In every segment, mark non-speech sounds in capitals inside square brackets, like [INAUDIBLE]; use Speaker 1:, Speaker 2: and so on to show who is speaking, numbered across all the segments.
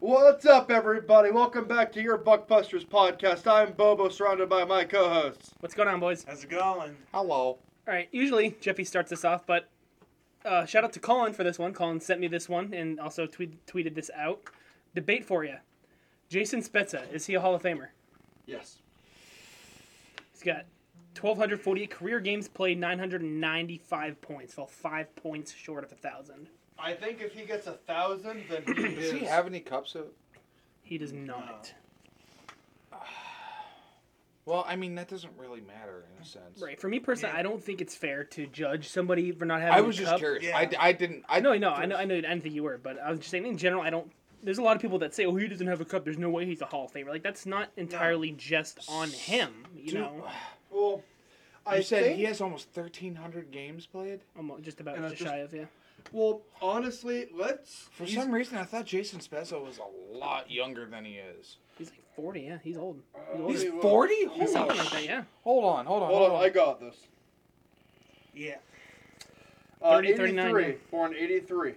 Speaker 1: What's up, everybody? Welcome back to your Buckbusters podcast. I'm Bobo, surrounded by my co-hosts.
Speaker 2: What's going on, boys?
Speaker 3: How's it going?
Speaker 1: Hello.
Speaker 2: All right, usually Jeffy starts us off, but uh, shout out to Colin for this one. Colin sent me this one and also tweet, tweeted this out. Debate for you. Jason Spezza, is he a Hall of Famer?
Speaker 1: Yes.
Speaker 2: He's got 1,248 career games played, 995 points, fell five points short of a 1,000.
Speaker 1: I think if he gets a thousand, then he
Speaker 4: [CLEARS THROAT] Does
Speaker 1: is.
Speaker 4: he have any cups? Of,
Speaker 2: He does not.
Speaker 4: well, I mean that doesn't really matter in a sense.
Speaker 2: Right. For me personally, I don't think it's fair to judge somebody for not having
Speaker 4: I
Speaker 2: a
Speaker 4: was just
Speaker 2: cup.
Speaker 4: curious.
Speaker 3: Yeah.
Speaker 4: I, I didn't. I
Speaker 2: No, no, I know, I know, I didn't think you were, but I was just saying in general, I don't. There's a lot of people that say, "Oh, he doesn't have a cup. There's no way he's a Hall of Famer." Like that's not entirely just on him, you
Speaker 4: Dude,
Speaker 2: know.
Speaker 1: Well,
Speaker 4: You
Speaker 1: I
Speaker 4: said
Speaker 1: think,
Speaker 4: he has almost thirteen hundred games played.
Speaker 2: Almost, just about
Speaker 1: And I
Speaker 2: just
Speaker 1: just-
Speaker 2: shy of yeah.
Speaker 1: Well, honestly, let's.
Speaker 4: For
Speaker 1: he's-
Speaker 4: some reason, I thought Jason Spezza was a lot younger than he is.
Speaker 2: He's like 40. Yeah, he's old. He's
Speaker 1: Uh,
Speaker 2: old.
Speaker 4: He's
Speaker 1: Holy-
Speaker 4: forty.
Speaker 2: He's
Speaker 4: Hold
Speaker 2: something like
Speaker 4: on.
Speaker 2: that. Yeah.
Speaker 4: Hold on. Hold on.
Speaker 1: Hold on, I got this.
Speaker 3: Yeah.
Speaker 1: Uh,
Speaker 2: 30, 39,
Speaker 1: 83,
Speaker 2: yeah.
Speaker 1: born 83.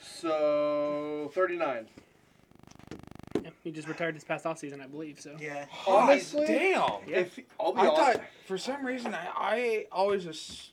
Speaker 1: So, 39.
Speaker 2: yeah. He just retired this past offseason, I believe. So
Speaker 3: Yeah.
Speaker 4: Hot
Speaker 1: Honestly?
Speaker 4: damn.
Speaker 2: Yeah.
Speaker 1: If I'll be
Speaker 4: I
Speaker 1: honest,
Speaker 4: thought for some reason I, I always as-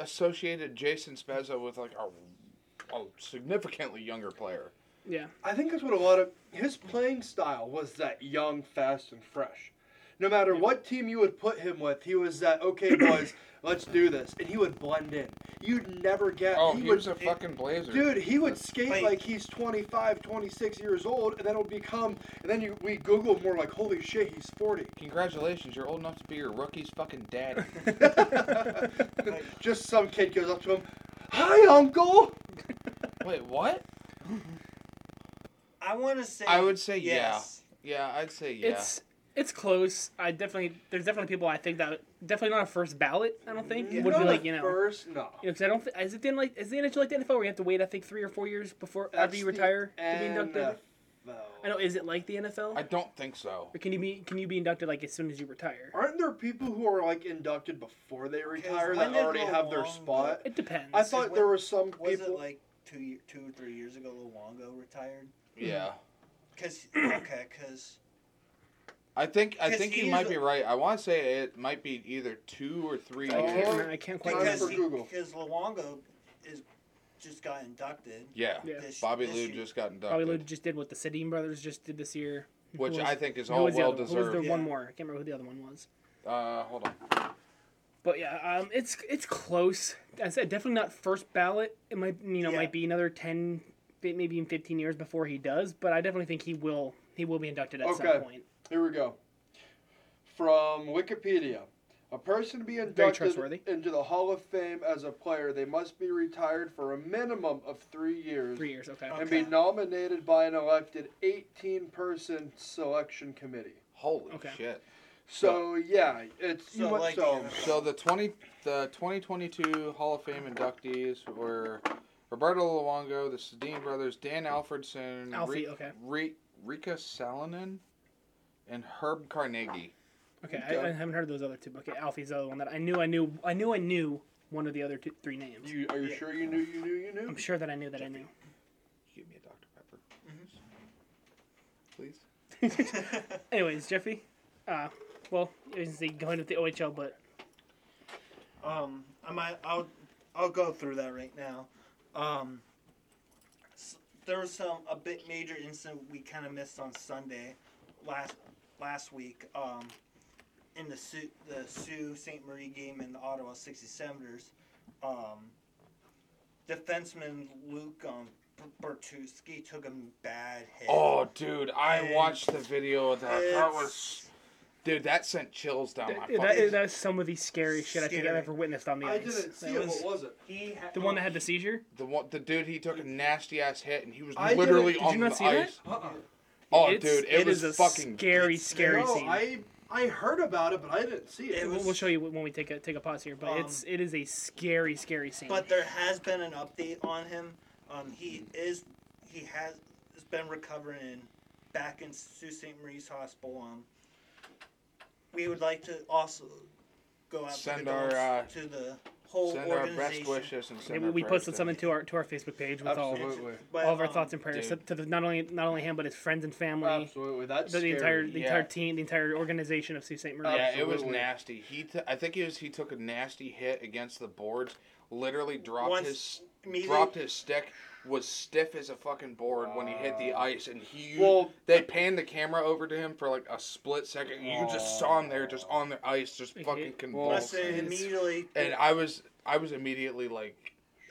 Speaker 4: associated Jason Spezza with like a, a significantly younger player.
Speaker 1: [LAUGHS]
Speaker 2: yeah,
Speaker 1: I think that's what a lot of his playing style was that young, fast, and fresh. No matter what team you would put him with, he was that
Speaker 4: [COUGHS]
Speaker 1: okay, boys, let's do this, and he would blend in. You'd never get.
Speaker 4: Oh, he,
Speaker 1: would,
Speaker 4: was a fucking blazer.
Speaker 1: Dude, he would skate
Speaker 3: Wait.
Speaker 1: like he's 25, 26 years old, and then it'll become, and then you, we Google more like, holy shit, he's 40.
Speaker 4: Congratulations, you're old enough to be your rookie's fucking daddy.
Speaker 2: [LAUGHS]
Speaker 1: [LAUGHS] Just some kid goes up to him, hi, uncle!
Speaker 4: Wait, what?
Speaker 3: I want to say.
Speaker 4: I would say
Speaker 3: yes.
Speaker 4: yeah. Yeah, I'd say yeah.
Speaker 2: it's it's close. I definitely there's definitely people I think that definitely not a first ballot. I don't think would
Speaker 1: Not
Speaker 2: be
Speaker 1: at
Speaker 2: like you know.
Speaker 1: First, no.
Speaker 2: You know, because I don't. Th- is it then like is the NHL like the NFL where you have to wait? I think three or four years before after you
Speaker 1: That's the
Speaker 2: retire to be inducted.
Speaker 1: NFL.
Speaker 2: I know. Is it like the NFL?
Speaker 4: I don't
Speaker 2: [LAUGHS]
Speaker 4: think so.
Speaker 2: or can you be can you be inducted like as soon as you retire?
Speaker 1: Aren't there people who are like inducted before they retire
Speaker 3: when
Speaker 1: that
Speaker 3: they
Speaker 1: already
Speaker 3: go
Speaker 1: have their
Speaker 3: along,
Speaker 1: spot?
Speaker 2: It depends.
Speaker 1: I thought
Speaker 3: what-
Speaker 1: there were some
Speaker 3: Was
Speaker 1: people.
Speaker 3: it like two, ye- two or three years ago Luongo retired?
Speaker 4: Yeah,
Speaker 1: [CLEARS THROAT]
Speaker 3: Cause okay, cause
Speaker 4: I think I
Speaker 3: Because
Speaker 4: think you
Speaker 3: he's
Speaker 4: might
Speaker 3: a-
Speaker 4: be right. I want to say it might be either two or three.
Speaker 2: I can't.
Speaker 4: years.
Speaker 2: remember, I can't quite
Speaker 3: because
Speaker 1: for
Speaker 2: remember.
Speaker 3: he,
Speaker 1: Google.
Speaker 3: because Luongo is just got inducted.
Speaker 4: Yeah.
Speaker 2: Yeah.
Speaker 3: This,
Speaker 4: Bobby
Speaker 3: this
Speaker 4: Lou
Speaker 3: year.
Speaker 4: just got inducted,
Speaker 2: Probably Lou just did what the Sedin brothers just did this year.
Speaker 4: which
Speaker 2: Who was-
Speaker 4: I think is
Speaker 2: who
Speaker 4: all
Speaker 2: was the
Speaker 4: well
Speaker 2: other, Who was
Speaker 4: deserved.
Speaker 2: the one
Speaker 3: Yeah.
Speaker 2: more? I can't remember who the other one was.
Speaker 4: Uh, hold on.
Speaker 2: But yeah, um, it's it's close. I said definitely not first ballot. It might you know
Speaker 3: Yeah.
Speaker 2: might be another ten, fi- maybe even fifteen years before he does. But I definitely think he will he will be inducted at some
Speaker 1: Okay.
Speaker 2: point.
Speaker 1: Here we go. From Wikipedia. A person to be
Speaker 2: trustworthy.
Speaker 1: inducted into the Hall of Fame as a player, they must be retired for a minimum of three years
Speaker 2: Three years. Okay.
Speaker 1: and
Speaker 3: Okay.
Speaker 1: be nominated by an elected 18 person selection committee.
Speaker 4: Holy
Speaker 2: Okay.
Speaker 4: shit!
Speaker 1: So, yeah, it's
Speaker 3: So,
Speaker 1: what-
Speaker 3: like,
Speaker 1: so-
Speaker 3: uh,
Speaker 4: So the twenty the twenty twenty two Hall of Fame inductees were Roberto Luongo, the Sedin brothers, Dan Alfredson,
Speaker 2: Alfie, okay.
Speaker 4: Re- Rika Salonen, and Herb Carnegie.
Speaker 2: Okay, I, I haven't heard of those other two. but Okay, Alfie's the other one that I knew. I knew. I knew. I knew one of the other two, three names.
Speaker 1: you, are you
Speaker 3: Yeah.
Speaker 1: sure you knew you knew you knew?
Speaker 2: I'm sure that I knew that I knew.
Speaker 4: Give me a Dr Pepper,
Speaker 2: Mm-hmm.
Speaker 3: Mhm.
Speaker 4: please.
Speaker 3: [LAUGHS]
Speaker 2: Anyways, Jeffy. Uh, well, you can see going with the OHL, but
Speaker 3: Um, I might. I'll. I'll go through that right now. Um, s there was some a bit major incident we kind of missed on Sunday, last last week. Um, in the Sioux, the Sioux Saint Marie game in the Ottawa 67ers, um, defenseman Luke um, B- Bertuzzi took a bad hit.
Speaker 4: Oh, dude, I
Speaker 3: And-
Speaker 4: watched the video of that. That was,
Speaker 3: It's-
Speaker 4: dude, that sent chills down Oh, my.
Speaker 2: that, that,
Speaker 4: fucking-
Speaker 2: is- that is some of the scariest shit I think I've
Speaker 3: Scary.
Speaker 2: ever witnessed on the
Speaker 1: I
Speaker 2: ice.
Speaker 1: didn't see
Speaker 2: That
Speaker 1: it.
Speaker 2: was-
Speaker 1: What was it?
Speaker 3: He had,
Speaker 2: the one that had the seizure.
Speaker 4: the one, the dude, he took a nasty ass hit, and he was
Speaker 1: I didn't-
Speaker 4: literally
Speaker 1: did
Speaker 2: you
Speaker 4: on
Speaker 2: not
Speaker 4: the
Speaker 2: see that?
Speaker 4: ice.
Speaker 1: Uh-uh.
Speaker 4: Oh,
Speaker 2: It's-
Speaker 4: dude, it, was
Speaker 2: is a
Speaker 4: fucking.
Speaker 2: scary,
Speaker 3: it's-
Speaker 2: scary
Speaker 1: no,
Speaker 2: scene.
Speaker 1: I I heard about it, but I didn't see it.
Speaker 3: It
Speaker 2: we'll,
Speaker 3: was-
Speaker 2: we'll show you when we take a take a pause here, but
Speaker 3: Um,
Speaker 2: it's it is a scary, scary scene.
Speaker 3: But there has been an update on him. Um, he is he has has been recovering and back in Sault Ste. Marie's hospital. Um, we would like to also go out
Speaker 4: Send
Speaker 3: to,
Speaker 4: our, uh,
Speaker 3: to the whole
Speaker 4: Send our best
Speaker 3: organization.
Speaker 4: wishes and send
Speaker 2: we
Speaker 4: our
Speaker 2: we
Speaker 4: prayers
Speaker 2: posted something to our to our Facebook page with all
Speaker 4: Absolutely.
Speaker 3: But,
Speaker 2: all of our
Speaker 3: um,
Speaker 2: thoughts and prayers
Speaker 4: dude.
Speaker 2: to the, not only not only him but his friends and family,
Speaker 1: Absolutely, that's
Speaker 2: the, the entire
Speaker 1: scary.
Speaker 2: the entire
Speaker 4: yeah.
Speaker 2: team, the entire organization of Sault Ste. Marie.
Speaker 4: Yeah, it was
Speaker 1: Absolutely.
Speaker 4: nasty. He, t- I think it was he took a nasty hit against the boards. Literally dropped
Speaker 3: Once
Speaker 4: his
Speaker 3: immediately-
Speaker 4: dropped his stick. Was stiff as a fucking board when he hit the ice, and he.
Speaker 1: Well-
Speaker 4: they panned the camera over to him for like a split second. and You just saw him there, just on the ice, just fucking
Speaker 1: Well,
Speaker 3: Plus,
Speaker 4: convulsed.
Speaker 3: they immediately.
Speaker 4: And I was, I was immediately like,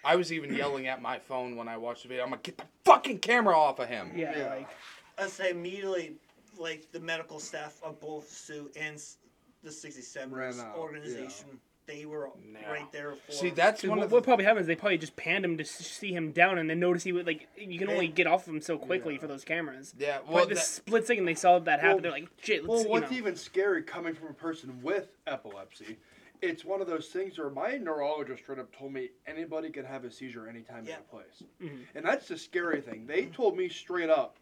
Speaker 4: I was even yelling at my phone when I watched the video. I'm like, get the fucking camera off of him.
Speaker 2: Yeah,
Speaker 1: Yeah.
Speaker 2: like
Speaker 3: I say immediately, like the medical staff of both Sioux and s- the 67
Speaker 1: Ran out,
Speaker 3: organization, they were
Speaker 4: No.
Speaker 3: right there for.
Speaker 4: See, that's
Speaker 2: so
Speaker 4: one
Speaker 2: what,
Speaker 4: of the
Speaker 2: what probably happened is they probably just panned him to s- see him down, and then notice he would like you can only
Speaker 3: Yeah.
Speaker 2: get off of him so quickly for those cameras.
Speaker 4: yeah.
Speaker 2: Well,
Speaker 4: Well,
Speaker 2: this
Speaker 4: that-
Speaker 2: split second they saw that happen,
Speaker 1: Well-
Speaker 2: they're like, "Shit,
Speaker 1: Well,
Speaker 2: let's
Speaker 1: what's
Speaker 2: you know."
Speaker 1: even scary coming from a person with epilepsy, it's one of those things where my neurologist straight up told me anybody can have a seizure anytime,
Speaker 3: Yeah.
Speaker 1: any place.
Speaker 2: Mm-hmm.
Speaker 1: And that's the scary thing. They told me straight up,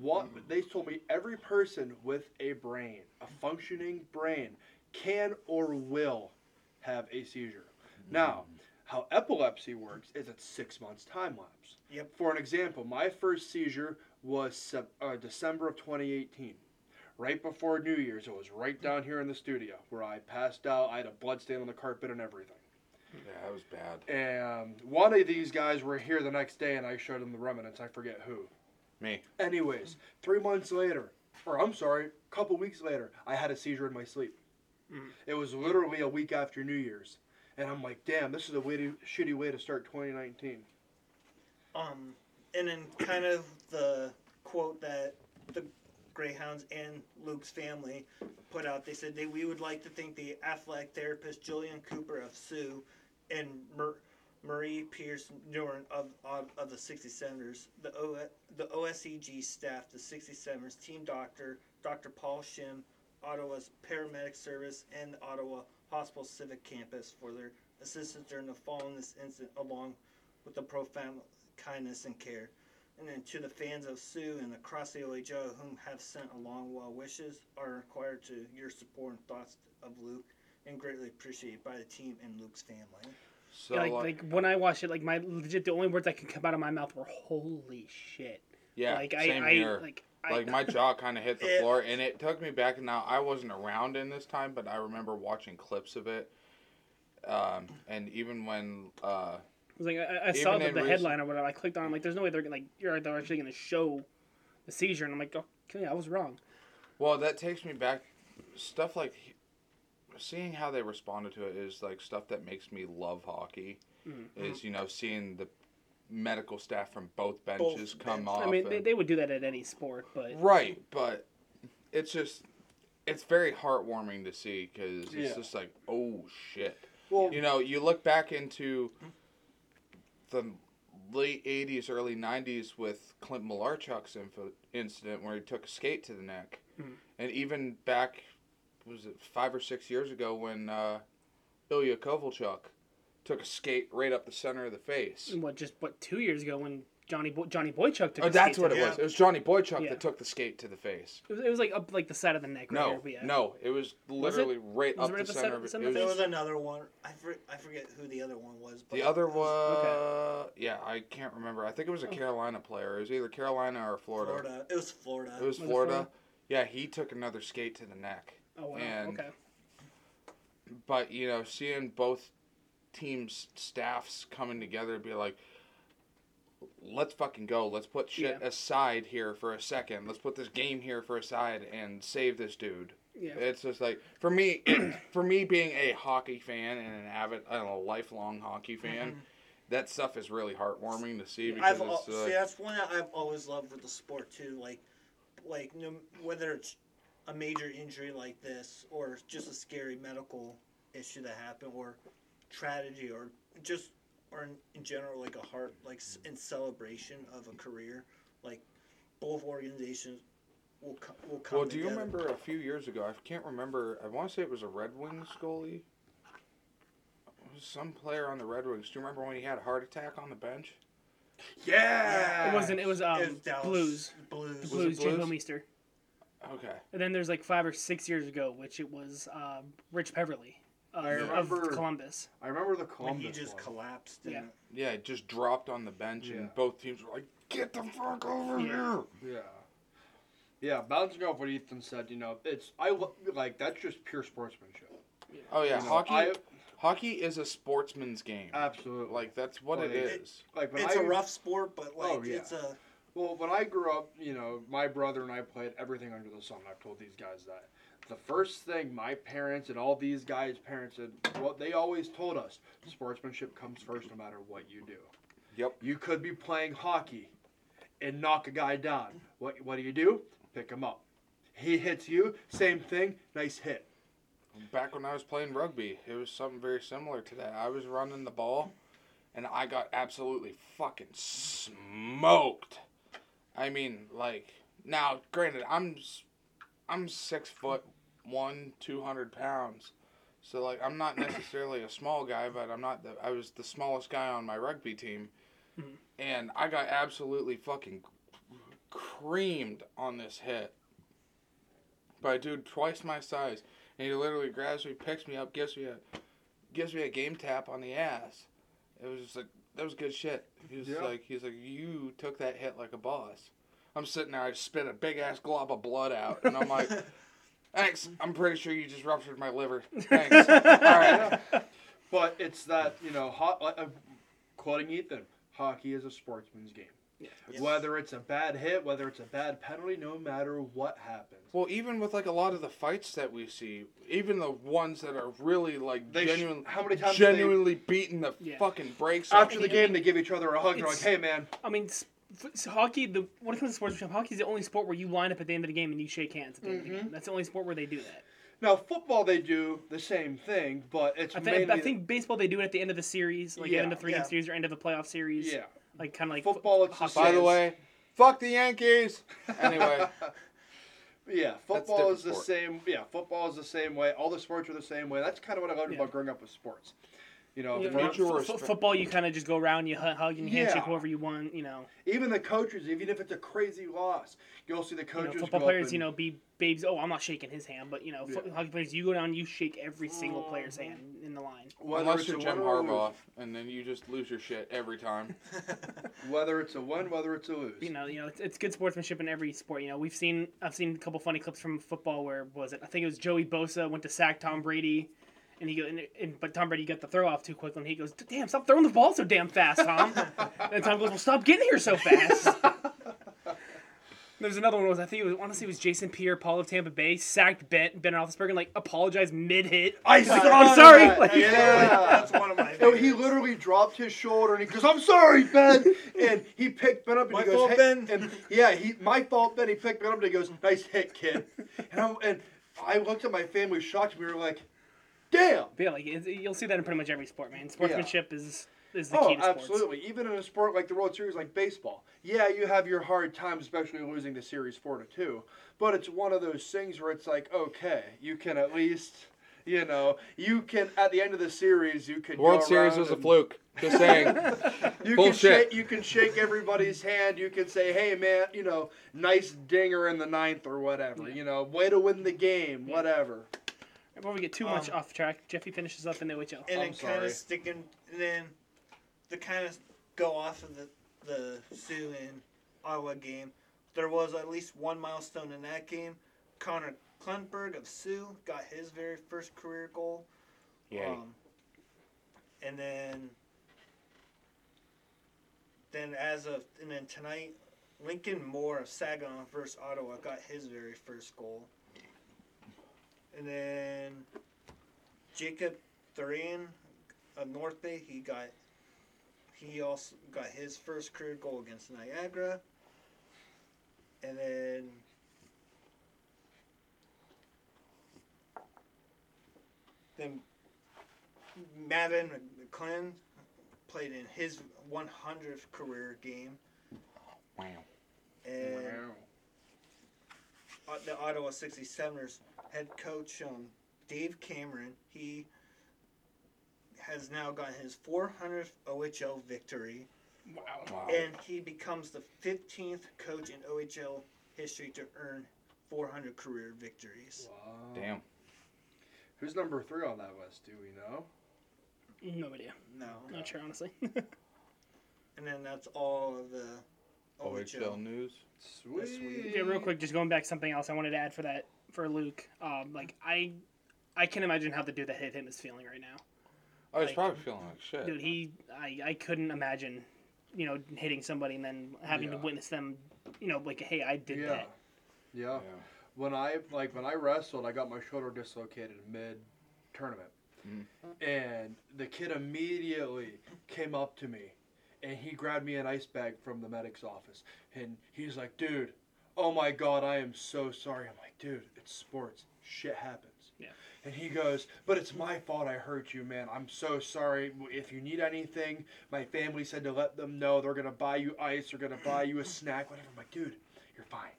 Speaker 1: what
Speaker 2: Mm-hmm.
Speaker 1: they told me every person with a brain, a functioning brain, can or will have a seizure. Now,
Speaker 2: Mm-hmm.
Speaker 1: how epilepsy works is it's six months time lapse.
Speaker 3: Yep.
Speaker 1: For an example, my first seizure was Sep- uh, December of 2018. Right before New Year's, it was right down here in the studio where I passed out. I had a blood stain on the carpet and everything.
Speaker 4: yeah, that was bad.
Speaker 1: And one of these guys were here the next day, and I showed them the remnants. I forget who.
Speaker 4: Me.
Speaker 1: Anyways, three months later, or I'm sorry, a couple weeks later, I had a seizure in my sleep.
Speaker 3: Mm.
Speaker 1: It was literally a week after New Year's. And I'm like, damn, this is a way to, shitty way to start 2019.
Speaker 3: Um, and then kind of the quote that the Greyhounds and Luke's family put out, they said they we would like to thank the Affleck therapist Jillian Cooper of Sioux and Mer- Marie Pierce Nguyen of, of of the 67ers, the o- the OSEG staff, the 67ers team doctor, Dr. Paul Shim, Ottawa's paramedic service, and the Ottawa Hospital Civic Campus for their assistance during the fall in this incident, along with the profound kindness and care. And then to the fans of Sue and across the OHO whom have sent along well wishes are required to your support and thoughts of Luke and greatly appreciated by the team and Luke's family.
Speaker 4: So
Speaker 2: like,
Speaker 4: like-
Speaker 2: like when I watched it, like my legit the only words that could come out of my mouth were "Holy shit!"
Speaker 4: Yeah,
Speaker 2: like
Speaker 4: same
Speaker 2: I,
Speaker 4: here.
Speaker 2: I
Speaker 4: like,
Speaker 2: like I
Speaker 4: my jaw kind of hit
Speaker 2: [LAUGHS]
Speaker 4: the
Speaker 3: It-
Speaker 4: floor, and it took me back. Now I wasn't around in this time, but I remember watching clips of it. Um, and even when uh,
Speaker 2: I was like I, I saw
Speaker 4: Even
Speaker 2: the,
Speaker 4: in
Speaker 2: the
Speaker 4: recent-
Speaker 2: headline or whatever. I clicked on. it, I'm like, "There's no way they're gonna, like you're they're actually gonna show the seizure," and I'm like, "Oh, okay, I was wrong."
Speaker 4: well, that takes me back. Stuff like seeing how they responded to it is like stuff that makes me love hockey.
Speaker 2: Mm-hmm.
Speaker 4: Is you know seeing the medical staff from both benches come
Speaker 3: benches.
Speaker 4: off.
Speaker 2: I mean, they,
Speaker 4: and-
Speaker 2: they would do that at any sport, but
Speaker 4: Right, but it's just it's very heartwarming to see because it's
Speaker 1: Yeah.
Speaker 4: just like oh shit.
Speaker 2: Oh.
Speaker 1: Well-
Speaker 4: you know, you look back into the late '80s, early '90s with Clint Malarchuk's info- incident where he took a skate to the neck,
Speaker 2: Hmm.
Speaker 4: and even back was it five or six years ago when uh, Ilya Kovalchuk took a skate right up the center of the face.
Speaker 2: what just what two years ago when Johnny Boy, Johnny Boychuk took.
Speaker 4: Oh,
Speaker 2: a
Speaker 4: that's
Speaker 2: skate
Speaker 4: what
Speaker 2: to
Speaker 4: it
Speaker 3: the-
Speaker 4: was. It was Johnny Boychuk
Speaker 2: Yeah.
Speaker 4: that took the skate to the face.
Speaker 2: the- It was, it was like up like the side of the neck.
Speaker 4: No,
Speaker 2: right here, but yeah.
Speaker 4: no, it was literally right
Speaker 2: Was
Speaker 4: up
Speaker 2: it right
Speaker 4: the
Speaker 2: up the
Speaker 4: center
Speaker 2: cen-
Speaker 4: of it.
Speaker 2: center
Speaker 4: It
Speaker 2: of the
Speaker 3: There
Speaker 4: was-
Speaker 3: was another one. I, for, I forget who the other one was. But
Speaker 4: the other
Speaker 3: it was
Speaker 4: was yeah, I can't remember. I think it was
Speaker 2: Oh.
Speaker 4: a Carolina player. It was either Carolina or Florida.
Speaker 3: Florida. It was Florida.
Speaker 4: It was
Speaker 2: Was it
Speaker 4: Florida.
Speaker 2: Florida?
Speaker 4: Yeah, he took another skate to the neck.
Speaker 2: Oh wow.
Speaker 4: And-
Speaker 2: okay.
Speaker 4: But you know, seeing both teams staffs coming together and be like let's fucking go. Let's put shit
Speaker 2: Yeah.
Speaker 4: aside here for a second. Let's put this game here for aside and save this dude.
Speaker 2: Yeah.
Speaker 4: It's just like for me, [CLEARS THROAT] for me being a hockey fan and an avid, I don't know, lifelong hockey fan, that stuff is really heartwarming to see because
Speaker 3: I've al-
Speaker 4: it's uh,
Speaker 3: see that's one that I've always loved with the sport too. Like, like no, whether it's a major injury like this or just a scary medical issue that happened or tragedy or just or in, in general like a heart like s- in celebration of a career like both organizations will co- will come
Speaker 4: well, do you
Speaker 3: together.
Speaker 4: remember a few years ago? I can't remember. I want to say it was a Red Wings goalie. It was Some player on the Red Wings. Do you remember when he had a heart attack on the bench?
Speaker 1: Yeah.
Speaker 2: It wasn't. It was um
Speaker 3: It was Dallas
Speaker 2: blues.
Speaker 3: blues
Speaker 2: The
Speaker 4: it
Speaker 2: blues, Jay
Speaker 4: Blues?
Speaker 2: Homeester.
Speaker 4: Okay.
Speaker 2: And then there's like five or six years ago, which it was um, Rich Peverly uh,
Speaker 1: I
Speaker 2: of
Speaker 1: remember-
Speaker 2: Columbus.
Speaker 1: I remember the
Speaker 3: when
Speaker 1: Columbus.
Speaker 3: he just
Speaker 1: one.
Speaker 3: collapsed. in
Speaker 2: Yeah.
Speaker 3: it.
Speaker 4: Yeah, it just dropped on the bench,
Speaker 1: Yeah.
Speaker 4: and both teams were like, "Get the fuck over
Speaker 2: Yeah.
Speaker 4: here!"
Speaker 1: Yeah. Yeah, bouncing off what Ethan said, you know, it's I lo- like that's just pure sportsmanship.
Speaker 4: Oh yeah,
Speaker 1: You know,
Speaker 4: hockey.
Speaker 1: I,
Speaker 4: Hockey is a sportsman's game.
Speaker 1: absolutely
Speaker 4: Like that's what
Speaker 1: Like,
Speaker 4: it
Speaker 1: it-
Speaker 4: is.
Speaker 1: like when
Speaker 3: It's
Speaker 1: I
Speaker 3: a rough sport, but like
Speaker 1: Oh, yeah.
Speaker 3: it's a
Speaker 1: well when I grew up, you know, my brother and I played everything under the sun. I've told these guys that. The first thing my parents and all these guys' parents said, what they always told us, sportsmanship comes first no matter what you do.
Speaker 4: Yep.
Speaker 1: You could be playing hockey and knock a guy down. What what do you do? Pick him up. He hits you, same thing, nice hit.
Speaker 4: Back when I was playing rugby, it was something very similar to that. I was running the ball, and I got absolutely fucking smoked. I mean, like now, granted, I'm s- I'm six foot one, two hundred pounds, so like I'm not necessarily a small guy, but I'm not. The, I was the smallest guy on my rugby team,
Speaker 2: Mhm.
Speaker 4: and I got absolutely fucking creamed on this hit by a dude twice my size. And he literally grabs me, picks me up, gives me a gives me a game tap on the ass. It was just like that was good shit. He was
Speaker 1: Yeah.
Speaker 4: like he's like you took that hit like a boss. I'm sitting there, I just spit a big ass glob of blood out, and
Speaker 1: [LAUGHS]
Speaker 4: I'm like, thanks. I'm pretty sure you just ruptured my liver. Thanks. All right.
Speaker 1: [LAUGHS] But it's that you know, ho- uh, uh, quoting Ethan, hockey is a sportsman's game.
Speaker 3: Yes.
Speaker 1: Whether it's a bad hit, whether it's a bad penalty, no matter what happens,
Speaker 4: Well, even with like a lot of the fights that we see, even the ones that are really like
Speaker 1: They sh-
Speaker 4: genuinely,
Speaker 1: how many times do they-
Speaker 4: genuinely beating the
Speaker 2: Yeah.
Speaker 4: fucking brakes off
Speaker 1: after the game they give each other a hug. They're like,
Speaker 2: It's-
Speaker 1: "Hey, man,
Speaker 2: I mean, s- f- s- hockey. The when it comes to sportsmanship, hockey's the only sport where you line up at the end of the game and you shake hands at the end
Speaker 1: Mm-hmm.
Speaker 2: of the game. That's the only sport where they do that.
Speaker 1: now football they do the same thing, but it's
Speaker 2: I,
Speaker 1: mainly
Speaker 2: think I think baseball they do it at the end of the series, like
Speaker 1: Yeah,
Speaker 2: the end of three
Speaker 3: yeah.
Speaker 2: game series or end of the playoff series.
Speaker 1: yeah,
Speaker 2: like kind of like
Speaker 1: Football, it's the
Speaker 2: hockey.
Speaker 4: By the
Speaker 1: Yes.
Speaker 4: way, fuck the Yankees. Anyway,
Speaker 1: yeah. Football
Speaker 4: different
Speaker 1: is the
Speaker 4: sport.
Speaker 1: same. Yeah, football is the same way. All the sports are the same way. That's kind of what I loved
Speaker 2: Yeah.
Speaker 1: about growing up with sports. You know,
Speaker 2: Yeah,
Speaker 1: for-
Speaker 4: nature
Speaker 2: fo-
Speaker 4: or
Speaker 2: fo-
Speaker 4: str-
Speaker 2: football, you kind of just go around, you hu- hug and
Speaker 1: Yeah.
Speaker 2: handshake whoever you want. You know,
Speaker 1: even the coaches, even if it's a crazy loss, you'll see the
Speaker 2: You know,
Speaker 1: coaches.
Speaker 2: football
Speaker 1: go up
Speaker 2: players,
Speaker 1: and-
Speaker 2: you know, be babes. Oh, I'm not shaking his hand, but you know, fo-
Speaker 1: Yeah.
Speaker 2: hockey players, you go down, you shake every single player's hand in the line.
Speaker 1: [LAUGHS] whether
Speaker 4: unless
Speaker 1: it's
Speaker 4: you're
Speaker 1: a
Speaker 4: Jim
Speaker 1: win or a
Speaker 4: Harbaugh,
Speaker 1: lose.
Speaker 4: and then you just lose your shit every time.
Speaker 1: [LAUGHS] Whether it's a win, whether it's a lose.
Speaker 2: You know, you know, it's, it's good sportsmanship in every sport. You know, we've seen, I've seen a couple funny clips from football where was it? I think it was Joey Bosa went to sack Tom Brady, and he go, and, and but Tom Brady got the throw off too quickly, and he goes, "Damn, stop throwing the ball so damn fast,
Speaker 1: [LAUGHS]
Speaker 2: Tom." and Tom goes, "Well, stop getting here so fast." There's another one was I think it was honestly it was Jason Pierre Paul of Tampa Bay sacked Ben Ben Roethlisberger and like apologized mid hit.
Speaker 1: I
Speaker 2: I'm sorry. Like- [LAUGHS]
Speaker 1: yeah.
Speaker 3: that's one of my.
Speaker 1: No, he
Speaker 3: favorites.
Speaker 1: literally dropped his shoulder and he goes, "I'm sorry, Ben," and he picked Ben up and
Speaker 3: My
Speaker 1: he goes,
Speaker 3: fault,
Speaker 1: "Hey,"
Speaker 3: Ben.
Speaker 1: And yeah, he my fault, Ben. He picked Ben up and he goes, "Nice hit, kid." And, I'm, and I looked at my family shocked. We were like, "Damn."
Speaker 2: Yeah, like it's, you'll see that in pretty much every sport, man. Sportsmanship is is the
Speaker 1: Oh,
Speaker 2: key to sports.
Speaker 1: absolutely. Even in a sport like the World Series, like baseball, yeah, you have your hard time, especially losing the series four to two. But it's one of those things where it's like, okay, you can at least, you know, you can at the end of the series, you can.
Speaker 4: World
Speaker 1: go
Speaker 4: Series
Speaker 1: around
Speaker 4: was a
Speaker 1: and-
Speaker 4: fluke. Just saying. [LAUGHS]
Speaker 1: You can
Speaker 4: Bullshit.
Speaker 1: shake, you can shake everybody's hand. You can say, "Hey, man, you know, nice dinger in the ninth or whatever. You know, way to win the game, whatever."
Speaker 2: Before we get too much
Speaker 3: Um,
Speaker 2: off track, Jeffy finishes up in the OHL.
Speaker 3: and
Speaker 1: I'm
Speaker 3: then kind
Speaker 1: sorry.
Speaker 3: of sticking, and then to kind of go off of the the Sioux and Ottawa game, there was at least one milestone in that game. Connor Klundberg of Sioux got his very first career goal.
Speaker 4: Yay.
Speaker 3: Um,
Speaker 1: [LAUGHS]
Speaker 3: and then, then as of and then tonight, Lincoln Moore of Saginaw versus Ottawa got his very first goal. And then Jacob Thurian of North Bay, he got he also got his first career goal against Niagara. And then then Madden McClellan played in his 100th career game,
Speaker 4: Wow.
Speaker 3: and uh, the Ottawa 67ers head coach um, Dave Cameron he has now gotten his 400th OHL victory,
Speaker 4: Wow.
Speaker 3: and he becomes the 15th coach in OHL history to earn 400 career victories.
Speaker 1: Wow.
Speaker 4: Damn.
Speaker 1: Who's number three on that list? Do we know?
Speaker 2: No idea.
Speaker 3: No.
Speaker 2: Not sure, honestly.
Speaker 3: And then that's all of the
Speaker 4: OHL news.
Speaker 1: Sweet.
Speaker 3: week.
Speaker 2: yeah, real quick, just going back to something else I wanted to add for that for Luke. Um, like I, I can imagine how the dude that hit him is feeling right now.
Speaker 4: Oh, he's
Speaker 2: Like-
Speaker 4: probably feeling like shit.
Speaker 2: Dude, he, I, I couldn't imagine, you know, hitting somebody and then having to
Speaker 1: Yeah.
Speaker 2: witness them, you know, like, hey, I did
Speaker 1: Yeah.
Speaker 2: that.
Speaker 1: Yeah.
Speaker 4: Yeah.
Speaker 1: When I like when I wrestled, I got my shoulder dislocated mid tournament,
Speaker 4: Mm.
Speaker 1: and the kid immediately came up to me, and he grabbed me an ice bag from the medic's office, and he's like, "Dude, oh my god, I am so sorry." I'm like, "Dude, it's sports. Shit happens."
Speaker 2: Yeah.
Speaker 1: And he goes, "But it's my fault. I hurt you, man. I'm so sorry. If you need anything, my family said to let them know. They're gonna buy you ice. They're gonna buy you a snack. Whatever." I'm like, "Dude, you're fine."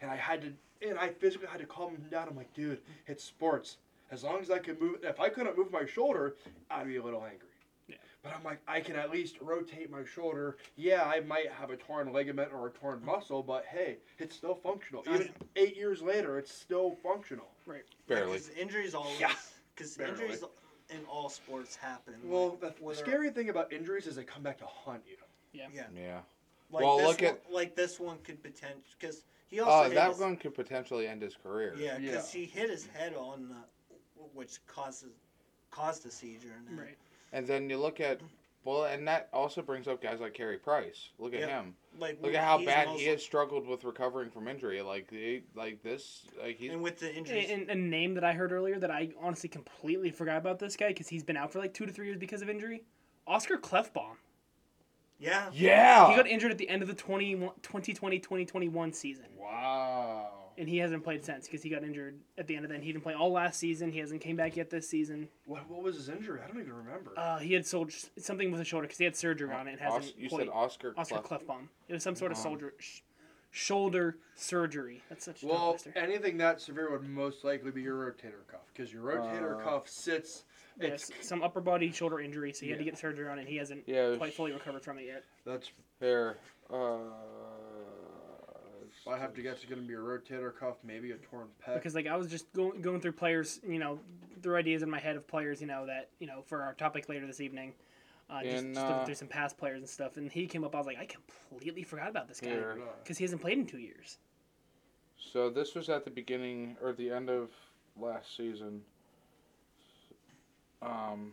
Speaker 1: and I had to, and I physically had to calm him down. I'm like, dude, it's sports. As long as I can move, if I couldn't move my shoulder, I'd be a little angry.
Speaker 2: Yeah.
Speaker 1: But I'm like, I can at least rotate my shoulder. Yeah, I might have a torn ligament or a torn muscle, but hey, it's still functional.
Speaker 3: I-
Speaker 1: Even eight years later, it's still functional.
Speaker 4: Barely.
Speaker 3: Because injuries always.
Speaker 1: Yeah.
Speaker 3: Because
Speaker 1: Barely.
Speaker 3: injuries in all sports happen.
Speaker 1: Well,
Speaker 3: like,
Speaker 1: the
Speaker 3: whether-
Speaker 1: scary thing about injuries is they come back to haunt you.
Speaker 3: Yeah.
Speaker 4: Yeah.
Speaker 3: Like
Speaker 4: Well,
Speaker 3: this
Speaker 4: look
Speaker 3: one,
Speaker 4: at-
Speaker 3: like this one could potential because he also
Speaker 4: Uh,
Speaker 3: hit
Speaker 4: that
Speaker 3: his,
Speaker 4: one could potentially end his career.
Speaker 3: yeah
Speaker 1: Yeah.
Speaker 3: because he hit his head on the which causes caused a seizure and that.
Speaker 2: Right.
Speaker 4: And then you look at well, and that also brings up guys like Carey Price. Look at
Speaker 3: Yeah.
Speaker 4: him.
Speaker 3: like
Speaker 4: Look
Speaker 3: we-
Speaker 4: at how
Speaker 3: he's
Speaker 4: bad
Speaker 3: most-
Speaker 4: he has struggled with recovering from injury. Like he, like this, like he's
Speaker 3: and with the injuries
Speaker 2: And, and a name that I heard earlier that I honestly completely forgot about this guy because he's been out for like two to three years because of injury. Oscar Clefbaum.
Speaker 3: yeah
Speaker 4: yeah.
Speaker 2: He got injured at the end of the 20, 2020 2021 season.
Speaker 1: Wow.
Speaker 2: And he hasn't played since because he got injured at the end of that. And he didn't play all last season. He hasn't came back yet this season.
Speaker 1: What, what was his injury? I don't even remember.
Speaker 2: Uh, he had sold something with a shoulder because he had surgery on it. And hasn't
Speaker 4: Os- you
Speaker 2: played.
Speaker 4: said Uh-huh. Oscar.
Speaker 2: Oscar
Speaker 4: Klef-
Speaker 2: Clefbaum. It was some sort of
Speaker 4: Wow.
Speaker 2: soldier, sh- shoulder surgery. That's such a tongue
Speaker 1: Well,
Speaker 2: twister.
Speaker 1: anything that severe would most likely be your rotator cuff because your rotator
Speaker 4: Uh,
Speaker 1: cuff sits.
Speaker 2: Yeah,
Speaker 1: It's,
Speaker 2: s- some upper body shoulder injury, so he had to
Speaker 1: Yeah.
Speaker 2: get surgery on it. He hasn't
Speaker 4: Yeah, it was
Speaker 2: quite fully recovered from it yet.
Speaker 1: That's.
Speaker 4: There. Uh,
Speaker 1: I have to guess it's going to be a rotator cuff, maybe a torn
Speaker 4: Uh,
Speaker 1: pec.
Speaker 2: Because like I was just going going through players, you know, through ideas in my head of players, you know, that you know for our topic later this evening. Uh, just,
Speaker 4: In,
Speaker 2: just looking
Speaker 4: uh,
Speaker 2: through some past players and stuff, and he came up. I was like, I completely forgot about this guy
Speaker 4: Here.
Speaker 2: because he hasn't played in two years.
Speaker 4: So this was at the beginning or the end of last season. Um,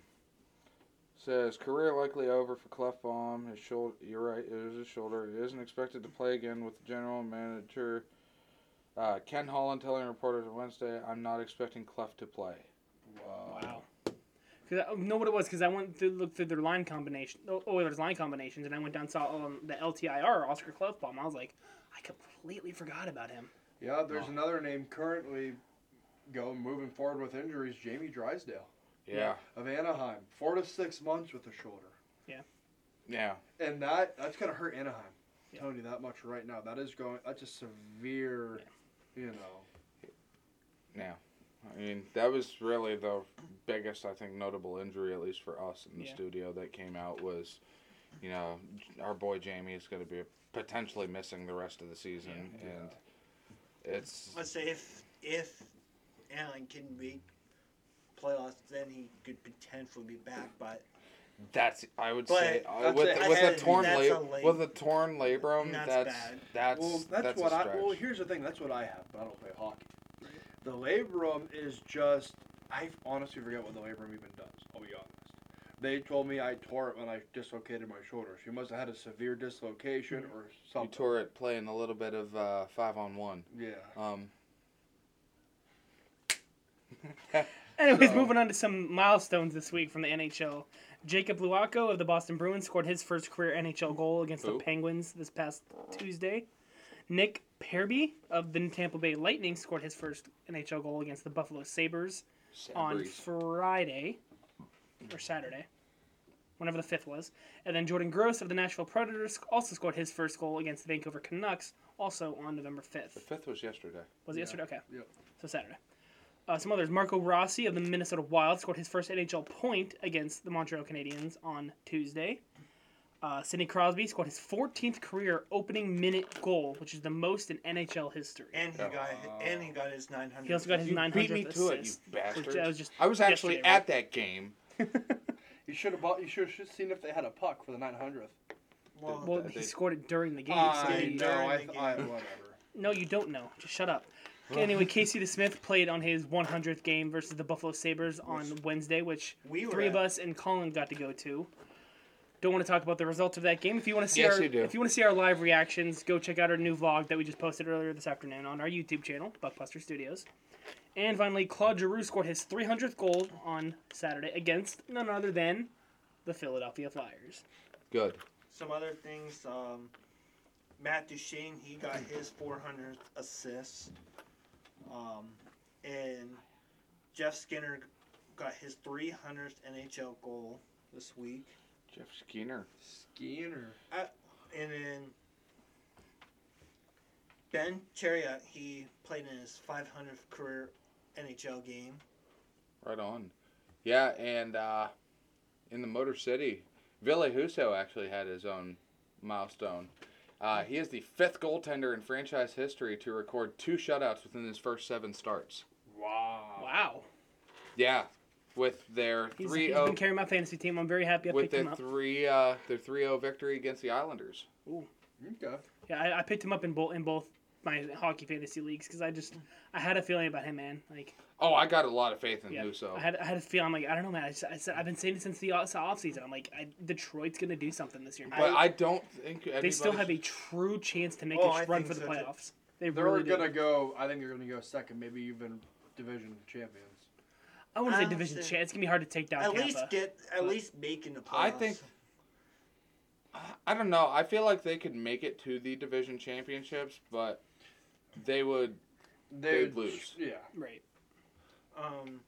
Speaker 4: says career likely over for Clefbaum. His shoulder. You're right. It is his shoulder. He isn't expected to play again with the general manager. Uh, Ken Holland telling reporters on Wednesday, "I'm not expecting Clef to play."
Speaker 2: Wow. Cause I know what it was because I went through looked through their line combination, the Oilers line combinations, and I went down and saw um, the LTIR Oscar Clefbaum. I was like, I completely forgot about him.
Speaker 1: Yeah, there's
Speaker 4: Wow.
Speaker 1: another name currently going moving forward with injuries Jamie Drysdale
Speaker 4: Yeah.
Speaker 1: of Anaheim. Four to six months with a shoulder.
Speaker 4: Yeah.
Speaker 1: And that that's going to hurt Anaheim.
Speaker 2: Yeah.
Speaker 1: I'm telling you that much right now. That is going. That's a severe, you know.
Speaker 4: I mean, that was really the biggest, I think, notable injury, at least for us in the
Speaker 2: Yeah.
Speaker 4: studio, that came out was, you know, our boy Jamie is going to be potentially missing the rest of the season.
Speaker 1: Yeah.
Speaker 4: And it's.
Speaker 3: let's say if if Allen can make playoffs then he could potentially be back but
Speaker 4: That's. I would
Speaker 3: But
Speaker 4: say. Uh,
Speaker 1: that's
Speaker 4: with
Speaker 1: a-
Speaker 4: with, a
Speaker 1: that's-
Speaker 4: torn
Speaker 3: that's a
Speaker 4: lab,
Speaker 3: late-
Speaker 4: with a torn labrum,
Speaker 3: That's
Speaker 4: that's. That's.
Speaker 3: bad.
Speaker 4: That's,
Speaker 1: Well, that's,
Speaker 4: a
Speaker 1: what I.
Speaker 4: stretch.
Speaker 1: Well, here's the thing. That's what I have, but I don't play hockey. The labrum is just. I honestly forget what the labrum even does. I'll be honest. They told me I tore it when I dislocated my shoulder. She must have had a severe dislocation or
Speaker 4: you
Speaker 1: something.
Speaker 4: tore it playing a little bit of uh, five on one.
Speaker 1: Yeah.
Speaker 4: Um.
Speaker 2: Anyways,
Speaker 4: So-
Speaker 2: moving on to some milestones this week from the NHL. Jacob Luaco of the Boston Bruins scored his first career NHL goal against
Speaker 4: Who?
Speaker 2: the Penguins this past Tuesday. Nick Perby of the Tampa Bay Lightning scored his first NHL goal against the Buffalo Sabres on
Speaker 4: Sabres.
Speaker 2: Friday or Saturday, whenever the fifth was. And then Jordan Gross of the Nashville Predators also scored his first goal against the Vancouver Canucks, also on November
Speaker 4: the
Speaker 2: 5th.
Speaker 4: fifth was yesterday.
Speaker 2: Was it
Speaker 1: Yeah.
Speaker 2: yesterday? Okay.
Speaker 1: Yep.
Speaker 2: So Saturday. Uh, some others. Marco Rossi of the Minnesota Wild scored his first NHL point against the Montreal Canadiens on Tuesday. Uh, Sidney Crosby scored his 14th career opening minute goal, which is the most in NHL history.
Speaker 3: and he got and he got his 900.
Speaker 2: He also got his
Speaker 4: You
Speaker 2: 900th
Speaker 4: beat me
Speaker 2: assist.
Speaker 4: to it, you bastard.
Speaker 2: Which I was just
Speaker 4: I was actually
Speaker 2: yesterday,
Speaker 4: at that game.
Speaker 1: You should have bought. You should have seen if they had a puck for the 900th.
Speaker 3: well,
Speaker 2: Well,
Speaker 4: that
Speaker 2: he
Speaker 4: they-
Speaker 2: scored it during the game. so
Speaker 1: I
Speaker 2: he- uh,
Speaker 1: know. I,
Speaker 3: during the
Speaker 1: I
Speaker 3: game.
Speaker 1: whatever.
Speaker 2: No, you don't know. Just shut
Speaker 4: [LAUGHS]
Speaker 2: up. Okay, anyway, Casey DeSmith played on his 100th game versus the Buffalo Sabres on Wednesday, which
Speaker 3: We were
Speaker 2: three of
Speaker 3: at-
Speaker 2: us and Colin got to go to. Don't want to talk about the results of that game. If you want to see
Speaker 4: Yes,
Speaker 2: our
Speaker 4: you do.
Speaker 2: if you want to see our live reactions, go check out our new vlog that we just posted earlier this afternoon on our YouTube channel, Buckbuster Studios. And finally, Claude Giroux scored his 300th goal on Saturday against none other than the Philadelphia Flyers.
Speaker 4: Good.
Speaker 3: some other things. Um, Matt Duchene, he got his 400th assist. Um, and Jeff Skinner got his 300th NHL goal this week.
Speaker 4: Jeff Skinner.
Speaker 1: Skinner.
Speaker 3: And then Ben Chariot, he played in his 500th career NHL game.
Speaker 4: Right on. Yeah, and uh, in the Motor City, Ville Husso actually had his own milestone. Uh, he is the fifth goaltender in franchise history to record two shutouts within his first seven starts.
Speaker 1: Wow.
Speaker 2: Wow.
Speaker 4: Yeah, with their
Speaker 2: He's,
Speaker 4: three
Speaker 2: he's
Speaker 4: zero
Speaker 2: been carrying my fantasy team. I'm very happy I
Speaker 4: with
Speaker 2: picked him
Speaker 4: their
Speaker 2: up.
Speaker 4: three uh, their three zero victory against the Islanders.
Speaker 1: Okay.
Speaker 2: Yeah, I, I picked him up in both in both my hockey fantasy leagues because I just I had a feeling about him, man. Like,
Speaker 4: Oh, I got a lot of faith in
Speaker 2: yeah,
Speaker 4: Husso.
Speaker 2: I had I had a feeling. I'm like, I don't know, man. I, just, I said I've been saying it since the off season. I'm like, I, Detroit's gonna do something this year.
Speaker 4: but I, don't think
Speaker 2: they
Speaker 4: anybody
Speaker 2: still have a
Speaker 4: should-
Speaker 2: true chance to make
Speaker 3: Oh,
Speaker 2: a
Speaker 3: I
Speaker 2: run
Speaker 3: think
Speaker 2: for the
Speaker 3: so, too.
Speaker 2: playoffs. They
Speaker 1: They're
Speaker 2: really
Speaker 1: gonna
Speaker 2: do.
Speaker 1: go. I think they're gonna go second, maybe even division champions.
Speaker 2: I want to say
Speaker 3: Um,
Speaker 2: division
Speaker 3: so-
Speaker 2: chance. It's gonna be hard to take down
Speaker 3: At
Speaker 2: Tampa.
Speaker 3: least get, at least making the playoffs.
Speaker 4: I think. I- I don't know. I feel like they could make it to the division championships, but they would.
Speaker 1: They
Speaker 4: They'd lose.
Speaker 1: Yeah.
Speaker 2: right.
Speaker 3: Um,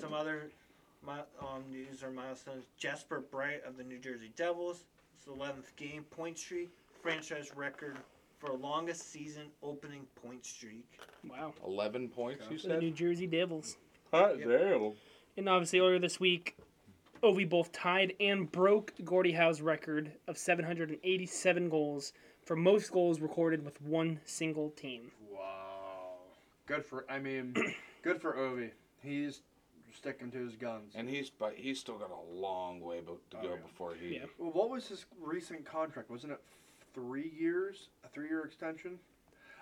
Speaker 3: some other mi- um, news or milestones. Jasper Bright of the New Jersey Devils. It's the 11th game point streak, franchise record for longest season opening point streak.
Speaker 2: Wow.
Speaker 4: 11 points, you
Speaker 2: The New
Speaker 4: said?
Speaker 2: Jersey Devils.
Speaker 4: Hot
Speaker 3: Yep.
Speaker 4: damn.
Speaker 2: And obviously earlier this week, Ovi both tied and broke Gordie Howe's record of 787 goals for most goals recorded with one single team.
Speaker 1: Wow. Good for. I mean, good for Ovi. He's sticking to his guns.
Speaker 4: And he's but he's still got a long way bo- to
Speaker 1: Oh,
Speaker 4: go
Speaker 1: yeah.
Speaker 4: before he.
Speaker 2: Yeah.
Speaker 1: Well, What was his recent contract? Wasn't it three years? A three-year extension?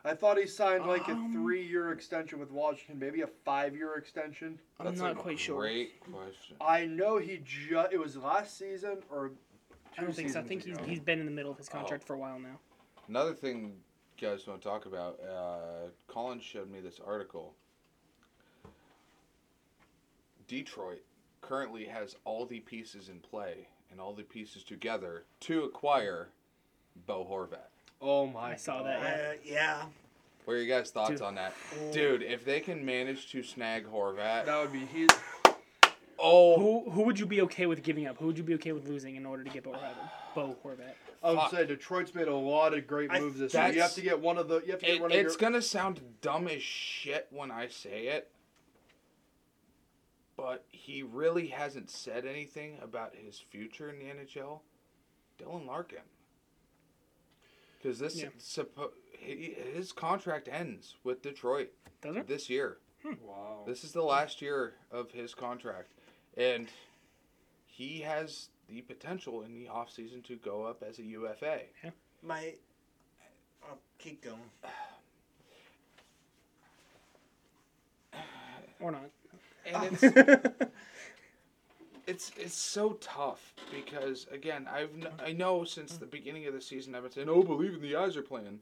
Speaker 1: I thought he signed like
Speaker 2: Um,
Speaker 1: a three-year extension with Washington, maybe a five-year extension.
Speaker 2: I'm
Speaker 4: That's
Speaker 2: not
Speaker 4: a
Speaker 2: quite sure.
Speaker 4: Great question.
Speaker 1: I know he just. It was last season or.
Speaker 2: I don't think so. I
Speaker 1: seasons
Speaker 2: think he's,
Speaker 1: ago.
Speaker 2: he's been in the middle of his contract
Speaker 4: Oh.
Speaker 2: for a while now.
Speaker 4: Another thing you guys want to talk about, uh, Colin showed me this article. Detroit currently has all the pieces in play and all the pieces together to acquire Bo Horvat.
Speaker 1: Oh my!
Speaker 2: I saw
Speaker 1: God.
Speaker 2: that,
Speaker 3: Uh, yeah.
Speaker 4: What are you guys' thoughts
Speaker 2: Dude.
Speaker 4: on that? Dude, if they can manage to snag Horvat,
Speaker 1: That would be his.
Speaker 4: oh,
Speaker 2: Who who would you be okay with giving up? Who would you be okay with losing in order to get Bo Horvat? Bo Horvat.
Speaker 1: I would
Speaker 4: Fuck.
Speaker 1: say Detroit's made a lot of great
Speaker 3: I-
Speaker 1: moves this year. You have
Speaker 4: that's-
Speaker 1: to get one of the. You have to get
Speaker 4: it-
Speaker 1: one of
Speaker 4: it's
Speaker 1: your.
Speaker 4: gonna sound dumb as shit when I say it, but he really hasn't said anything about his future in the NHL. Dylan Larkin, because this
Speaker 2: Yeah.
Speaker 4: suppo- he, his contract ends with Detroit
Speaker 2: Doesn't it?
Speaker 4: this year.
Speaker 1: Wow.
Speaker 4: This is the last year of his contract, and he has the potential in the offseason to go up as a UFA.
Speaker 3: My. I'll keep going.
Speaker 2: Or not.
Speaker 4: [LAUGHS] And
Speaker 3: [LAUGHS]
Speaker 4: it's, it's it's so tough because again I've kn- I know since the beginning of the season I've been saying oh believe in the eyes are playing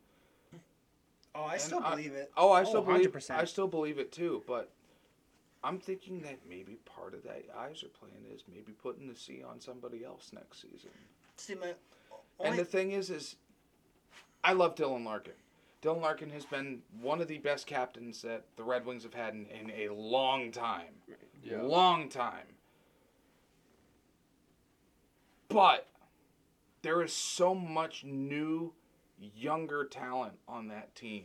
Speaker 3: Oh, I
Speaker 4: And
Speaker 3: still
Speaker 4: I-
Speaker 3: believe it.
Speaker 4: oh I
Speaker 2: Oh,
Speaker 4: still believe
Speaker 2: 100%.
Speaker 4: I still believe it too but I'm thinking that maybe part of that eyes are playing is maybe putting the C on somebody else next season
Speaker 3: See, my.
Speaker 4: and
Speaker 3: Only,
Speaker 4: the thing is is I love Dylan Larkin Dylan Larkin has been one of the best captains that the Red Wings have had in, in a long time
Speaker 1: Yeah.
Speaker 4: long time. But there is so much new, younger talent on that team,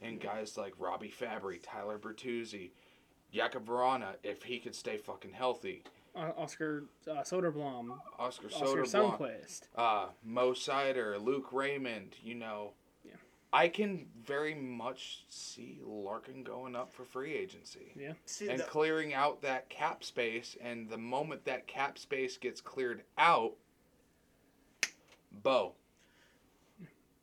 Speaker 4: and guys like Robbie Fabry, Tyler Bertuzzi, Jakub Verana, if he could stay fucking healthy.
Speaker 2: uh, Oscar uh, Soderblom,
Speaker 4: Oscar
Speaker 2: Oscar
Speaker 4: Soderblom,
Speaker 2: Sundquist.
Speaker 4: uh, Mo Sider, Luke Raymond, you know.
Speaker 2: Yeah.
Speaker 4: I can very much see Larkin going up for free agency
Speaker 3: See,
Speaker 4: and
Speaker 3: the,
Speaker 4: clearing out that cap space. And the moment that cap space gets cleared out, Bo,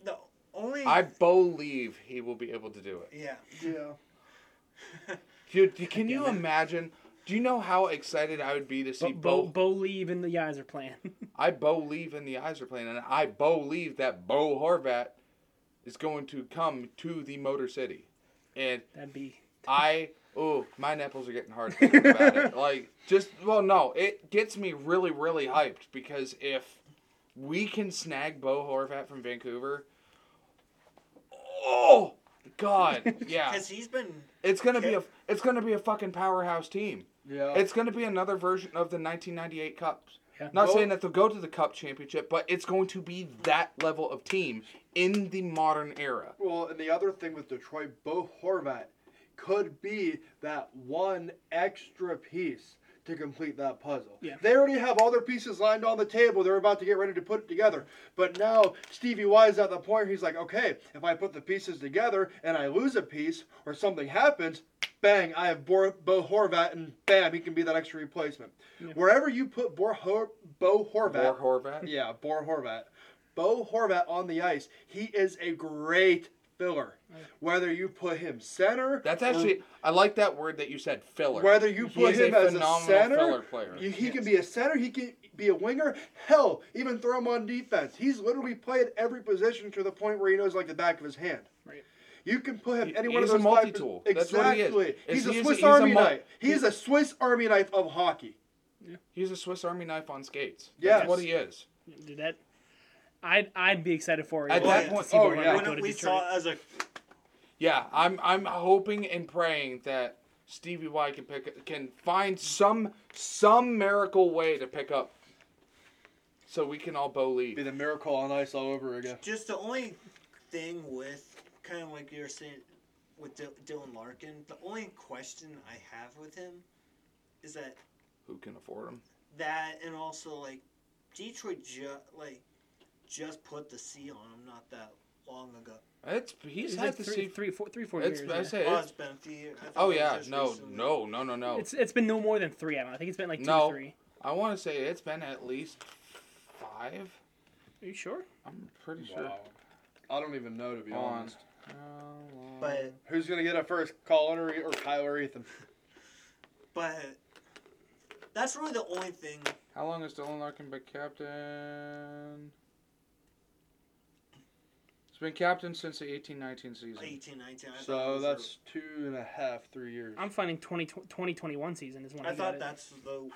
Speaker 3: the only
Speaker 4: I believe he will be able to do it.
Speaker 3: yeah.
Speaker 1: Yeah.
Speaker 4: Dude, d- can you imagine? Do you know how excited I would be to see
Speaker 2: Bo, Bo,
Speaker 4: Bo?
Speaker 2: Bo Leave and the guys are playing.
Speaker 4: I believe in the eyes are playing, and I believe that Bo Horvat is going to come to the Motor City. And
Speaker 2: [LAUGHS] That'd be
Speaker 4: I, oh, my nipples are getting hard thinking about it. Like, just well, no, it gets me really, really hyped because if we can snag Bo Horvat from Vancouver, oh God,
Speaker 3: [LAUGHS]
Speaker 4: yeah,
Speaker 3: Because he's been
Speaker 4: it's gonna be a, it's gonna be a fucking powerhouse team.
Speaker 1: Yeah.
Speaker 4: It's going to be another version of the 1998 Cups.
Speaker 2: Yeah.
Speaker 4: Not
Speaker 1: Well-
Speaker 4: saying that they'll go to the Cup championship, but it's going to be that level of team in the modern era.
Speaker 1: Well, and the other thing with Detroit, Bo Horvat could be that one extra piece to complete that puzzle.
Speaker 2: Yeah.
Speaker 1: They already have all their pieces lined on the table. They're about to get ready to put it together. But now Stevie Y's at the point where he's like, okay, if I put the pieces together and I lose a piece or something happens, bang, I have Bo, Bo Horvat and bam, he can be that extra replacement. Wherever you put Bo, Hor- Bo Horvat,
Speaker 4: Or Horvat.
Speaker 1: yeah, Bor Horvat. Bo Horvat on the ice, he is a great filler. Whether you put him center,
Speaker 4: That's
Speaker 1: or
Speaker 4: actually, I like that word that you said, filler.
Speaker 1: whether you
Speaker 4: He
Speaker 1: put
Speaker 4: is a
Speaker 1: him as a
Speaker 4: phenomenal filler
Speaker 1: center,
Speaker 4: player.
Speaker 1: you- he can be a center, he can be a winger. Hell, even throw him on defense. He's literally played every position to the point where he knows like the back of his hand.
Speaker 2: Right.
Speaker 1: You can put him
Speaker 4: He-
Speaker 1: any one of
Speaker 4: he's a
Speaker 1: those five
Speaker 4: multi-tool.
Speaker 1: pos-
Speaker 4: That's what he is.
Speaker 1: Exactly.
Speaker 4: Is
Speaker 1: He's
Speaker 4: he-
Speaker 1: a
Speaker 4: is-
Speaker 1: Swiss
Speaker 4: he's a
Speaker 1: Army
Speaker 4: mul-
Speaker 1: knife. He's a Swiss Army knife of hockey.
Speaker 4: He's a Swiss Army knife on skates.
Speaker 1: Yes.
Speaker 4: That's what he is.
Speaker 2: dude, that. I'd I'd be excited for it.
Speaker 4: At
Speaker 2: I'd
Speaker 4: that
Speaker 2: like
Speaker 4: point-
Speaker 2: to see Bo
Speaker 1: oh,
Speaker 2: Leave
Speaker 1: yeah.
Speaker 2: go
Speaker 1: I
Speaker 3: when
Speaker 2: to
Speaker 3: we
Speaker 2: Detroit.
Speaker 3: saw uh, as a
Speaker 4: Yeah, I'm I'm hoping and praying that Stevie Y can pick can find some some miracle way to pick up, so we can all believe.
Speaker 1: Be the miracle on ice all over again.
Speaker 3: just the only thing with kind of like you were saying with D- Dylan Larkin. The only question I have with him is that
Speaker 4: Who can afford him?
Speaker 3: that and also like Detroit ju- like just put the C on him not that long ago.
Speaker 4: It's he's
Speaker 2: It's
Speaker 4: had
Speaker 2: like
Speaker 4: the
Speaker 2: three,
Speaker 4: C-
Speaker 2: three, four, three, four
Speaker 4: It's,
Speaker 2: years.
Speaker 4: I
Speaker 2: yeah.
Speaker 4: say
Speaker 3: Oh,
Speaker 4: it's,
Speaker 3: it's been a few years. I thought
Speaker 4: oh
Speaker 3: it was
Speaker 4: yeah,
Speaker 3: just
Speaker 4: no,
Speaker 3: recently.
Speaker 4: no, no, no, no.
Speaker 2: It's it's been no more than three. I, mean, I think it's been like two,
Speaker 4: No.
Speaker 2: or three.
Speaker 4: I want to say it's been at least five.
Speaker 2: Are you sure?
Speaker 4: I'm pretty sure.
Speaker 1: Wow. I don't even know to be
Speaker 4: On.
Speaker 1: honest.
Speaker 3: But
Speaker 1: Who's gonna get it first, Colin or, or Kyle or Ethan?
Speaker 3: but that's really the only thing.
Speaker 4: How long has Dylan Larkin been captain? He's been captain since the 18-19 season.
Speaker 3: Eighteen, nineteen. I thought it
Speaker 1: So
Speaker 3: was
Speaker 1: that's two and a half, three years.
Speaker 2: I'm finding 20, 2021 season is
Speaker 3: the-
Speaker 2: when
Speaker 3: I
Speaker 2: he got
Speaker 3: thought
Speaker 2: it.
Speaker 3: that's the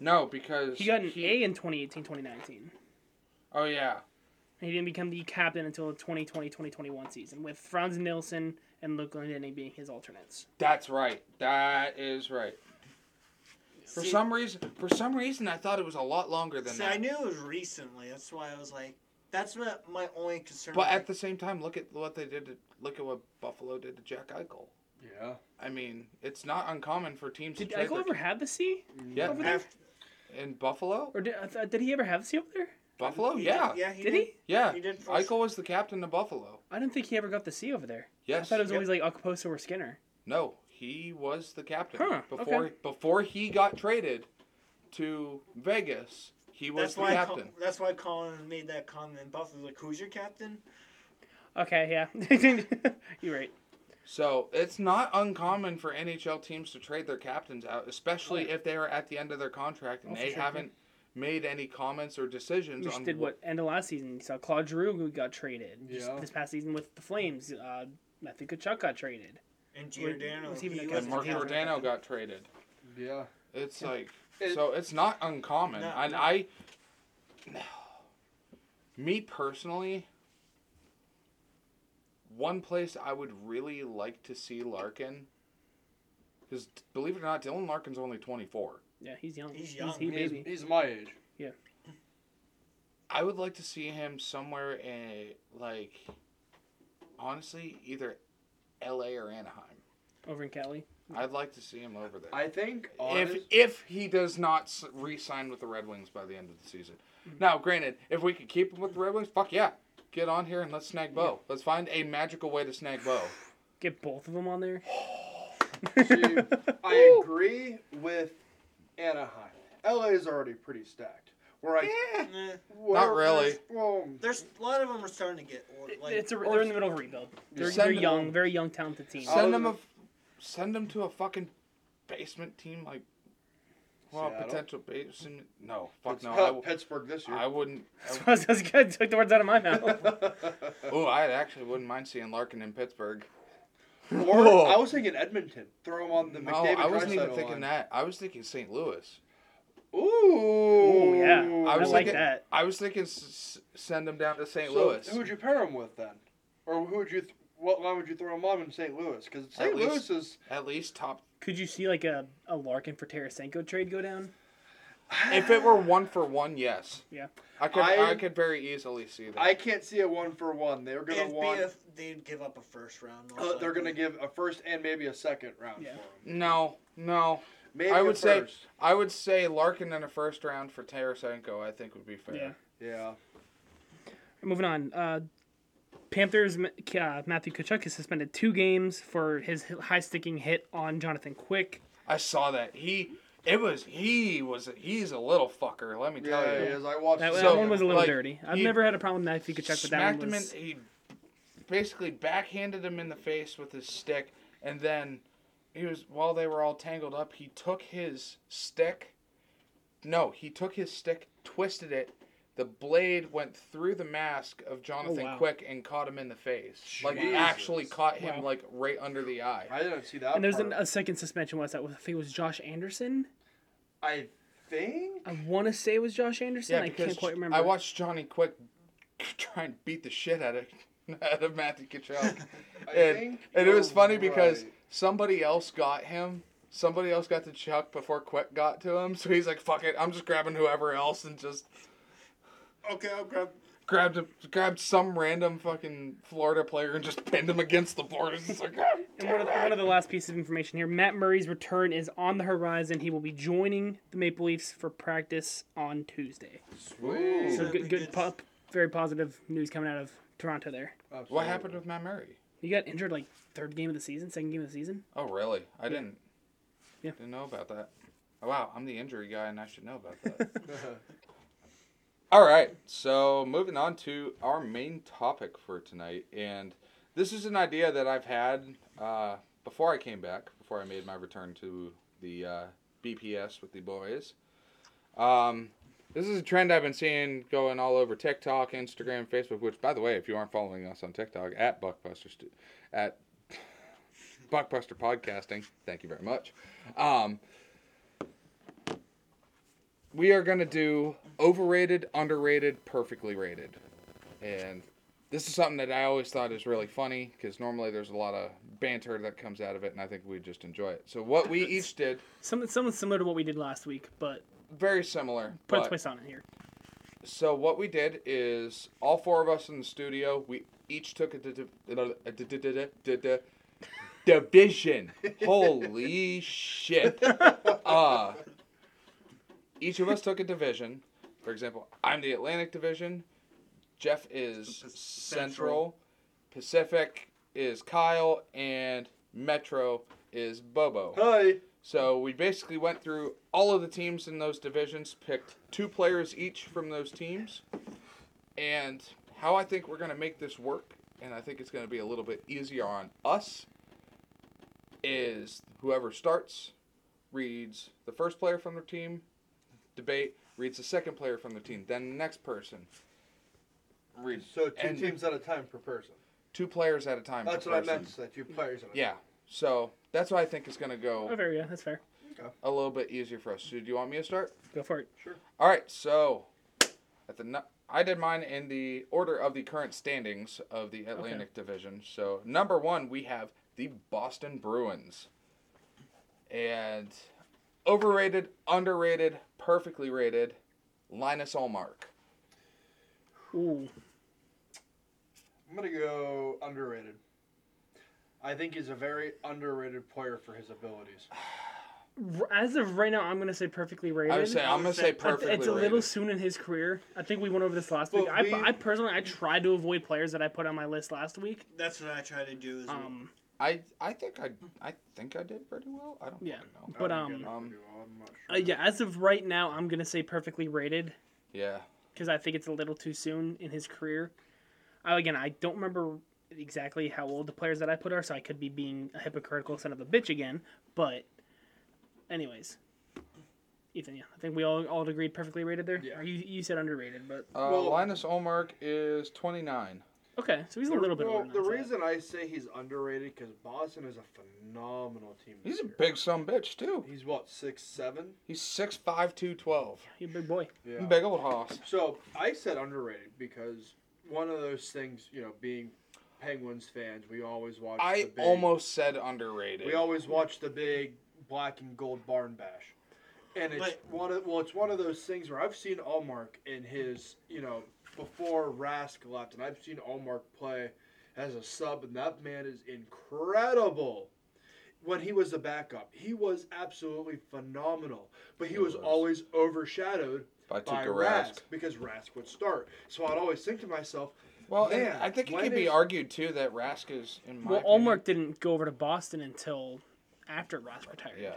Speaker 4: No, because
Speaker 2: he got an
Speaker 4: he-
Speaker 2: A in 2018, 2019.
Speaker 4: Oh yeah,
Speaker 2: And he didn't become the captain until the 2020, 2021 season, with Franz Nilsson and Luke Lindenay being his alternates.
Speaker 4: that's right. That is right. For
Speaker 3: See-
Speaker 4: some reason, for some reason, I thought it was a lot longer than
Speaker 3: See,
Speaker 4: that.
Speaker 3: I knew it was recently. That's why I was like, that's my, my only concern.
Speaker 4: But at the same time, look at what they did. To, look at what Buffalo did to Jack Eichel.
Speaker 1: yeah.
Speaker 4: I mean, it's not uncommon for teams
Speaker 2: Did
Speaker 4: to trade
Speaker 2: Eichel ever
Speaker 4: their-
Speaker 2: have the C?
Speaker 4: yeah
Speaker 2: over there?
Speaker 3: After-
Speaker 4: in Buffalo.
Speaker 2: Or did, I thought- did he ever have the C over there?
Speaker 4: Buffalo,
Speaker 3: he
Speaker 4: yeah,
Speaker 3: Did, yeah, he
Speaker 2: Did he?
Speaker 4: yeah.
Speaker 3: He did for-
Speaker 4: Eichel was the captain of Buffalo.
Speaker 2: I didn't think he ever got the C over there. I
Speaker 4: Yes.
Speaker 2: thought it was
Speaker 4: Yep.
Speaker 2: always like Acapulco or Skinner.
Speaker 4: No, he was the captain
Speaker 2: Huh,
Speaker 4: before
Speaker 2: okay.
Speaker 4: before he got traded to Vegas. He was
Speaker 3: That's
Speaker 4: the
Speaker 3: why,
Speaker 4: captain.
Speaker 3: Col- that's why Colin made that comment. Buffalo's like, who's your captain?
Speaker 2: Okay, yeah. [LAUGHS] You're right.
Speaker 4: So it's not uncommon for NHL teams to trade their captains out, especially if they are at the end of their contract and
Speaker 2: Oh, for
Speaker 4: they
Speaker 2: sure, yeah.
Speaker 4: haven't made any comments or decisions
Speaker 2: We just
Speaker 4: on
Speaker 2: did
Speaker 4: wh-
Speaker 2: what end of last season. You saw Claude Giroux who got traded. Just
Speaker 1: Yeah.
Speaker 2: this past season with the Flames, uh, Matthew Kachuk got traded.
Speaker 3: And
Speaker 2: Wait,
Speaker 3: Giordano.
Speaker 2: was he even a
Speaker 3: he
Speaker 4: and
Speaker 3: was
Speaker 2: captain?
Speaker 4: Mark
Speaker 3: the captain.
Speaker 4: Giordano got traded.
Speaker 1: Yeah.
Speaker 4: It's like
Speaker 1: It-
Speaker 4: so it's not uncommon.
Speaker 3: No,
Speaker 4: and
Speaker 3: no.
Speaker 4: I [SIGHS] me personally one place I would really like to see Larkin because believe it or not, Dylan Larkin's only twenty four.
Speaker 2: Yeah, he's young.
Speaker 3: He's young.
Speaker 2: he
Speaker 1: He's,
Speaker 2: baby.
Speaker 1: he's my age.
Speaker 4: I would like to see him somewhere in like honestly either LA or Anaheim.
Speaker 2: over in Cali.
Speaker 4: I'd like to see him over there.
Speaker 1: I think
Speaker 4: if
Speaker 1: honest,
Speaker 4: if he does not s- re-sign with the Red Wings by the end of the season.
Speaker 1: Mm-hmm.
Speaker 4: Now, granted, if we could keep him with the Red Wings, fuck yeah, get on here and let's snag Bo. Let's find a magical way to
Speaker 1: [LAUGHS]
Speaker 4: snag Bo.
Speaker 2: Get both of them on there. [LAUGHS]
Speaker 1: See, I agree with Anaheim. LA is already pretty stacked. Where I
Speaker 3: Eh,
Speaker 1: where-
Speaker 4: Not really.
Speaker 1: Well,
Speaker 3: there's a lot of them are starting to get old. Like,
Speaker 2: it's a, they're in the middle of a rebuild. They're,
Speaker 4: Send
Speaker 2: they're
Speaker 4: them
Speaker 2: young,
Speaker 4: all.
Speaker 2: very young, talented team.
Speaker 1: Uh,
Speaker 4: [LAUGHS] Send him a,
Speaker 1: Oliver.
Speaker 4: send him to a fucking basement team like, well,
Speaker 1: Seattle?
Speaker 4: potential basement. No, fuck
Speaker 1: it's
Speaker 4: no.
Speaker 1: not
Speaker 4: I, w-
Speaker 1: Pittsburg this [LAUGHS] year.
Speaker 4: I wouldn't.
Speaker 2: [LAUGHS] That's why I was- that's good. Took the words out of my mouth. [LAUGHS]
Speaker 1: [LAUGHS]
Speaker 4: Oh, I actually wouldn't mind seeing Larkin in Pittsburgh.
Speaker 1: or
Speaker 4: Whoa.
Speaker 1: I was thinking Edmonton. Throw him on the
Speaker 4: No,
Speaker 1: McDavid.
Speaker 4: I wasn't even
Speaker 1: Draisaitl
Speaker 4: thinking
Speaker 1: line.
Speaker 4: that. I was thinking St. Louis.
Speaker 1: Ooh.
Speaker 2: yeah.
Speaker 4: I
Speaker 2: I,
Speaker 4: was
Speaker 2: like
Speaker 4: thinking-
Speaker 2: that.
Speaker 4: I was thinking s- s- send him down to St.
Speaker 1: So
Speaker 4: Louis.
Speaker 1: who would you pair him with then, or who would you? Th- what line would you throw him on in St. Louis? Because St. Louis
Speaker 4: least-
Speaker 1: is.
Speaker 4: At least top.
Speaker 2: Could you see like a, a Larkin for Tarasenko trade go down?
Speaker 4: If it were one for one, yes.
Speaker 2: Yeah.
Speaker 4: I could. I,
Speaker 1: I-
Speaker 4: could very easily see that.
Speaker 1: I can't see a one for one. They're gonna
Speaker 3: it'd be
Speaker 1: want.
Speaker 3: a, they'd give up a first round. most
Speaker 2: Oh,
Speaker 1: uh, they're gonna
Speaker 3: likely.
Speaker 1: give a first and maybe a second round
Speaker 2: Yeah.
Speaker 1: for him.
Speaker 4: no, no.
Speaker 1: Maybe
Speaker 4: I
Speaker 1: a
Speaker 4: would say-
Speaker 1: first.
Speaker 4: I would say Larkin in a first round for Tarasenko. I think would be fair.
Speaker 2: Yeah.
Speaker 1: Yeah.
Speaker 2: Moving on. Uh, Panthers Ma- uh, Matthew Kachuk is suspended two games for his high sticking hit on Jonathan Quick.
Speaker 4: I saw that. He. It was. He was. He's a little fucker. Let me tell
Speaker 1: Yeah,
Speaker 4: you.
Speaker 1: yeah, I watched
Speaker 2: That,
Speaker 1: the
Speaker 2: that
Speaker 4: So,
Speaker 2: one was a little
Speaker 4: like,
Speaker 2: dirty. I've
Speaker 4: he
Speaker 2: never had a problem with Matthew Kachuk, but that
Speaker 4: smacked
Speaker 2: one was.
Speaker 4: him in. He basically backhanded him in the face with his stick, and then he was while they were all tangled up. He took his stick. No, he took his stick, twisted it. The blade went through the mask of Jonathan
Speaker 2: Oh, wow.
Speaker 4: Quick and caught him in the face. Like
Speaker 1: Jesus.
Speaker 4: actually caught him
Speaker 2: Wow.
Speaker 4: like right under the eye.
Speaker 1: I didn't see that.
Speaker 2: And there's
Speaker 1: part.
Speaker 2: an, a second suspension. Was that? I think it was Josh Anderson.
Speaker 1: I think.
Speaker 2: I want to say it was Josh Anderson.
Speaker 4: Yeah,
Speaker 2: I
Speaker 4: because
Speaker 2: can't quite remember.
Speaker 4: I watched Johnny Quick [LAUGHS] try and beat the shit out of [LAUGHS] out of Matthew Kachuk.
Speaker 1: [LAUGHS] I
Speaker 4: and,
Speaker 1: think
Speaker 4: and it was
Speaker 1: you're
Speaker 4: funny because
Speaker 1: Oh, right.
Speaker 4: somebody else got him. Somebody else got to Chuck before Quick got to him, [LAUGHS] so he's like, "Fuck it, I'm just grabbing whoever else," and just
Speaker 3: Okay, I'll grab.
Speaker 4: grabbed him, grabbed some random fucking Florida player and just pinned him against the floor. [LAUGHS] It's just like, "Ah." "God
Speaker 2: And one of, the,
Speaker 4: damn
Speaker 2: one
Speaker 4: it."
Speaker 2: of the last pieces of information here Matt Murray's return is on the horizon. He will be joining the Maple Leafs for practice on Tuesday.
Speaker 1: Ooh.
Speaker 2: So,
Speaker 3: That'd
Speaker 2: good, good
Speaker 3: be good.
Speaker 2: pop, very positive news coming out of Toronto there.
Speaker 4: what happened with Matt Murray?
Speaker 2: He got injured like third game of the season, second game of the season.
Speaker 4: Oh, really? I didn't.
Speaker 2: Yeah.
Speaker 4: Didn't know about that. Oh, wow, I'm the injury guy, and I should know about that.
Speaker 1: [LAUGHS]
Speaker 4: All right, so moving on to our main topic for tonight, and this is an idea that I've had uh, before I came back, before I made my return to the uh, BPS with the boys. Um, this is a trend I've been seeing going all over TikTok, Instagram, Facebook. Which, by the way, if you aren't following us on TikTok at Buckbuster Stu- at Buckbuster Podcasting, thank you very much. Um, we are going to do overrated, underrated, perfectly rated. And this is something that I always thought is really funny because normally there's a lot of banter that comes out of it, and I think we just enjoy it. So, what we each did,
Speaker 2: Something, something similar to what we did last week, but
Speaker 4: very similar.
Speaker 2: put a
Speaker 4: but-
Speaker 2: twist on it here.
Speaker 4: so, what we did is all four of us in the studio, we each took a, di- di- a di- di- di- di- di- division. Holy shit. Uh, each of us took a division. For example, I'm the Atlantic division. Jeff is
Speaker 3: Pac-
Speaker 4: Central. Pacific is Kyle. And Metro is Bobo.
Speaker 1: Hi.
Speaker 4: So we basically went through all of the teams in those divisions, picked two players each from those teams, and how I think we're going to make this work, and I think it's going to be a little bit easier on us, is whoever starts reads the first player from their team, debate, reads the second player from their team, then the next person reads
Speaker 1: So two
Speaker 4: And-
Speaker 1: teams at a time per person.
Speaker 4: two players at a time. per
Speaker 1: That's what I
Speaker 4: person.
Speaker 1: meant to say. Two players at a
Speaker 4: Yeah. So that's what I think is going to
Speaker 2: Oh,
Speaker 4: go
Speaker 2: fair, yeah, that's fair.
Speaker 4: a little bit easier for us. So do you want me to start?
Speaker 2: Go for it.
Speaker 4: All right, so at the nu- I did mine in the order of the current standings of the Atlantic Division. So number one, we have the Boston Bruins, and overrated, underrated, perfectly rated, Linus Allmark.
Speaker 2: Ooh,
Speaker 1: I'm gonna go underrated. I think he's a very underrated player for his abilities.
Speaker 2: R- As of right now, I'm gonna say perfectly rated.
Speaker 4: I would say I'm
Speaker 3: would
Speaker 4: gonna
Speaker 3: say-
Speaker 4: say
Speaker 3: it's-
Speaker 2: I th-
Speaker 4: perfectly.
Speaker 2: it's a little
Speaker 4: rated.
Speaker 2: soon in his career. I think we went over this last
Speaker 1: But
Speaker 2: week. I,
Speaker 1: we-
Speaker 2: I personally, I tried to avoid players that I put on my list last week.
Speaker 3: That's what I try to do. Is
Speaker 2: Um,
Speaker 4: I I think I I think I did pretty well. I don't
Speaker 2: Yeah.
Speaker 4: fucking know.
Speaker 2: But,
Speaker 1: I don't
Speaker 2: um,
Speaker 1: get it,
Speaker 4: Um,
Speaker 1: dude. I'm not
Speaker 2: uh,
Speaker 1: sure.
Speaker 2: yeah, as of right now, I'm gonna say perfectly rated
Speaker 4: Yeah.
Speaker 2: because I think it's a little too soon in his career. I, again, I don't remember exactly how old the players that I put are, so I could be being a hypocritical son of a bitch again. But, anyways, Ethan, yeah, I think we all all agreed perfectly rated there.
Speaker 1: Yeah.
Speaker 2: Or you you said underrated, but
Speaker 4: Uh,
Speaker 1: Well-
Speaker 4: Linus Olmark is 29.
Speaker 2: okay, so he's a little bit
Speaker 1: Well,
Speaker 2: older. than
Speaker 1: the
Speaker 2: us, I-
Speaker 1: reason I say he's underrated because Boston is a phenomenal team.
Speaker 4: He's
Speaker 1: this
Speaker 4: a
Speaker 1: year.
Speaker 4: big son of a bitch too.
Speaker 1: He's what six seven?
Speaker 4: He's six five two twelve.
Speaker 2: he's a big boy.
Speaker 1: Yeah.
Speaker 4: Big old hoss.
Speaker 1: So I said underrated because one of those things, you know, being Penguins fans, we always watch. the
Speaker 4: I
Speaker 1: big,
Speaker 4: almost said underrated.
Speaker 1: We always watch the big black and gold barn bash, and it's
Speaker 3: But-
Speaker 1: one of well, it's one of those things where I've seen Allmark in his, you know, before Rask left, and I've seen Allmark play as a sub, and that man is incredible. When he was a backup, he was absolutely phenomenal, but he
Speaker 4: He
Speaker 1: was
Speaker 4: was.
Speaker 1: always overshadowed
Speaker 4: by
Speaker 1: by
Speaker 4: Tuukka
Speaker 1: Rask,
Speaker 4: Rask.
Speaker 1: because Rask would start. So I'd always think to myself,
Speaker 4: Well, and
Speaker 1: Yeah,
Speaker 4: I think it
Speaker 1: when
Speaker 4: could be
Speaker 1: is-
Speaker 4: argued too that Rask is in my.
Speaker 2: Well,
Speaker 4: opinion-
Speaker 2: Allmark didn't go over to Boston until after Ross retired.
Speaker 4: Yeah,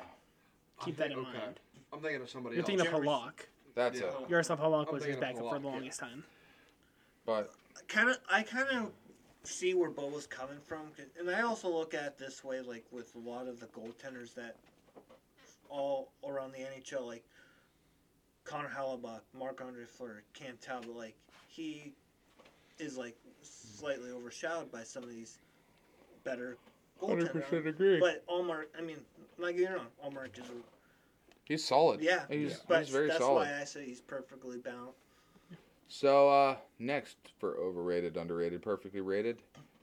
Speaker 1: I'm
Speaker 2: Keep that in
Speaker 1: think- okay.
Speaker 2: mind.
Speaker 1: I'm thinking of somebody
Speaker 2: You're thinking
Speaker 1: else.
Speaker 2: of Halak.
Speaker 4: that's
Speaker 1: Yeah.
Speaker 4: it.
Speaker 2: Yaroslav Halak
Speaker 1: I'm
Speaker 2: was
Speaker 1: thinking
Speaker 2: his
Speaker 1: of
Speaker 2: backup for the
Speaker 1: Halak, yeah.
Speaker 2: longest time.
Speaker 4: But
Speaker 3: kind of I kind of see where Bo was coming from, 'cause- and I also look at it this way, like with a lot of the goaltenders that all around the NHL, like Connor Hallebuck, Marc Andre Fleur, Cam Talbot, like he is like slightly overshadowed by some of these better goaltenders.
Speaker 4: agree.
Speaker 3: But Allmark, I mean, not getting me wrong, Allmark is a
Speaker 4: He's solid.
Speaker 3: Yeah,
Speaker 4: he's,
Speaker 3: but
Speaker 4: he's very
Speaker 3: that's
Speaker 4: solid.
Speaker 3: why I say he's perfectly balanced.
Speaker 4: So uh, next for overrated, underrated, perfectly rated,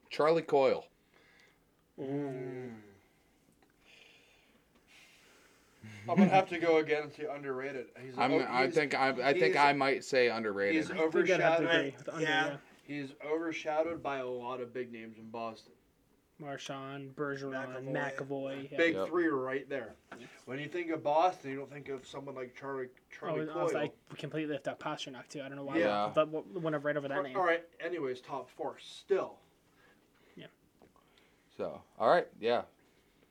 Speaker 4: Charlie Coyle.
Speaker 1: Mm. I'm gonna have to go again and say underrated. He's,
Speaker 4: I'm,
Speaker 1: oh,
Speaker 4: I
Speaker 1: he's-
Speaker 4: think I, I
Speaker 1: he's-
Speaker 4: think I might say underrated.
Speaker 1: he's
Speaker 2: I think I'd have to
Speaker 1: overshadowed.
Speaker 2: agree with the under,
Speaker 3: Yeah.
Speaker 2: yeah.
Speaker 1: He's overshadowed by a lot of big names in Boston.
Speaker 2: Marshawn, Bergeron,
Speaker 3: McAvoy.
Speaker 2: McAvoy. yeah.
Speaker 1: Big
Speaker 4: Yep.
Speaker 1: three are right there. When you think of Boston, you don't think of someone like Charlie
Speaker 2: I
Speaker 1: Charlie
Speaker 2: was, Oh, I was
Speaker 1: Coyle.
Speaker 2: like completely left out Pasternak too. I don't know why.
Speaker 4: Yeah.
Speaker 2: I thought w- went right over that name.
Speaker 1: all right. Anyways, top four
Speaker 4: [LAUGHS]
Speaker 1: still. [LAUGHS]
Speaker 4: so all right, yeah,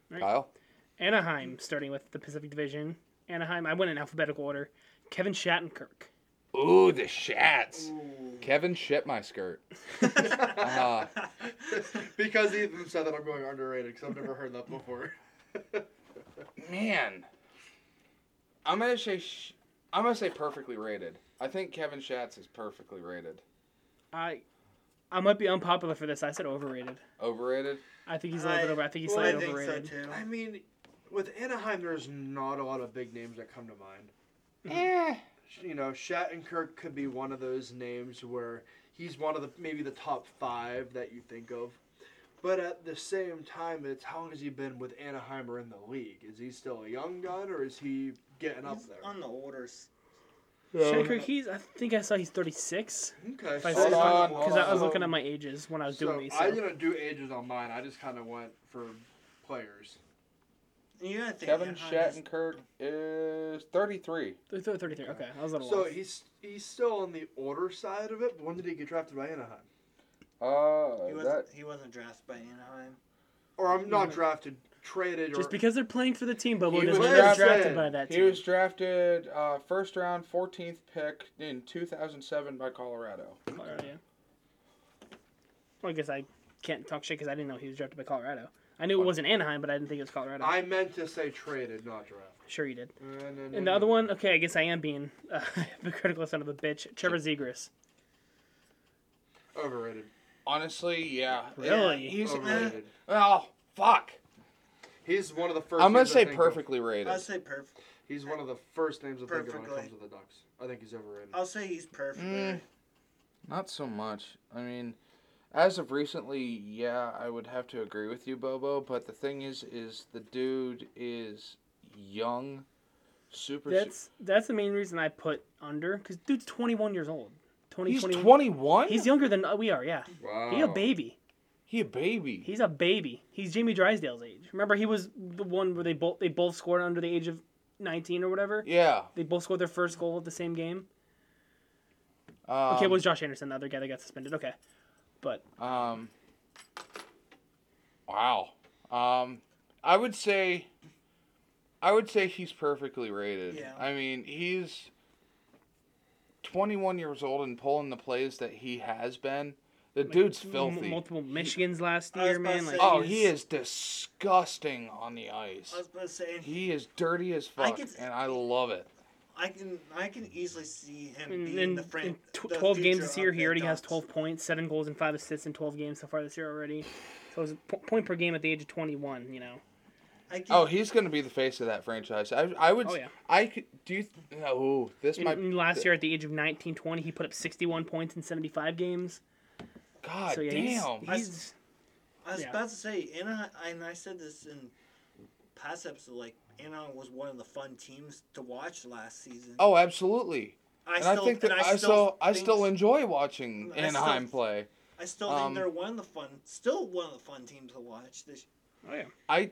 Speaker 2: Right.
Speaker 4: Kyle.
Speaker 2: Anaheim, starting with the Pacific Division. Anaheim. I went in alphabetical order. Kevin Shattenkirk.
Speaker 4: Ooh, the shats. Kevin shit my skirt. uh,
Speaker 3: [LAUGHS]
Speaker 4: [LAUGHS]
Speaker 1: Because Ethan said that I'm going underrated because I've never heard that before.
Speaker 4: man, I'm gonna say sh- I'm gonna say perfectly rated. I think Kevin Shatz is perfectly rated.
Speaker 2: I, I might be unpopular for this. I said overrated.
Speaker 4: Overrated.
Speaker 2: I think he's a little bit over. I think he's
Speaker 3: well,
Speaker 2: slightly
Speaker 3: I think
Speaker 2: overrated.
Speaker 3: so too.
Speaker 1: I mean, with Anaheim, there's not a lot of big names that come to mind.
Speaker 4: Eh.
Speaker 1: you know, Shattenkirk could be one of those names where he's one of the maybe the top five that you think of. But at the same time, it's how long has he been with Anaheim or in the league? Is he still a young gun or is he getting up
Speaker 3: He's
Speaker 1: there?
Speaker 3: on the orders.
Speaker 2: Shattenkirk. He's. I think I saw he's 36.
Speaker 1: okay,
Speaker 2: If I
Speaker 1: so
Speaker 2: said
Speaker 4: Hold on,
Speaker 2: because I was
Speaker 4: hold
Speaker 2: looking at my ages when I was doing
Speaker 1: Oh. so
Speaker 2: these.
Speaker 1: I
Speaker 2: so-
Speaker 1: didn't do ages on mine. I just kind of went for players.
Speaker 3: And You gotta think
Speaker 4: Kevin
Speaker 3: Anaheim is-
Speaker 4: Shattenkirk is 33.
Speaker 2: Th- th- 33. Okay, I was a little
Speaker 1: So
Speaker 2: off.
Speaker 1: he's he's still on the order side of it. But when did he get drafted by Anaheim?
Speaker 4: Uh,
Speaker 3: He
Speaker 4: that
Speaker 3: wasn't, he wasn't drafted by Anaheim.
Speaker 1: Or I'm not
Speaker 2: Mhm.
Speaker 1: drafted, traded, or
Speaker 2: Just because they're playing for the team, Bobo
Speaker 4: He
Speaker 2: doesn't
Speaker 4: was
Speaker 2: mean they're
Speaker 4: drafted.
Speaker 2: drafted by that
Speaker 4: he
Speaker 2: team.
Speaker 4: was drafted uh, first round, 14th pick in 2007 by Colorado.
Speaker 2: Colorado, yeah. Well, I guess I can't talk shit because I didn't know he was drafted by Colorado. I knew it wasn't Anaheim, but I didn't think it was Colorado.
Speaker 1: I meant to say traded, not drafted.
Speaker 2: sure you did.
Speaker 1: Uh, no, no,
Speaker 2: And
Speaker 1: no.
Speaker 2: the other one, okay, I guess I am being a [LAUGHS] hypocritical son of a bitch. Trevor Zegras.
Speaker 1: overrated.
Speaker 4: Honestly, yeah.
Speaker 2: Really?
Speaker 4: Yeah,
Speaker 3: eh,
Speaker 4: he's
Speaker 1: Overrated.
Speaker 4: oh fuck.
Speaker 1: He's one of the first.
Speaker 4: I'm gonna
Speaker 1: names I
Speaker 4: say
Speaker 1: think
Speaker 4: perfectly
Speaker 3: i
Speaker 4: rated.
Speaker 3: will say perfect.
Speaker 1: Of. He's one of the first names I think of when it
Speaker 3: Perfectly. Oh.
Speaker 1: comes to the Ducks. I think he's overrated.
Speaker 3: I'll say he's perfect.
Speaker 4: Mm. Not so much. I mean, as of recently, yeah, I would have to agree with you, Bobo. But the thing is, is the dude is young, super. su-
Speaker 2: That's that's the main reason I put under because dude's 21 years old. 20,
Speaker 4: he's Oh.
Speaker 2: 21.
Speaker 4: 21.
Speaker 2: He's younger than uh, we are. Yeah,
Speaker 1: Wow.
Speaker 2: he's a baby.
Speaker 4: He a baby.
Speaker 2: He's a baby. He's Jamie Drysdale's age. Remember, he was the one where they both they both scored under the age of nineteen or whatever.
Speaker 4: yeah.
Speaker 2: They both scored their first goal at the same game.
Speaker 4: Um,
Speaker 2: Okay, it was Josh Anderson, the other guy that got suspended. Okay, but
Speaker 4: Um. Wow. Um. I would say. I would say he's perfectly rated.
Speaker 3: Yeah.
Speaker 4: I mean, he's 21 years old and pulling the plays that he has been. The dude's
Speaker 2: m-
Speaker 4: filthy.
Speaker 2: multiple Michigans last
Speaker 3: I was
Speaker 2: year,
Speaker 3: about to
Speaker 2: man. Like,
Speaker 3: say-
Speaker 4: oh, he is disgusting on the ice.
Speaker 3: I was about to say, and he,
Speaker 4: He is dirty as fuck,
Speaker 3: could-
Speaker 4: and I love it.
Speaker 3: I can I can easily see him
Speaker 2: In,
Speaker 3: being
Speaker 2: in,
Speaker 3: the fran-
Speaker 2: in tw-
Speaker 3: the
Speaker 2: 12 games
Speaker 3: future
Speaker 2: this year,
Speaker 3: of
Speaker 2: he
Speaker 3: the
Speaker 2: already has
Speaker 3: Ducks.
Speaker 2: 12 points, 7 goals, and 5 assists in 12 games so far this year already. So it's a po- point per game at the age of 21, you know.
Speaker 3: I can,
Speaker 4: Oh, he's gonna be the face of that franchise. I, I would.
Speaker 2: Oh, yeah.
Speaker 4: I could. Do you? Th- oh, this
Speaker 2: In,
Speaker 4: might.
Speaker 2: in last year, at the age of 19, 20, he put up 61 points in 75 games.
Speaker 4: God
Speaker 2: so, yeah, he's-
Speaker 4: damn.
Speaker 2: He's,
Speaker 3: I was
Speaker 2: yeah.
Speaker 3: about to say, Anaheim, and I said this in past episode, like Anaheim was one of the fun teams to watch last season.
Speaker 4: oh, absolutely.
Speaker 3: I
Speaker 4: and I think that
Speaker 3: and
Speaker 4: I, still, I
Speaker 3: think-
Speaker 4: still enjoy watching
Speaker 3: I still-
Speaker 4: Anaheim play.
Speaker 3: I still think
Speaker 4: um,
Speaker 3: they're one of the fun, still one of the fun teams to watch this
Speaker 2: oh, yeah.
Speaker 4: I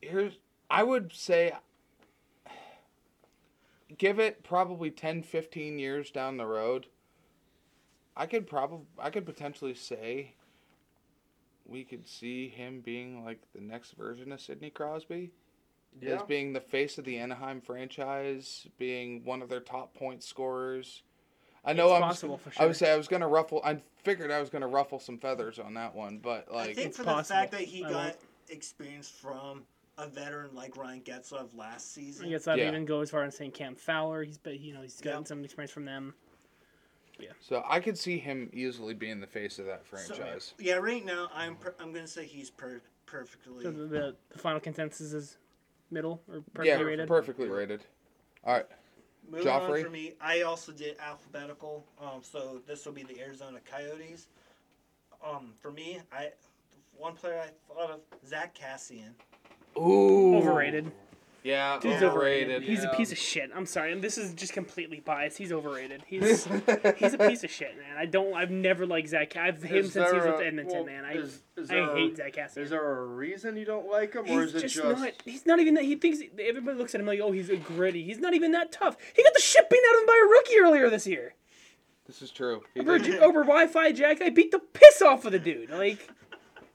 Speaker 4: here's I would say give it probably 10 15 years down the road. I could probably I could potentially say we could see him being like the next version of Sidney Crosby as being the face of the Anaheim franchise, being one of their top point scorers. I know
Speaker 2: It's
Speaker 4: I'm
Speaker 2: possible for
Speaker 4: I
Speaker 2: sure.
Speaker 4: would say I was gonna ruffle. I figured I was gonna ruffle some feathers on that one, but
Speaker 3: I
Speaker 4: like,
Speaker 3: think
Speaker 2: it's
Speaker 3: for the
Speaker 2: possible.
Speaker 3: fact that he
Speaker 2: I
Speaker 3: got
Speaker 2: won't.
Speaker 3: experience from a veteran like Ryan Getzlav last
Speaker 2: I
Speaker 3: season.
Speaker 2: guess I'd
Speaker 4: Yeah.
Speaker 2: even go as far as saying Cam Fowler. He's been, you know, he's gotten
Speaker 3: Yep.
Speaker 2: some experience from them.
Speaker 4: so I could see him easily being the face of that
Speaker 3: So,
Speaker 4: franchise.
Speaker 3: yeah, right now I'm per- I'm gonna say he's per- perfectly.
Speaker 2: So the, the, the final consensus is middle or perfectly
Speaker 4: yeah,
Speaker 2: rated.
Speaker 4: perfectly rated. All right,
Speaker 3: Moving
Speaker 4: Joffrey?
Speaker 3: on for me, I also did alphabetical. Um, so this will be the Arizona Coyotes. Um, for me, I one player I thought of Zach Cassian.
Speaker 4: ooh,
Speaker 2: Overrated.
Speaker 4: Yeah,
Speaker 2: Dude's
Speaker 4: overrated.
Speaker 2: He's a piece of shit. I'm sorry. And this is just completely biased. He's overrated.
Speaker 1: [LAUGHS]
Speaker 2: He's he's a piece of shit, man. I don't. I've never liked Zach. I've hated him
Speaker 1: Is
Speaker 2: since he was
Speaker 1: there
Speaker 2: with
Speaker 1: a-
Speaker 2: Edmonton,
Speaker 1: well,
Speaker 2: man. I
Speaker 1: is- is there
Speaker 2: I
Speaker 1: a-
Speaker 2: hate Zach Cassidy.
Speaker 1: Is there a reason you don't like him, or
Speaker 2: He's
Speaker 1: is it
Speaker 2: just,
Speaker 1: just?
Speaker 2: not. He's not even that. He thinks everybody looks at him like, oh, he's a gritty. He's not even that tough. He got the shit beaten out of him by a rookie earlier this year.
Speaker 4: This is true. He
Speaker 2: Over,
Speaker 4: did-
Speaker 2: over Wi-Fi jack, I beat the piss off of the dude. Like,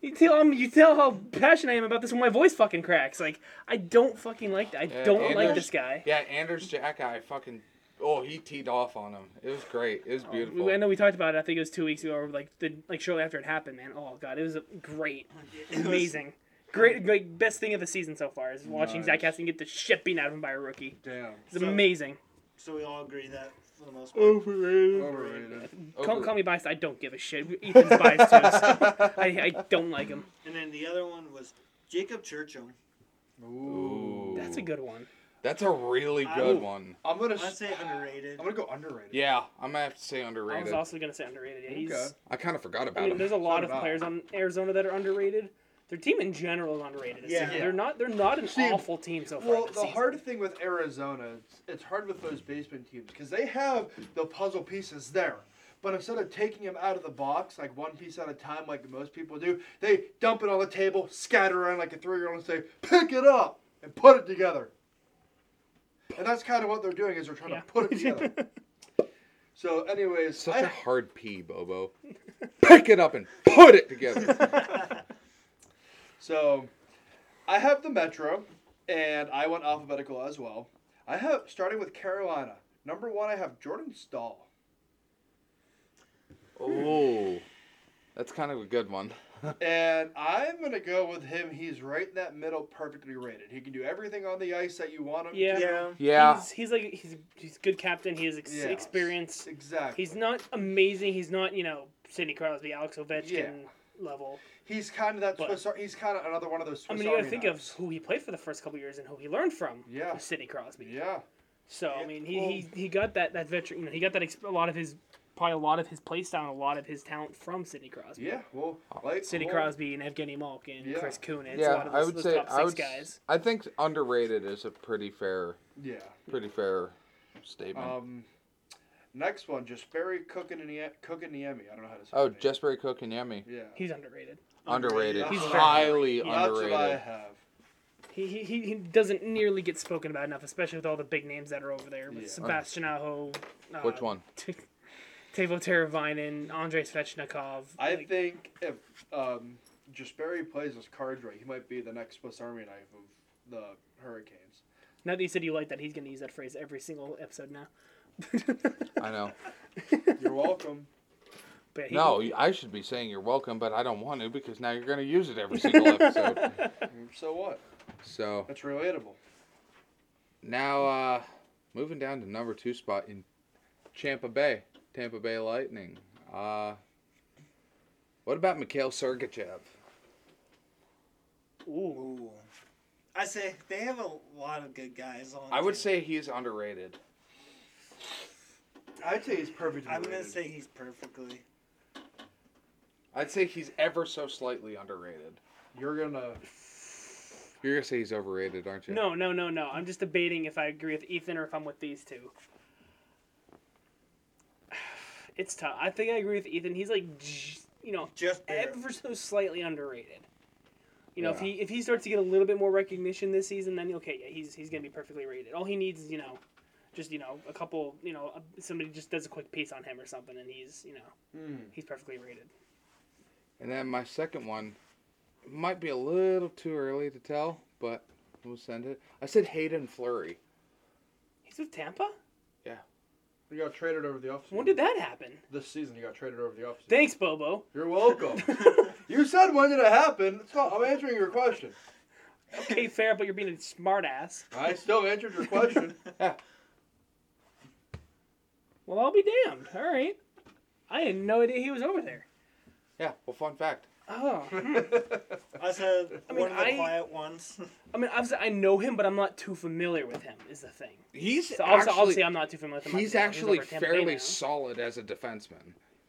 Speaker 2: you tell him, you tell how passionate I am about this when my voice fucking cracks. Like, I don't fucking like. I
Speaker 4: Yeah,
Speaker 2: don't
Speaker 4: Anders-
Speaker 2: like this guy.
Speaker 4: yeah, Anders Jack, I fucking. Oh, he teed off on him. It was great. It was beautiful.
Speaker 2: I know Oh, we talked about it. I think it was two weeks ago, or like the like shortly after it happened, man. Oh god, it was a great, amazing, great, great, best thing of the season so far is watching Zach
Speaker 4: Nice.
Speaker 2: Cassian get the shit beaten out of him by a rookie.
Speaker 1: Damn.
Speaker 2: It's
Speaker 3: So-
Speaker 2: amazing.
Speaker 3: So we all agree that for the most part.
Speaker 4: overrated.
Speaker 1: Overrated.
Speaker 2: Call, call me biased. I don't give a shit. Ethan's biased too.
Speaker 1: [LAUGHS]
Speaker 2: So I, I don't like him.
Speaker 3: And then the other one was Jacob Churchill.
Speaker 1: Ooh.
Speaker 2: That's a good one.
Speaker 4: That's a really good
Speaker 3: Ooh.
Speaker 4: one.
Speaker 1: I'm gonna.
Speaker 3: I
Speaker 1: s-
Speaker 3: say underrated.
Speaker 1: I'm gonna go underrated.
Speaker 4: Yeah, I'm gonna have to say
Speaker 2: I was
Speaker 4: underrated.
Speaker 2: also gonna say underrated. Yeah, he's.
Speaker 1: Okay.
Speaker 4: I kind of forgot
Speaker 2: I
Speaker 4: about
Speaker 2: mean,
Speaker 4: him.
Speaker 2: there's a lot
Speaker 1: did
Speaker 2: of
Speaker 1: I.
Speaker 2: players on Arizona that are underrated. Their team in general is underrated.
Speaker 3: Yeah.
Speaker 2: Yeah.
Speaker 1: Yeah.
Speaker 2: they're not. They're not an
Speaker 1: See,
Speaker 2: awful team so far.
Speaker 1: Well,
Speaker 2: this
Speaker 1: the
Speaker 2: season.
Speaker 1: hard thing with Arizona, it's, it's hard with those basement teams because they have the puzzle pieces there. But instead of taking them out of the box, like one piece at a time, like most people do, they dump it on the table, scatter around like a three year old, and say, pick it up and put it together. And that's kind of what they're doing is they're trying
Speaker 2: Yeah.
Speaker 1: to put it together. so, anyways,
Speaker 4: Such
Speaker 1: I-
Speaker 4: a hard P, Bobo. Pick it up and put it together.
Speaker 1: So, I have the Metro, and I went alphabetical as well. I have starting with Carolina. Number one, I have Jordan Stahl.
Speaker 4: oh, that's kind of a good one.
Speaker 1: And I'm gonna go with him. He's right in that middle, perfectly rated. He can do everything on the ice that you want him
Speaker 2: Yeah.
Speaker 1: to.
Speaker 3: yeah.
Speaker 4: Yeah,
Speaker 2: He's, he's like he's he's a good captain. He has ex-
Speaker 1: Yeah.
Speaker 2: experience.
Speaker 1: Exactly.
Speaker 2: He's not amazing. He's not you know Sidney Crosby, Alex Ovechkin
Speaker 1: Yeah.
Speaker 2: level.
Speaker 1: He's kind of that
Speaker 2: But-
Speaker 1: Swiss. Ar- he's kind of another one of those.
Speaker 2: I
Speaker 1: Swiss
Speaker 2: mean, you gotta
Speaker 1: Army
Speaker 2: think of
Speaker 1: knives.
Speaker 2: who he played for the first couple years and who he learned from.
Speaker 1: Yeah.
Speaker 2: was Sidney Crosby.
Speaker 1: Yeah.
Speaker 2: So I mean, he,
Speaker 1: Well-
Speaker 2: he he got that that veteran. You know, he got that ex- a lot of his probably a lot of his play style, and a lot of his talent from Sidney Crosby.
Speaker 1: Yeah. Well,
Speaker 4: Oh,
Speaker 1: like
Speaker 2: Sidney
Speaker 1: well,
Speaker 2: Crosby and Evgeny Malkin, and
Speaker 1: Yeah.
Speaker 2: Chris Kunitz. a lot
Speaker 4: yeah.
Speaker 2: of those,
Speaker 4: I would
Speaker 2: those
Speaker 4: say
Speaker 2: top six
Speaker 4: I would.
Speaker 2: guys.
Speaker 4: Guys. I think underrated is a pretty fair,
Speaker 1: Yeah.
Speaker 4: pretty fair statement.
Speaker 1: Um, next one, just Barry cooking and Niemi. I don't know how to say.
Speaker 4: oh,
Speaker 1: his name.
Speaker 4: Jesperi Cook and Yemi.
Speaker 1: Yeah.
Speaker 2: He's underrated.
Speaker 4: Underrated.
Speaker 1: He's very-
Speaker 4: highly
Speaker 1: That's what I
Speaker 4: underrated.
Speaker 1: have.
Speaker 2: He, he, he he doesn't nearly get spoken about enough, especially with all the big names that are over there with
Speaker 1: Yeah.
Speaker 2: Sebastian Aho. Uh,
Speaker 4: Which one?
Speaker 2: T- Tavo Teravainen, Andrei Svechnikov.
Speaker 1: I
Speaker 2: like,
Speaker 1: think if um, Jasperi plays his cards right, he might be the next Swiss Army knife of the Hurricanes.
Speaker 2: now that you said you like that, he's going to use that phrase every single episode now. [LAUGHS]
Speaker 4: I know.
Speaker 1: You're
Speaker 4: [LAUGHS]
Speaker 1: welcome.
Speaker 2: But he,
Speaker 4: No, I should be saying you're welcome, but I don't want to because now you're going to use it every single episode.
Speaker 1: so what?
Speaker 4: So
Speaker 1: That's relatable.
Speaker 4: now, uh, moving down to number two spot in Tampa Bay, Tampa Bay Lightning. Uh, what about Mikhail Sergachev?
Speaker 2: Ooh.
Speaker 3: Ooh. I say they have a lot of good guys on.
Speaker 4: I would
Speaker 3: there.
Speaker 4: say he's underrated.
Speaker 1: I'd say he's perfect.
Speaker 3: I'm gonna say he's perfectly.
Speaker 4: I'd say he's ever so slightly underrated.
Speaker 1: you're gonna.
Speaker 4: You're gonna say he's overrated, aren't you?
Speaker 2: No, no, no, no. I'm just debating if I agree with Ethan or if I'm with these two. [SIGHS] It's tough. I think I agree with Ethan. He's like, j- you know,
Speaker 3: Just barely.
Speaker 2: ever so slightly underrated. You know, if
Speaker 4: Yeah.
Speaker 2: he if he starts to get a little bit more recognition this season, then okay, yeah, he's he's gonna be perfectly rated. All he needs is you know, just you know, a couple, you know, a- somebody just does a quick piece on him or something, and he's you know,
Speaker 1: Mm.
Speaker 2: he's perfectly rated.
Speaker 4: And then my second one might be a little too early to tell, but we'll send it. I said Hayden Flurry.
Speaker 2: He's with Tampa.
Speaker 1: You got traded over the offseason.
Speaker 2: When did that happen?
Speaker 1: This season, you got traded over the offseason.
Speaker 2: Thanks,
Speaker 4: [LAUGHS]
Speaker 2: Bobo.
Speaker 1: You're
Speaker 3: [LAUGHS]
Speaker 1: welcome. you said when did it happen? It's not, I'm answering your question.
Speaker 2: Okay, fair, but you're being a smartass.
Speaker 1: I still answered your
Speaker 3: [LAUGHS]
Speaker 1: question.
Speaker 2: Well, I'll be damned. All right. I had no idea he was over there.
Speaker 4: Yeah. Well, fun fact.
Speaker 2: Oh.
Speaker 4: Mm-hmm.
Speaker 3: I said
Speaker 2: [LAUGHS] I mean,
Speaker 3: one of the
Speaker 2: I-
Speaker 3: quiet ones. [LAUGHS]
Speaker 2: I mean, obviously, I know him, but I'm not too familiar with him. Is the thing.
Speaker 4: He's
Speaker 2: So obviously,
Speaker 4: actually
Speaker 2: obviously, I'm not too familiar with him.
Speaker 4: he's
Speaker 2: I-
Speaker 4: actually
Speaker 2: over at Tampa Bay
Speaker 4: fairly
Speaker 2: now.
Speaker 4: solid as a defenseman.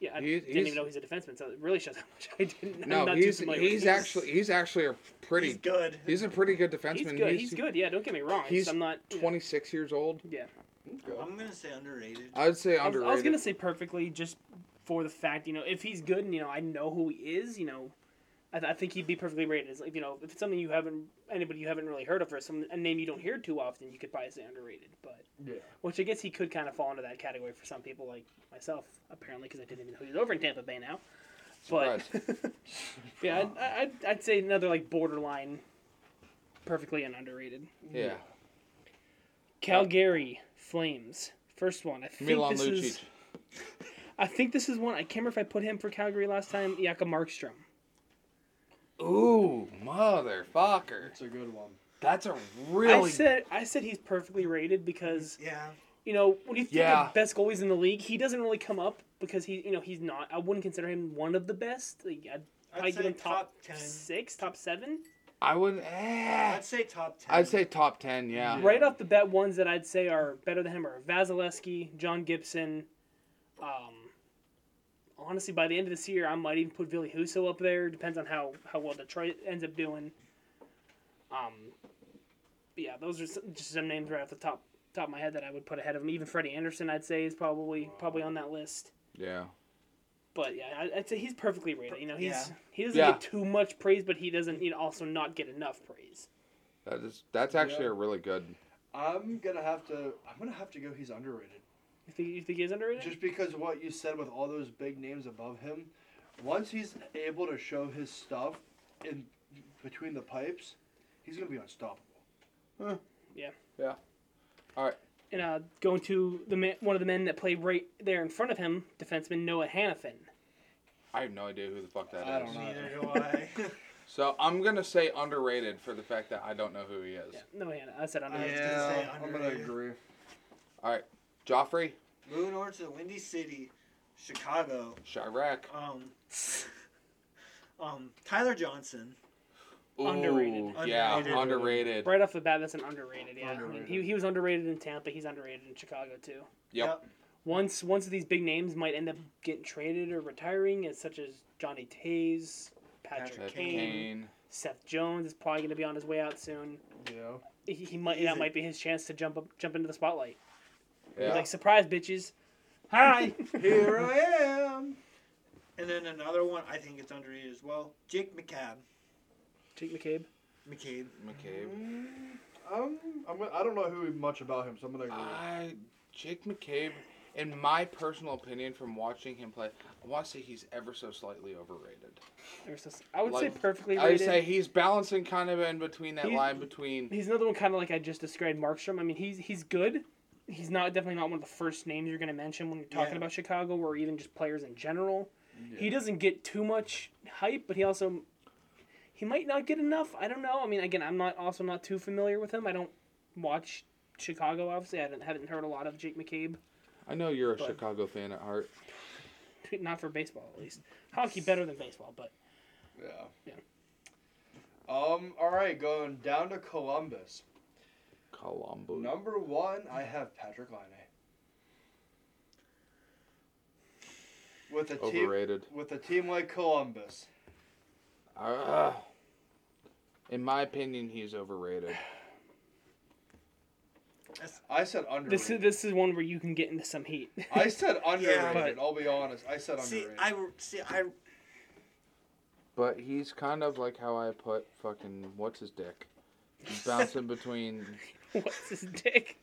Speaker 2: Yeah, I
Speaker 4: He-
Speaker 2: didn't
Speaker 4: he's-
Speaker 2: even know he's a defenseman, so it really shows how much I didn't. I'm
Speaker 4: No,
Speaker 2: not
Speaker 4: he's
Speaker 2: too familiar with
Speaker 4: he's
Speaker 2: him.
Speaker 4: actually he's actually a pretty
Speaker 3: He's good.
Speaker 4: he's a pretty good defenseman.
Speaker 2: he's good. He's, good. Yeah, don't get me wrong. It's
Speaker 4: he's
Speaker 2: just I'm not. yeah.
Speaker 4: 26 years old.
Speaker 2: Yeah,
Speaker 3: I'm gonna say underrated.
Speaker 4: I would
Speaker 2: I
Speaker 4: say
Speaker 2: was,
Speaker 4: underrated.
Speaker 2: I was gonna say perfectly, just for the fact, you know, if he's good and you know I know who he is, you know, I, th- I think he'd be perfectly rated. It's like you know, if it's something you haven't anybody you haven't really heard of or some a name you don't hear too often, you could probably say underrated. But
Speaker 1: Yeah.
Speaker 2: which I guess he could kind of fall into that category for some people like myself, apparently, because I didn't even know he was over in Tampa Bay now. But [LAUGHS] yeah, I'd, I'd, I'd say another like borderline, perfectly and underrated.
Speaker 4: yeah.
Speaker 2: Calgary Flames, first one. I think
Speaker 4: Milan
Speaker 2: this
Speaker 4: Lucic.
Speaker 2: is. I think this is one. I can't remember if I put him for Calgary last time. Jakob Markstrom.
Speaker 4: Ooh, motherfucker.
Speaker 1: It's a good one.
Speaker 4: That's a
Speaker 2: I
Speaker 4: really
Speaker 2: said I said he's perfectly rated because
Speaker 3: Yeah.
Speaker 2: you know when you think
Speaker 4: Yeah.
Speaker 2: of best goalies in the league, he doesn't really come up because he you know he's not. I wouldn't consider him one of the best. Like I'd
Speaker 3: I'd
Speaker 2: probably
Speaker 3: say
Speaker 2: give him top,
Speaker 3: top ten.
Speaker 2: six, top seven.
Speaker 4: I would. Eh,
Speaker 3: I'd say top ten.
Speaker 4: I'd say top ten. Yeah.
Speaker 1: Yeah.
Speaker 2: Right off the bat, ones that I'd say are better than him are Vasilevsky, John Gibson. Um, honestly, by the end of this year, I might even put Billy Huso up there. Depends on how, how well Detroit ends up doing. Um, but yeah, those are some, just some names right off the top top of my head that I would put ahead of him. Even Freddie Anderson, I'd say, is probably probably on that list.
Speaker 4: Yeah.
Speaker 2: But yeah, I- I'd say he's perfectly rated. You know, he's
Speaker 3: Yeah.
Speaker 2: he doesn't
Speaker 4: Yeah.
Speaker 2: get too much praise, but he doesn't you know, also not get enough praise.
Speaker 4: That is. That's actually
Speaker 1: Yeah.
Speaker 4: a really good.
Speaker 1: I'm gonna have to. I'm gonna have to go. He's underrated.
Speaker 2: You think you think he is underrated?
Speaker 1: Just because of what you said with all those big names above him, once he's able to show his stuff in between the pipes, he's gonna be unstoppable.
Speaker 2: and uh, going to the man, one of the men that played right there in front of him, defenseman Noah Hannafin.
Speaker 4: I have no idea who the fuck that is.
Speaker 1: I don't know.
Speaker 3: Neither do I. [LAUGHS]
Speaker 4: So I'm gonna say underrated for the fact that I don't know who he is.
Speaker 2: Yeah, Noah Hannafin. I said under.
Speaker 1: Oh,
Speaker 3: was Yeah. gonna say
Speaker 1: I'm gonna
Speaker 3: underrated.
Speaker 1: agree.
Speaker 4: Joffrey,
Speaker 3: Moving over to the Windy City, Chicago.
Speaker 4: Chirac.
Speaker 3: Um, um, Tyler Johnson.
Speaker 4: Ooh,
Speaker 2: Underrated.
Speaker 4: Yeah,
Speaker 3: Underrated.
Speaker 4: underrated.
Speaker 2: Right off the bat, that's an underrated. Yeah, I
Speaker 1: Underrated.
Speaker 2: mean, he, he was underrated in Tampa. He's underrated in Chicago too.
Speaker 4: Yep.
Speaker 2: Once once these big names might end up getting traded or retiring, as such as Johnny Taze, Patrick,
Speaker 4: Ted
Speaker 3: Patrick
Speaker 2: Kane,
Speaker 4: Kane.
Speaker 2: Seth Jones is probably going to be on his way out soon.
Speaker 1: Yeah.
Speaker 2: He, he might
Speaker 3: Easy.
Speaker 2: that might be his chance to jump up jump into the spotlight. [LAUGHS]
Speaker 4: Yeah.
Speaker 2: Like surprise bitches, hi.
Speaker 1: Here I am.
Speaker 3: And then another one I think it's underrated as well. Jake McCabe.
Speaker 2: Jake McCabe.
Speaker 3: McCabe.
Speaker 4: McCabe.
Speaker 1: Um, I'm, gonna- I don't know who much about him, so I'm gonna agree.
Speaker 4: I Jake McCabe, in my personal opinion, from watching him play, I want to say he's ever so slightly overrated.
Speaker 2: Ever so- I would say
Speaker 4: Like,
Speaker 2: perfectly
Speaker 4: I would
Speaker 2: rated.
Speaker 4: say he's balancing kind of in between that
Speaker 2: He-
Speaker 4: line between.
Speaker 2: He's another one kind of like I just described Markstrom. I mean, he's he's good. He's not definitely not one of the first names you're going to mention when you're talking
Speaker 3: Yeah.
Speaker 2: about Chicago or even just players in general. He doesn't get too much hype, but he also he might not get enough. I don't know. I mean, again, I'm not also not too familiar with him. I don't watch Chicago. Obviously, I haven't, haven't heard a lot of Jake McCabe. [LAUGHS]
Speaker 4: I know you're a
Speaker 2: But-
Speaker 4: Chicago fan at heart.
Speaker 2: Not for baseball, at least. Hockey better than baseball, but
Speaker 1: Yeah.
Speaker 2: Yeah.
Speaker 1: Um. All right, going down to Columbus.
Speaker 4: Colombo.
Speaker 1: Number one, I have Patrick Line. With a team,
Speaker 4: Overrated.
Speaker 1: with a team like Columbus,
Speaker 4: Uh, in my opinion, he's overrated.
Speaker 1: I said underrated.
Speaker 2: this is this is one where you can get into some heat. [LAUGHS]
Speaker 1: I said underrated.
Speaker 2: but-
Speaker 1: I'll be honest. I said
Speaker 3: See,
Speaker 1: underrated.
Speaker 3: I see. I
Speaker 4: But he's kind of like how I put fucking what's his dick. He's bouncing between
Speaker 2: What's his dick?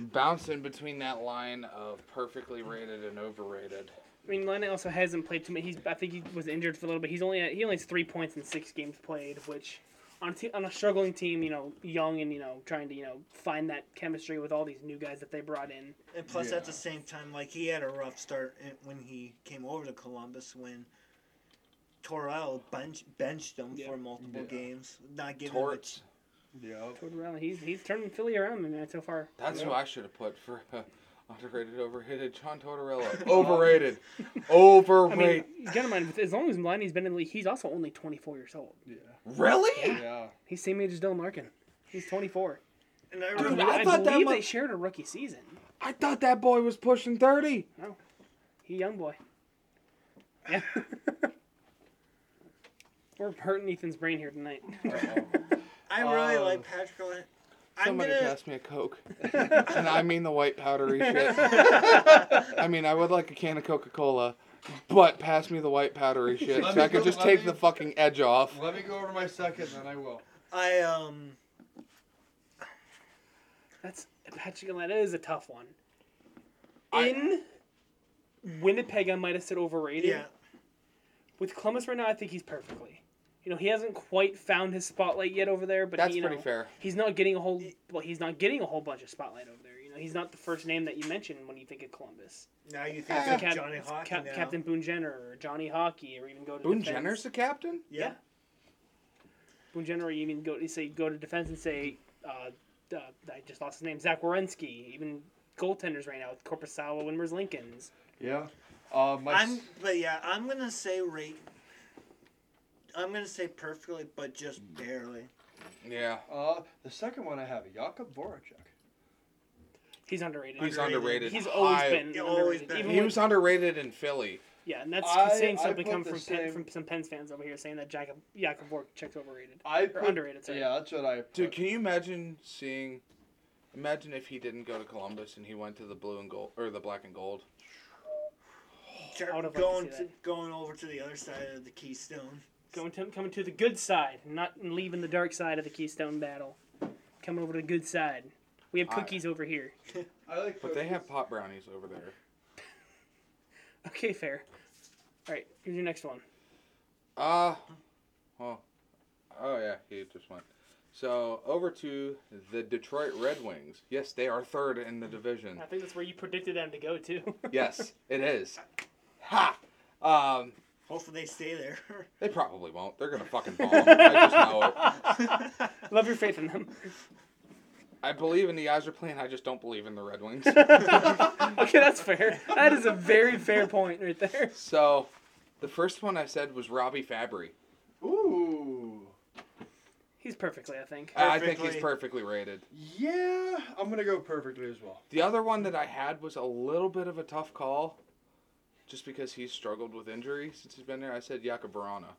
Speaker 4: bouncing between that line of perfectly rated and overrated.
Speaker 2: I mean, Lennon also hasn't played too much. He's I think he was injured for a little bit. He's only at, he only has three points in six games played, which on a, te- on a struggling team, you know, young and you know trying to you know find that chemistry with all these new guys that they brought in.
Speaker 3: and plus
Speaker 1: Yeah.
Speaker 3: at the same time, like he had a rough start in- when he came over to Columbus when Torrell bench, benched him
Speaker 2: Yeah.
Speaker 3: for multiple
Speaker 1: Yeah.
Speaker 3: games, not giving him a
Speaker 4: Torts.
Speaker 3: ch-
Speaker 1: Yep.
Speaker 2: Toward Raleigh, he's he's turning Philly around, man. So far,
Speaker 4: That's
Speaker 1: Yeah.
Speaker 4: who I should have put for uh, underrated, overrated. John Tortorella. Overrated. Overrated.
Speaker 2: I mean, get in mind, with- as long as Lenny's been in the league, he's also only 24 years old.
Speaker 1: Yeah.
Speaker 4: really?
Speaker 1: Yeah.
Speaker 2: He's same age as Dylan Larkin. He's 24.
Speaker 3: And I
Speaker 2: I,
Speaker 4: Dude,
Speaker 3: remember,
Speaker 2: believe-
Speaker 4: I
Speaker 2: I
Speaker 4: thought that
Speaker 2: believe
Speaker 4: mu-
Speaker 2: they shared a rookie season.
Speaker 4: I thought that boy was pushing 30.
Speaker 2: He young boy. Yeah. We're hurting Ethan's brain here tonight. [LAUGHS]
Speaker 3: I really
Speaker 1: Uh,
Speaker 2: um,
Speaker 3: like Patrick. Line. I'm
Speaker 4: Somebody
Speaker 3: gonna.
Speaker 4: pass me a Coke. and I mean the white powdery shit.
Speaker 2: [LAUGHS]
Speaker 4: I mean, I would like a can of Coca Cola, but pass me the white powdery shit
Speaker 1: Let
Speaker 4: so
Speaker 1: me
Speaker 4: I could
Speaker 1: go-
Speaker 4: just
Speaker 1: let
Speaker 4: take
Speaker 1: me-
Speaker 4: the fucking edge off.
Speaker 1: Let me go over my second, then I will.
Speaker 3: I um.
Speaker 2: That's Patrick Gillette is a tough one.
Speaker 4: I-
Speaker 2: In Winnipeg, I might have said overrated.
Speaker 3: Yeah.
Speaker 2: With Columbus right now, I think he's perfectly. You know, he hasn't quite found his spotlight yet over there, but
Speaker 4: That's
Speaker 2: he, you
Speaker 4: pretty
Speaker 2: know,
Speaker 4: fair.
Speaker 2: He's not getting a whole well. He's not getting a whole bunch of spotlight over there. You know, he's not the first name that you mention when you think of Columbus.
Speaker 3: Now you
Speaker 4: Uh,
Speaker 3: think
Speaker 2: It's
Speaker 3: of
Speaker 2: Cap-
Speaker 3: Johnny
Speaker 2: it's
Speaker 3: Hockey
Speaker 2: Cap-
Speaker 3: now.
Speaker 2: Captain Boone Jenner or Johnny Hockey, or even go to
Speaker 4: Boone
Speaker 2: defense.
Speaker 4: Jenner's the captain?
Speaker 3: Yeah.
Speaker 2: Boone Jenner, or you even go you say go to defense and say uh, uh, I just lost his name, Zach Wierenski. Even goaltenders right now with Corpusawa and Merz Lincoln's.
Speaker 1: Yeah. Uh, my
Speaker 3: I'm,
Speaker 1: s-
Speaker 3: but yeah, I'm gonna say rate. I'm gonna say perfectly, but just barely.
Speaker 4: Yeah.
Speaker 1: uh, the second one I have Jakub Voracek.
Speaker 2: He's underrated.
Speaker 4: He's
Speaker 3: Underrated.
Speaker 4: underrated.
Speaker 2: He's always
Speaker 4: high-
Speaker 2: been
Speaker 3: Yeah,
Speaker 2: underrated.
Speaker 3: always been.
Speaker 2: Even
Speaker 4: He
Speaker 2: when-
Speaker 4: was underrated in Philly.
Speaker 2: yeah, and that's
Speaker 1: I-
Speaker 2: saying
Speaker 1: I
Speaker 2: something
Speaker 1: put
Speaker 2: come
Speaker 1: the
Speaker 2: from
Speaker 1: same-
Speaker 2: Penn, from some Pens fans over here saying that Jacob Jakob Voracek's overrated.
Speaker 1: I
Speaker 2: Or
Speaker 1: put,
Speaker 2: underrated, sorry.
Speaker 1: Yeah, that's what I. Put.
Speaker 4: Dude, can you imagine seeing? Imagine if he didn't go to Columbus and he went to the blue and gold or the black and gold.
Speaker 3: Jer-
Speaker 2: I would have liked to
Speaker 3: going
Speaker 2: see
Speaker 3: to,
Speaker 2: that.
Speaker 3: going over to the other side of the Keystone.
Speaker 2: Going to coming to the good side, not leaving the dark side of the Keystone battle. Coming over to the good side. We have
Speaker 4: I-
Speaker 2: cookies over here.
Speaker 1: I like.
Speaker 4: But they
Speaker 1: cookies.
Speaker 4: have pot brownies over there.
Speaker 2: Okay, fair. All right, here's your next one.
Speaker 4: Ah, oh, oh yeah, he just went. So over to the Detroit Red Wings. Yes, they are third in the division.
Speaker 2: I think that's where you predicted them to go [LAUGHS] to.
Speaker 4: Yes, it is. Ha! Um,
Speaker 3: Hopefully they stay there.
Speaker 4: they probably won't. They're gonna fucking bomb. I just know it.
Speaker 2: Love your faith in them. [LAUGHS]
Speaker 4: I believe in the Azure plan. I just don't believe in the Red Wings. [LAUGHS]
Speaker 2: Okay, that's fair. That is a very fair point right there.
Speaker 4: so, the first one I said was Robbie Fabry.
Speaker 1: Ooh.
Speaker 2: He's perfectly, I think.
Speaker 4: I I think he's
Speaker 3: Perfectly.
Speaker 4: perfectly rated.
Speaker 1: Yeah, I'm gonna go perfectly as well.
Speaker 4: The other one that I had was a little bit of a tough call, just because he's struggled with injury since he's been there. I said Jakob Verana.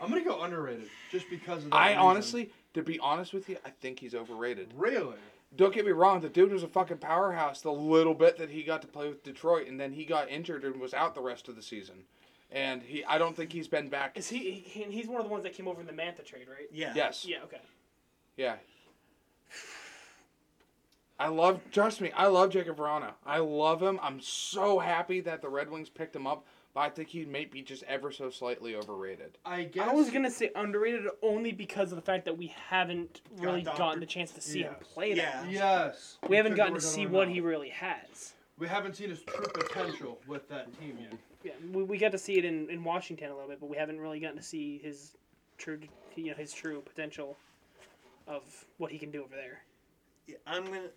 Speaker 1: I'm gonna go underrated just because of that.
Speaker 4: I
Speaker 1: reason.
Speaker 4: honestly, to be honest with you, I think he's overrated.
Speaker 1: Really?
Speaker 4: Don't get me wrong, the dude was a fucking powerhouse the little bit that he got to play with Detroit, and then he got injured and was out the rest of the season. And he, I don't think he's been back.
Speaker 2: Is he, he? He's one of the ones that came over in the Manta trade, right?
Speaker 3: Yeah.
Speaker 4: Yes.
Speaker 2: Yeah. Okay.
Speaker 4: Yeah. I love, trust me, I love Jacob Verana. I love him. I'm so happy that the Red Wings picked him up, but I think he may be just ever so slightly overrated.
Speaker 1: I guess.
Speaker 2: I was gonna say underrated only because of the fact that we haven't really
Speaker 3: the
Speaker 2: gotten
Speaker 3: oppor-
Speaker 2: the chance to see him
Speaker 3: Yes.
Speaker 2: play that.
Speaker 3: Yeah.
Speaker 1: Yes.
Speaker 2: We haven't
Speaker 1: Took
Speaker 2: gotten to
Speaker 1: over
Speaker 2: see
Speaker 1: Darnell.
Speaker 2: what he really has.
Speaker 1: We haven't seen his true potential with that team yet.
Speaker 2: Yeah, we, we got to see it in, in Washington a little bit, but we haven't really gotten to see his true you know his true potential of what he can do over there.
Speaker 3: Yeah, I'm gonna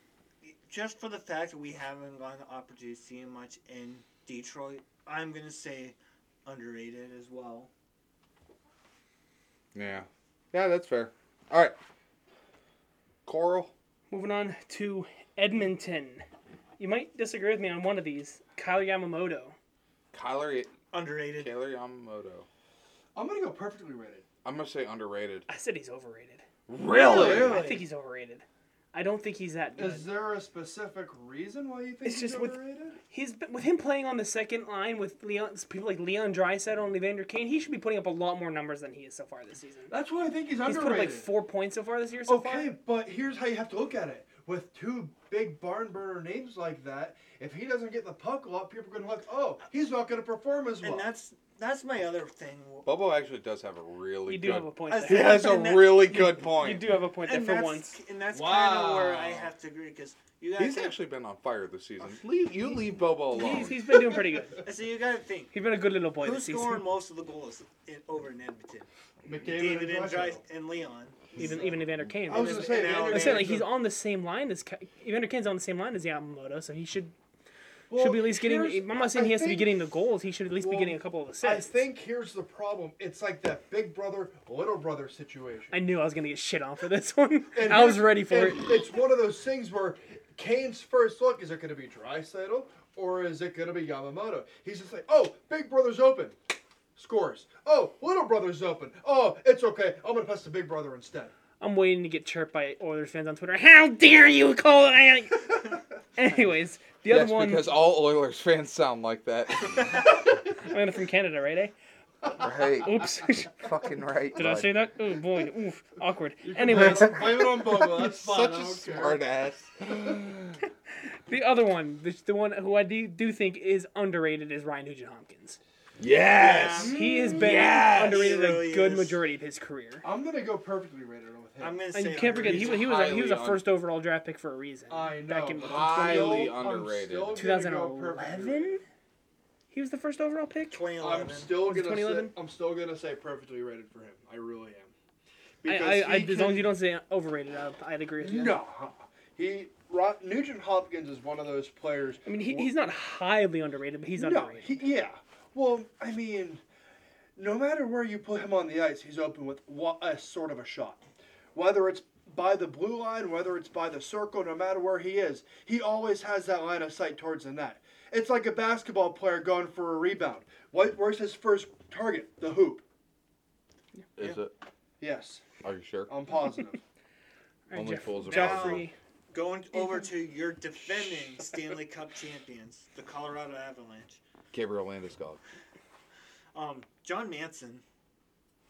Speaker 3: just for the fact that we haven't gotten the opportunity to see him much in Detroit. I'm gonna say underrated as well.
Speaker 4: Yeah. Yeah, that's fair. All right. Coral.
Speaker 2: Moving on to Edmonton. You might disagree with me on one of these. Kyle Yamamoto.
Speaker 4: Kyler,
Speaker 3: Underrated.
Speaker 4: Kyler Yamamoto.
Speaker 1: I'm gonna go perfectly rated.
Speaker 4: I'm going to say underrated.
Speaker 2: I said he's overrated.
Speaker 4: Really?
Speaker 1: Really?
Speaker 2: I think he's overrated. I don't think he's that good.
Speaker 1: Is there a specific reason why you think
Speaker 2: It's
Speaker 1: he's
Speaker 2: just with-
Speaker 1: overrated? That's why I think he's
Speaker 2: He's
Speaker 1: underrated.
Speaker 2: put up like four points so far this year. So
Speaker 1: okay, Oh but here's how you have to look at it. With two big barn burner names like that, if he doesn't get the puck a lot, people are gonna look, oh, he's not gonna perform as well.
Speaker 3: And that's that's my other thing.
Speaker 4: Bobo actually does have a
Speaker 2: far,
Speaker 4: really
Speaker 2: you do
Speaker 4: good
Speaker 2: have a point
Speaker 3: I
Speaker 4: [LAUGHS] He
Speaker 2: there. [LAUGHS]
Speaker 3: said-
Speaker 4: has a
Speaker 3: And that-
Speaker 4: really good
Speaker 2: You
Speaker 4: point.
Speaker 2: do have a point there
Speaker 3: And
Speaker 2: for
Speaker 3: that's
Speaker 2: once.
Speaker 3: and that's kind
Speaker 1: Wow.
Speaker 3: of where I have to agree because you guys.
Speaker 4: He's actually been on fire this season. Leave, you leave Bobo alone.
Speaker 2: He's, he's been doing pretty good.
Speaker 3: So you gotta think.
Speaker 2: He's been a good little boy
Speaker 3: Who's
Speaker 2: this season.
Speaker 3: scoring most of the goals in, over in Edmonton?
Speaker 1: McDavid
Speaker 3: David and,
Speaker 1: Draisaitl.
Speaker 3: Dry, and Leon.
Speaker 2: Even
Speaker 3: So-
Speaker 2: even Evander Kane.
Speaker 1: I was
Speaker 2: Evander-
Speaker 1: gonna say,
Speaker 3: And
Speaker 1: Evander
Speaker 2: I said like
Speaker 1: Kane's
Speaker 2: he's
Speaker 1: a-
Speaker 2: on the same line as Ka- Evander Kane's on the same line as Yamamoto, so he should
Speaker 1: Well,
Speaker 2: should be at least getting.
Speaker 1: here's-
Speaker 2: I'm not saying
Speaker 1: I
Speaker 2: he has to be
Speaker 1: think-
Speaker 2: getting the goals. He should at least be
Speaker 1: Well,
Speaker 2: getting a couple of
Speaker 1: I
Speaker 2: assists.
Speaker 1: think here's the problem. It's like that big brother, little brother situation.
Speaker 2: I knew I was gonna get shit on for this [LAUGHS] one.
Speaker 1: And
Speaker 2: I was
Speaker 1: here's-
Speaker 2: ready for it.
Speaker 1: and It's one of those things where Kane's first look is it going to be Drysaddle or is it going to be Yamamoto? He's just like, oh, Big Brother's open, scores. Oh, Little Brother's open. Oh, it's okay. I'm going to pass to Big Brother instead.
Speaker 2: I'm waiting to get chirped by Oilers fans on Twitter. How dare you call it?
Speaker 1: [LAUGHS]
Speaker 2: Anyways, the
Speaker 4: That's
Speaker 2: other one.
Speaker 4: because all Oilers fans sound
Speaker 2: [LAUGHS]
Speaker 4: like that.
Speaker 2: I'm gonna- from Canada, right? Eh?
Speaker 4: right. [LAUGHS]
Speaker 2: Oops. Did
Speaker 4: Fucking right.
Speaker 2: I
Speaker 4: bud.
Speaker 2: say that? Oh boy. Oof. Awkward.
Speaker 1: can
Speaker 4: [LAUGHS]
Speaker 2: Anyways,
Speaker 1: blame it- blame it on
Speaker 2: [LAUGHS]
Speaker 1: Boba. That's fine.
Speaker 4: Such
Speaker 1: I
Speaker 4: a
Speaker 1: don't care.
Speaker 4: smart ass.
Speaker 2: the other one, the, the one who I do, do think is underrated, is Ryan Nugent Hopkins.
Speaker 4: Yes.
Speaker 2: He has been
Speaker 4: Yes!
Speaker 2: underrated
Speaker 3: He really
Speaker 2: a good
Speaker 3: is.
Speaker 2: majority of his career.
Speaker 1: I'm going to go perfectly rated with him.
Speaker 3: I'm gonna say.
Speaker 2: And you can't forget he,
Speaker 3: underrated.
Speaker 2: wa- he was a, he was a
Speaker 4: Highly un-
Speaker 2: first overall draft pick for a reason.
Speaker 1: I know.
Speaker 2: Back in
Speaker 1: but I'm
Speaker 4: Highly
Speaker 1: still- I'm
Speaker 4: underrated.
Speaker 1: still gonna go perfectly
Speaker 2: 2011.
Speaker 1: rated.
Speaker 2: He was the first overall pick.
Speaker 3: 2011.
Speaker 1: I'm still
Speaker 2: Was it
Speaker 1: gonna. Say,
Speaker 2: 2011?
Speaker 1: I'm still gonna say perfectly rated for him. I really am.
Speaker 2: I, I, I, as long as you don't say overrated, I, I'd agree with you.
Speaker 1: No, he Ro- Nugent Hopkins is one of those players.
Speaker 2: I mean, he, he's not highly underrated, but he's
Speaker 1: no,
Speaker 2: underrated.
Speaker 1: he, yeah. Well, I mean, no matter where you put him on the ice, he's open with wa- a sort of a shot. Whether it's by the blue line, whether it's by the circle, no matter where he is, he always has that line of sight towards the net. It's like a basketball player going for a rebound. What, where's his first target? The hoop.
Speaker 4: Is it?
Speaker 1: Yes,
Speaker 4: Are you sure?
Speaker 1: I'm positive.
Speaker 2: All right,
Speaker 4: Only fools are
Speaker 2: Joffrey.
Speaker 3: Going
Speaker 2: Mm-hmm.
Speaker 3: over to your defending Stanley Cup champions, the Colorado Avalanche.
Speaker 4: Gabriel Landeskog.
Speaker 3: Um, John Manson,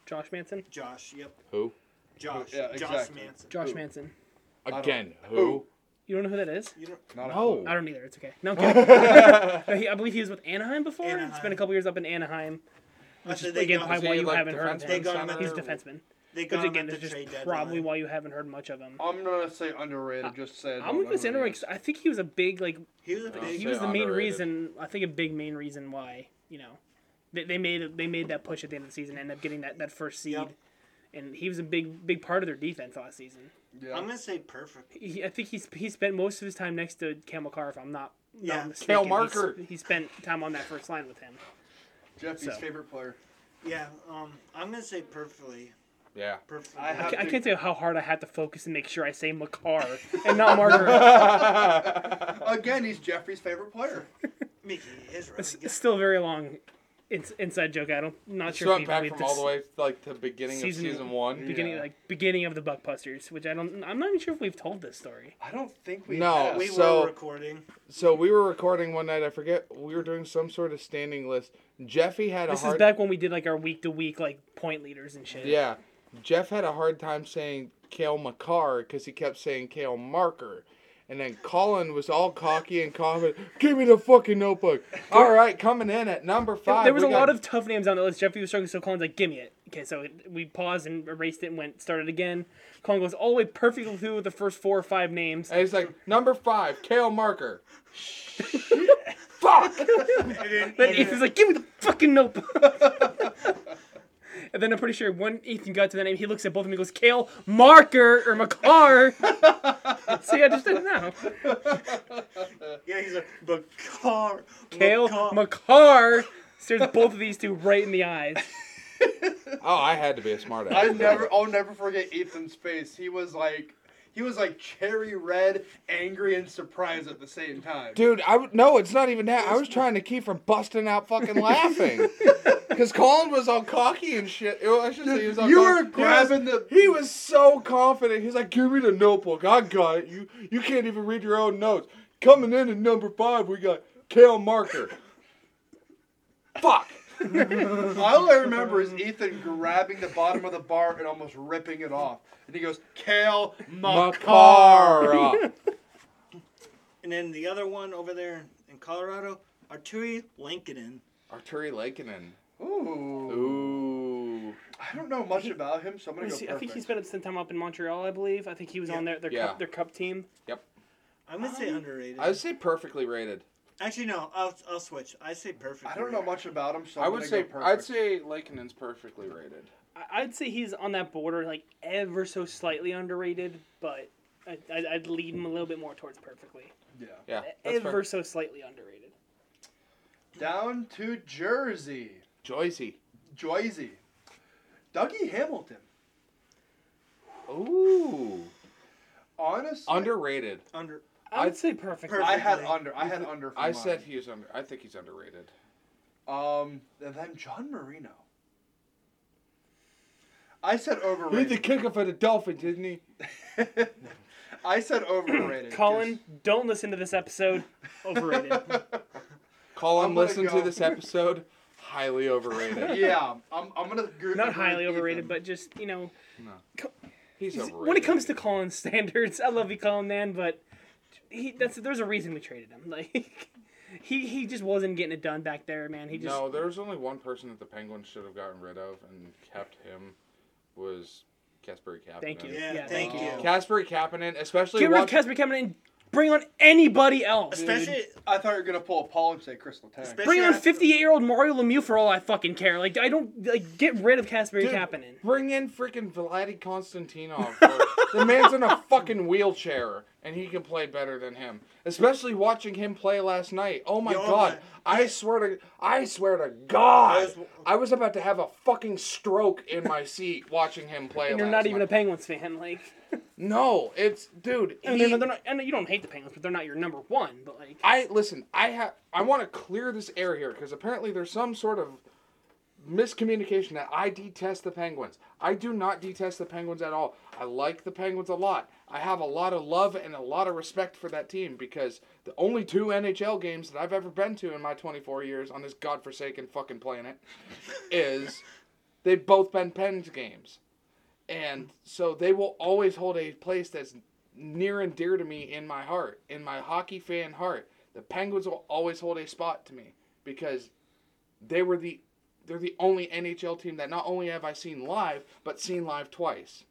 Speaker 2: Josh Manson.
Speaker 3: Josh. Yep,
Speaker 4: Who?
Speaker 3: Josh.
Speaker 1: Yeah,
Speaker 3: Josh
Speaker 1: exactly.
Speaker 3: Manson.
Speaker 2: Josh
Speaker 1: Who?
Speaker 2: Manson.
Speaker 1: don't-
Speaker 4: Again, who?
Speaker 1: Who?
Speaker 2: You don't know who that is?
Speaker 3: You don't,
Speaker 1: Not a
Speaker 4: No.
Speaker 1: clue.
Speaker 2: I don't either. It's okay. No, I'm kidding. No, he- I believe he was with Anaheim before. It's been
Speaker 3: Anaheim.
Speaker 2: a couple years up in Anaheim.
Speaker 3: I said
Speaker 2: Just
Speaker 3: they
Speaker 2: again,
Speaker 3: got,
Speaker 2: probably
Speaker 4: Is
Speaker 2: why
Speaker 4: he,
Speaker 2: you
Speaker 4: like,
Speaker 2: haven't heard
Speaker 4: defensive
Speaker 3: they
Speaker 2: of him.
Speaker 3: got him at
Speaker 2: He's
Speaker 3: the-
Speaker 2: defenseman.
Speaker 3: they Oh. got
Speaker 2: Which
Speaker 3: him
Speaker 2: again,
Speaker 3: at
Speaker 2: is
Speaker 3: the
Speaker 2: just
Speaker 3: trade deadline.
Speaker 2: probably why you haven't heard much of him.
Speaker 1: I'm gonna say underrated. Just say. I
Speaker 2: I'm
Speaker 1: don't
Speaker 2: gonna
Speaker 1: know
Speaker 2: say
Speaker 1: who he
Speaker 2: underrated.
Speaker 1: is.
Speaker 2: 'cause I think he was a big like
Speaker 3: He was a
Speaker 4: I'll
Speaker 3: big.
Speaker 2: he
Speaker 4: say
Speaker 2: was the main
Speaker 4: underrated.
Speaker 2: reason. I think a big main reason why you know they, they made they made that push at the end of the season, ended up getting that that first seed,
Speaker 3: Yep.
Speaker 2: and he was a big big part of their defense last season.
Speaker 1: Yeah.
Speaker 3: I'm gonna say perfect.
Speaker 2: He, I think he's he spent most of his time next to Camel Carr. If I'm not
Speaker 3: Yeah,
Speaker 2: not mistaken.
Speaker 4: Cam Marker.
Speaker 2: He's- He spent time on that first line with him.
Speaker 1: Jeffy's
Speaker 2: So.
Speaker 1: favorite player.
Speaker 3: Yeah, um, I'm gonna say perfectly.
Speaker 4: Yeah.
Speaker 3: Perfectly.
Speaker 1: I
Speaker 2: I
Speaker 1: have-
Speaker 2: can't, I can't tell you how hard I had to focus and make sure I say McCarr and
Speaker 4: [LAUGHS]
Speaker 2: not Marker.
Speaker 1: Again, he's Jeffrey's favorite player.
Speaker 3: Mickey is really
Speaker 2: it's,
Speaker 3: good.
Speaker 2: it's still very long. it's inside joke. I don't not
Speaker 4: She
Speaker 2: sure. if
Speaker 4: went
Speaker 2: people
Speaker 4: back
Speaker 2: believe
Speaker 4: from
Speaker 2: this.
Speaker 4: all the way like to beginning
Speaker 2: Season-
Speaker 4: of season one.
Speaker 2: beginning
Speaker 1: Yeah.
Speaker 2: like beginning of the Buckbusters, which I don't. I'm not even sure if we've told this story.
Speaker 1: I don't think we.
Speaker 4: No,
Speaker 1: have.
Speaker 3: We
Speaker 4: So-
Speaker 3: were recording. [LAUGHS]
Speaker 4: So we were recording one night. I forget we were doing some sort of standing list. Jeffy had a
Speaker 2: This
Speaker 4: hard
Speaker 2: is back when we did like our week to week like point leaders and shit.
Speaker 4: yeah. Jeff had a hard time saying Kale McCarr because he kept saying Kale Marker. And then Colin was all cocky and confident. Give me the fucking notebook. All right, coming in at number five.
Speaker 2: There was
Speaker 4: we
Speaker 2: a
Speaker 4: got
Speaker 2: lot of tough names on the list. Jeffrey was struggling, so Colin's like, "Give me it." Okay, so it, we paused and erased it and went started again. Colin goes all the way perfectly through with the first four or five names.
Speaker 4: And he's like, number five,
Speaker 2: [LAUGHS]
Speaker 4: Kale Marker. Fuck!
Speaker 2: Then Ethan's like, "Give me the fucking notebook." [LAUGHS] and then I'm pretty sure when Ethan got to the name, he looks at both of them and goes, "Kale Marker or Macar." [LAUGHS] See, I just didn't know.
Speaker 3: Yeah, he's like the car.
Speaker 2: Kale
Speaker 3: the car.
Speaker 2: Macar stares both of these two right in the eyes.
Speaker 4: Oh, I had to be a smart ass.
Speaker 1: I never. I'll never forget Ethan's face. He was like, he was like cherry red, angry, and surprised at the same time.
Speaker 4: Dude, I w- no, it's not even that. I was trying to keep from busting out fucking
Speaker 1: [LAUGHS]
Speaker 4: laughing. Because Colin was all cocky and shit. Well, I should say he was all
Speaker 1: You
Speaker 4: cocky.
Speaker 1: were grabbing
Speaker 4: he was,
Speaker 1: the-
Speaker 4: He was so confident. He's like, give me the notebook. I got it. You, you can't even read your own notes. Coming in at number five, we got Kale Marker. Fuck!
Speaker 1: All I remember is Ethan grabbing the bottom of the bar and almost ripping it off. And he goes, Kale Macar.
Speaker 4: Macara.
Speaker 3: And then the other one over there in Colorado, Arturi Lankinen.
Speaker 4: [LAUGHS] Arturi Lankinen.
Speaker 1: Ooh.
Speaker 4: Ooh.
Speaker 1: I don't know much about him, so I'm going to go
Speaker 2: Was he-
Speaker 1: perfect.
Speaker 2: I think he spent some time up in Montreal, I believe. I think he was on their their,
Speaker 4: Yeah.
Speaker 2: cup, their cup team.
Speaker 3: I'm gonna say
Speaker 1: Um,
Speaker 3: underrated.
Speaker 4: I would say perfectly rated.
Speaker 3: Actually, no, I'll, I'll switch. I say perfect.
Speaker 1: I don't know much about him, so I'm
Speaker 4: I would
Speaker 1: gonna
Speaker 4: say
Speaker 1: go perfect.
Speaker 4: I'd say Lakinen's perfectly rated.
Speaker 2: I- I'd say he's on that border, like ever so slightly underrated, but I, I, I'd lead him a little bit more towards perfectly.
Speaker 1: yeah.
Speaker 4: Yeah. that's fair.
Speaker 2: Ever so slightly underrated.
Speaker 1: Down to Jersey.
Speaker 4: Joycey.
Speaker 1: Jersey. Dougie Hamilton.
Speaker 4: Ooh.
Speaker 1: Honestly,
Speaker 4: Underrated.
Speaker 3: Under.
Speaker 2: I'd,
Speaker 4: I'd-
Speaker 2: say perfectly.
Speaker 1: I had
Speaker 3: Perfectly.
Speaker 1: under. I had under. For
Speaker 4: I
Speaker 1: mine.
Speaker 4: said he was under. I think he's underrated.
Speaker 1: Um, and then John Marino. I said overrated.
Speaker 4: kicker for the Dolphins, didn't he?
Speaker 1: [LAUGHS] I said overrated.
Speaker 2: Colin, don't listen to this episode. Overrated.
Speaker 1: 'cause- I'm
Speaker 4: Colin,
Speaker 1: gonna
Speaker 4: listen
Speaker 1: go-
Speaker 4: to this episode. Highly [LAUGHS] overrated.
Speaker 1: yeah, I'm, I'm gonna agree.
Speaker 2: [LAUGHS] Not
Speaker 1: agree
Speaker 2: highly
Speaker 1: with
Speaker 2: overrated,
Speaker 1: Ethan.
Speaker 2: but just you know,
Speaker 4: He's
Speaker 2: he's-
Speaker 4: overrated.
Speaker 2: when it comes to Colin's [LAUGHS] standards, I love you, Colin, man, but he that's there's a reason we traded him. [LAUGHS] Like he he just wasn't getting it done back there, man. He just
Speaker 4: no, there was only one person that the Penguins should have gotten rid of and kept him was Casper Kapanen.
Speaker 2: Thank you.
Speaker 3: Yeah,
Speaker 2: Yeah,
Speaker 3: thank
Speaker 2: thank
Speaker 3: you.
Speaker 4: Casper Kapanen, especially
Speaker 2: get rid of
Speaker 4: watch-
Speaker 2: Casper Kapanen and bring on anybody else.
Speaker 3: Especially,
Speaker 1: I thought you were gonna pull a Paul and say Crystal Tang.
Speaker 3: Especially-
Speaker 2: Bring on
Speaker 3: Yeah.
Speaker 2: 58 year old Mario Lemieux for all I fucking care. Like, I don't, like, get rid of Casper
Speaker 4: Dude,
Speaker 2: Kapanen.
Speaker 4: Bring in freaking Vladi Konstantinov. for- the man's in a fucking wheelchair, and he can play better than him. Especially watching him play last night. Oh my
Speaker 3: Yo,
Speaker 4: god!
Speaker 3: man.
Speaker 4: I swear to, I swear to God, I
Speaker 3: I
Speaker 4: was,
Speaker 3: was-
Speaker 4: about to have a fucking stroke in my seat watching him play.
Speaker 2: And you're
Speaker 4: last
Speaker 2: not even a
Speaker 4: night.
Speaker 2: Penguins fan. Like,
Speaker 4: No, it's dude.
Speaker 2: I mean,
Speaker 4: he-
Speaker 2: they're, not- they're not, I know you don't hate the Penguins, but they're not your number one. But, like,
Speaker 4: I listen. I have. I want to clear this air here because apparently there's some sort of miscommunication that I detest the Penguins. I do not detest the Penguins at all. I like the Penguins a lot. I have a lot of love and a lot of respect for that team because the only two NHL games that I've ever been to in my 24 years on this godforsaken fucking planet is they've both been Pens games. And so they will always hold a place that's near and dear to me in my heart, in my hockey fan heart. The Penguins will always hold a spot to me because they were the they're the only NHL team that not only have I seen live, but seen live twice.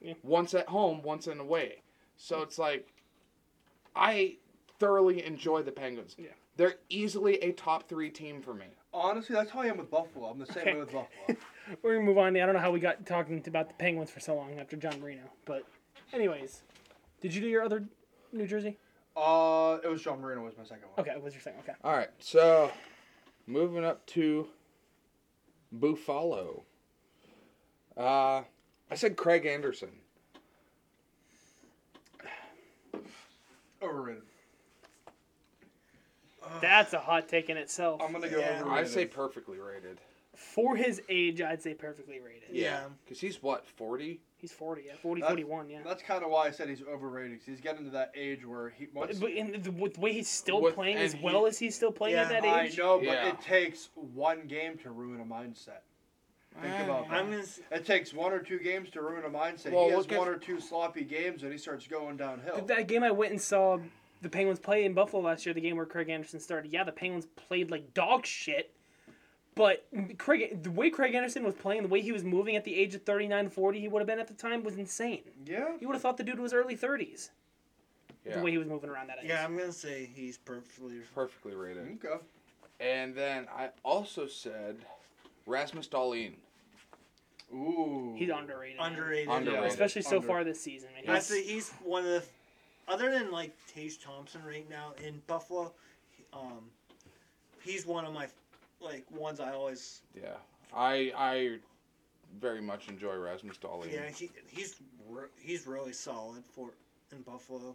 Speaker 2: Yeah.
Speaker 4: Once at home, once in away. So it's like I thoroughly enjoy the Penguins.
Speaker 2: Yeah.
Speaker 4: They're easily a top three team for me.
Speaker 1: Honestly, that's how I am with Buffalo. I'm the same way with Buffalo.
Speaker 2: we're going to move on. I don't know how we got talking about the Penguins for so long after John Marino. But, anyways, did you do your other New Jersey?
Speaker 1: Uh, it was John Marino was my second one.
Speaker 2: Okay, what was your saying? Okay.
Speaker 4: All right, so moving up to Buffalo. Uh, I said Craig Anderson.
Speaker 3: oh,
Speaker 1: Overrated.
Speaker 2: That's a hot take in itself.
Speaker 1: I'm gonna go
Speaker 3: Yeah.
Speaker 1: over.
Speaker 4: I say perfectly rated.
Speaker 2: For his age, I'd say perfectly rated.
Speaker 3: Yeah.
Speaker 4: Because he's what, 40?
Speaker 2: He's 40, yeah. 40,
Speaker 1: That's-
Speaker 2: 41, yeah.
Speaker 1: That's kind of why I said he's overrated. 'cause He's getting to that age where he.
Speaker 2: But,
Speaker 1: Once,
Speaker 2: but in the, with the way he's still
Speaker 4: With-
Speaker 2: playing,
Speaker 4: and
Speaker 2: as
Speaker 4: he-
Speaker 2: well as he's still playing at
Speaker 3: Yeah,
Speaker 2: that
Speaker 1: I
Speaker 2: age,
Speaker 1: know, but
Speaker 4: Yeah.
Speaker 1: it takes one game to ruin a mindset. Think about
Speaker 3: I'm gonna. s-
Speaker 1: It takes one or two games to ruin a mindset.
Speaker 4: Well,
Speaker 1: he has
Speaker 4: look at-
Speaker 1: one or two sloppy games, and he starts going downhill.
Speaker 2: that game I went and saw the Penguins play in Buffalo last year, the game where Craig Anderson started. Yeah, the Penguins played like dog shit. But Craig, the way Craig Anderson was playing, the way he was moving at the age of 39, 40, he would have been at the time was insane.
Speaker 1: yeah.
Speaker 2: You would have thought the dude was early 30s, the
Speaker 4: Yeah.
Speaker 2: way he was moving around that age.
Speaker 3: Yeah, I'm gonna say he's perfectly.
Speaker 4: Perfectly rated.
Speaker 1: Okay.
Speaker 4: And then I also said Rasmus Dahlin.
Speaker 1: Ooh.
Speaker 2: He's underrated. man.
Speaker 3: Underrated.
Speaker 4: Underrated.
Speaker 1: Yeah.
Speaker 2: Especially so
Speaker 1: Under-
Speaker 2: far this season. Man.
Speaker 3: I
Speaker 2: He's-
Speaker 3: say he's one of the, other than like Tage Thompson right now in Buffalo, um, he's one of my like ones I always
Speaker 4: Yeah. I I very much enjoy Rasmus Dahlin.
Speaker 3: yeah he he's re- he's really solid for in Buffalo.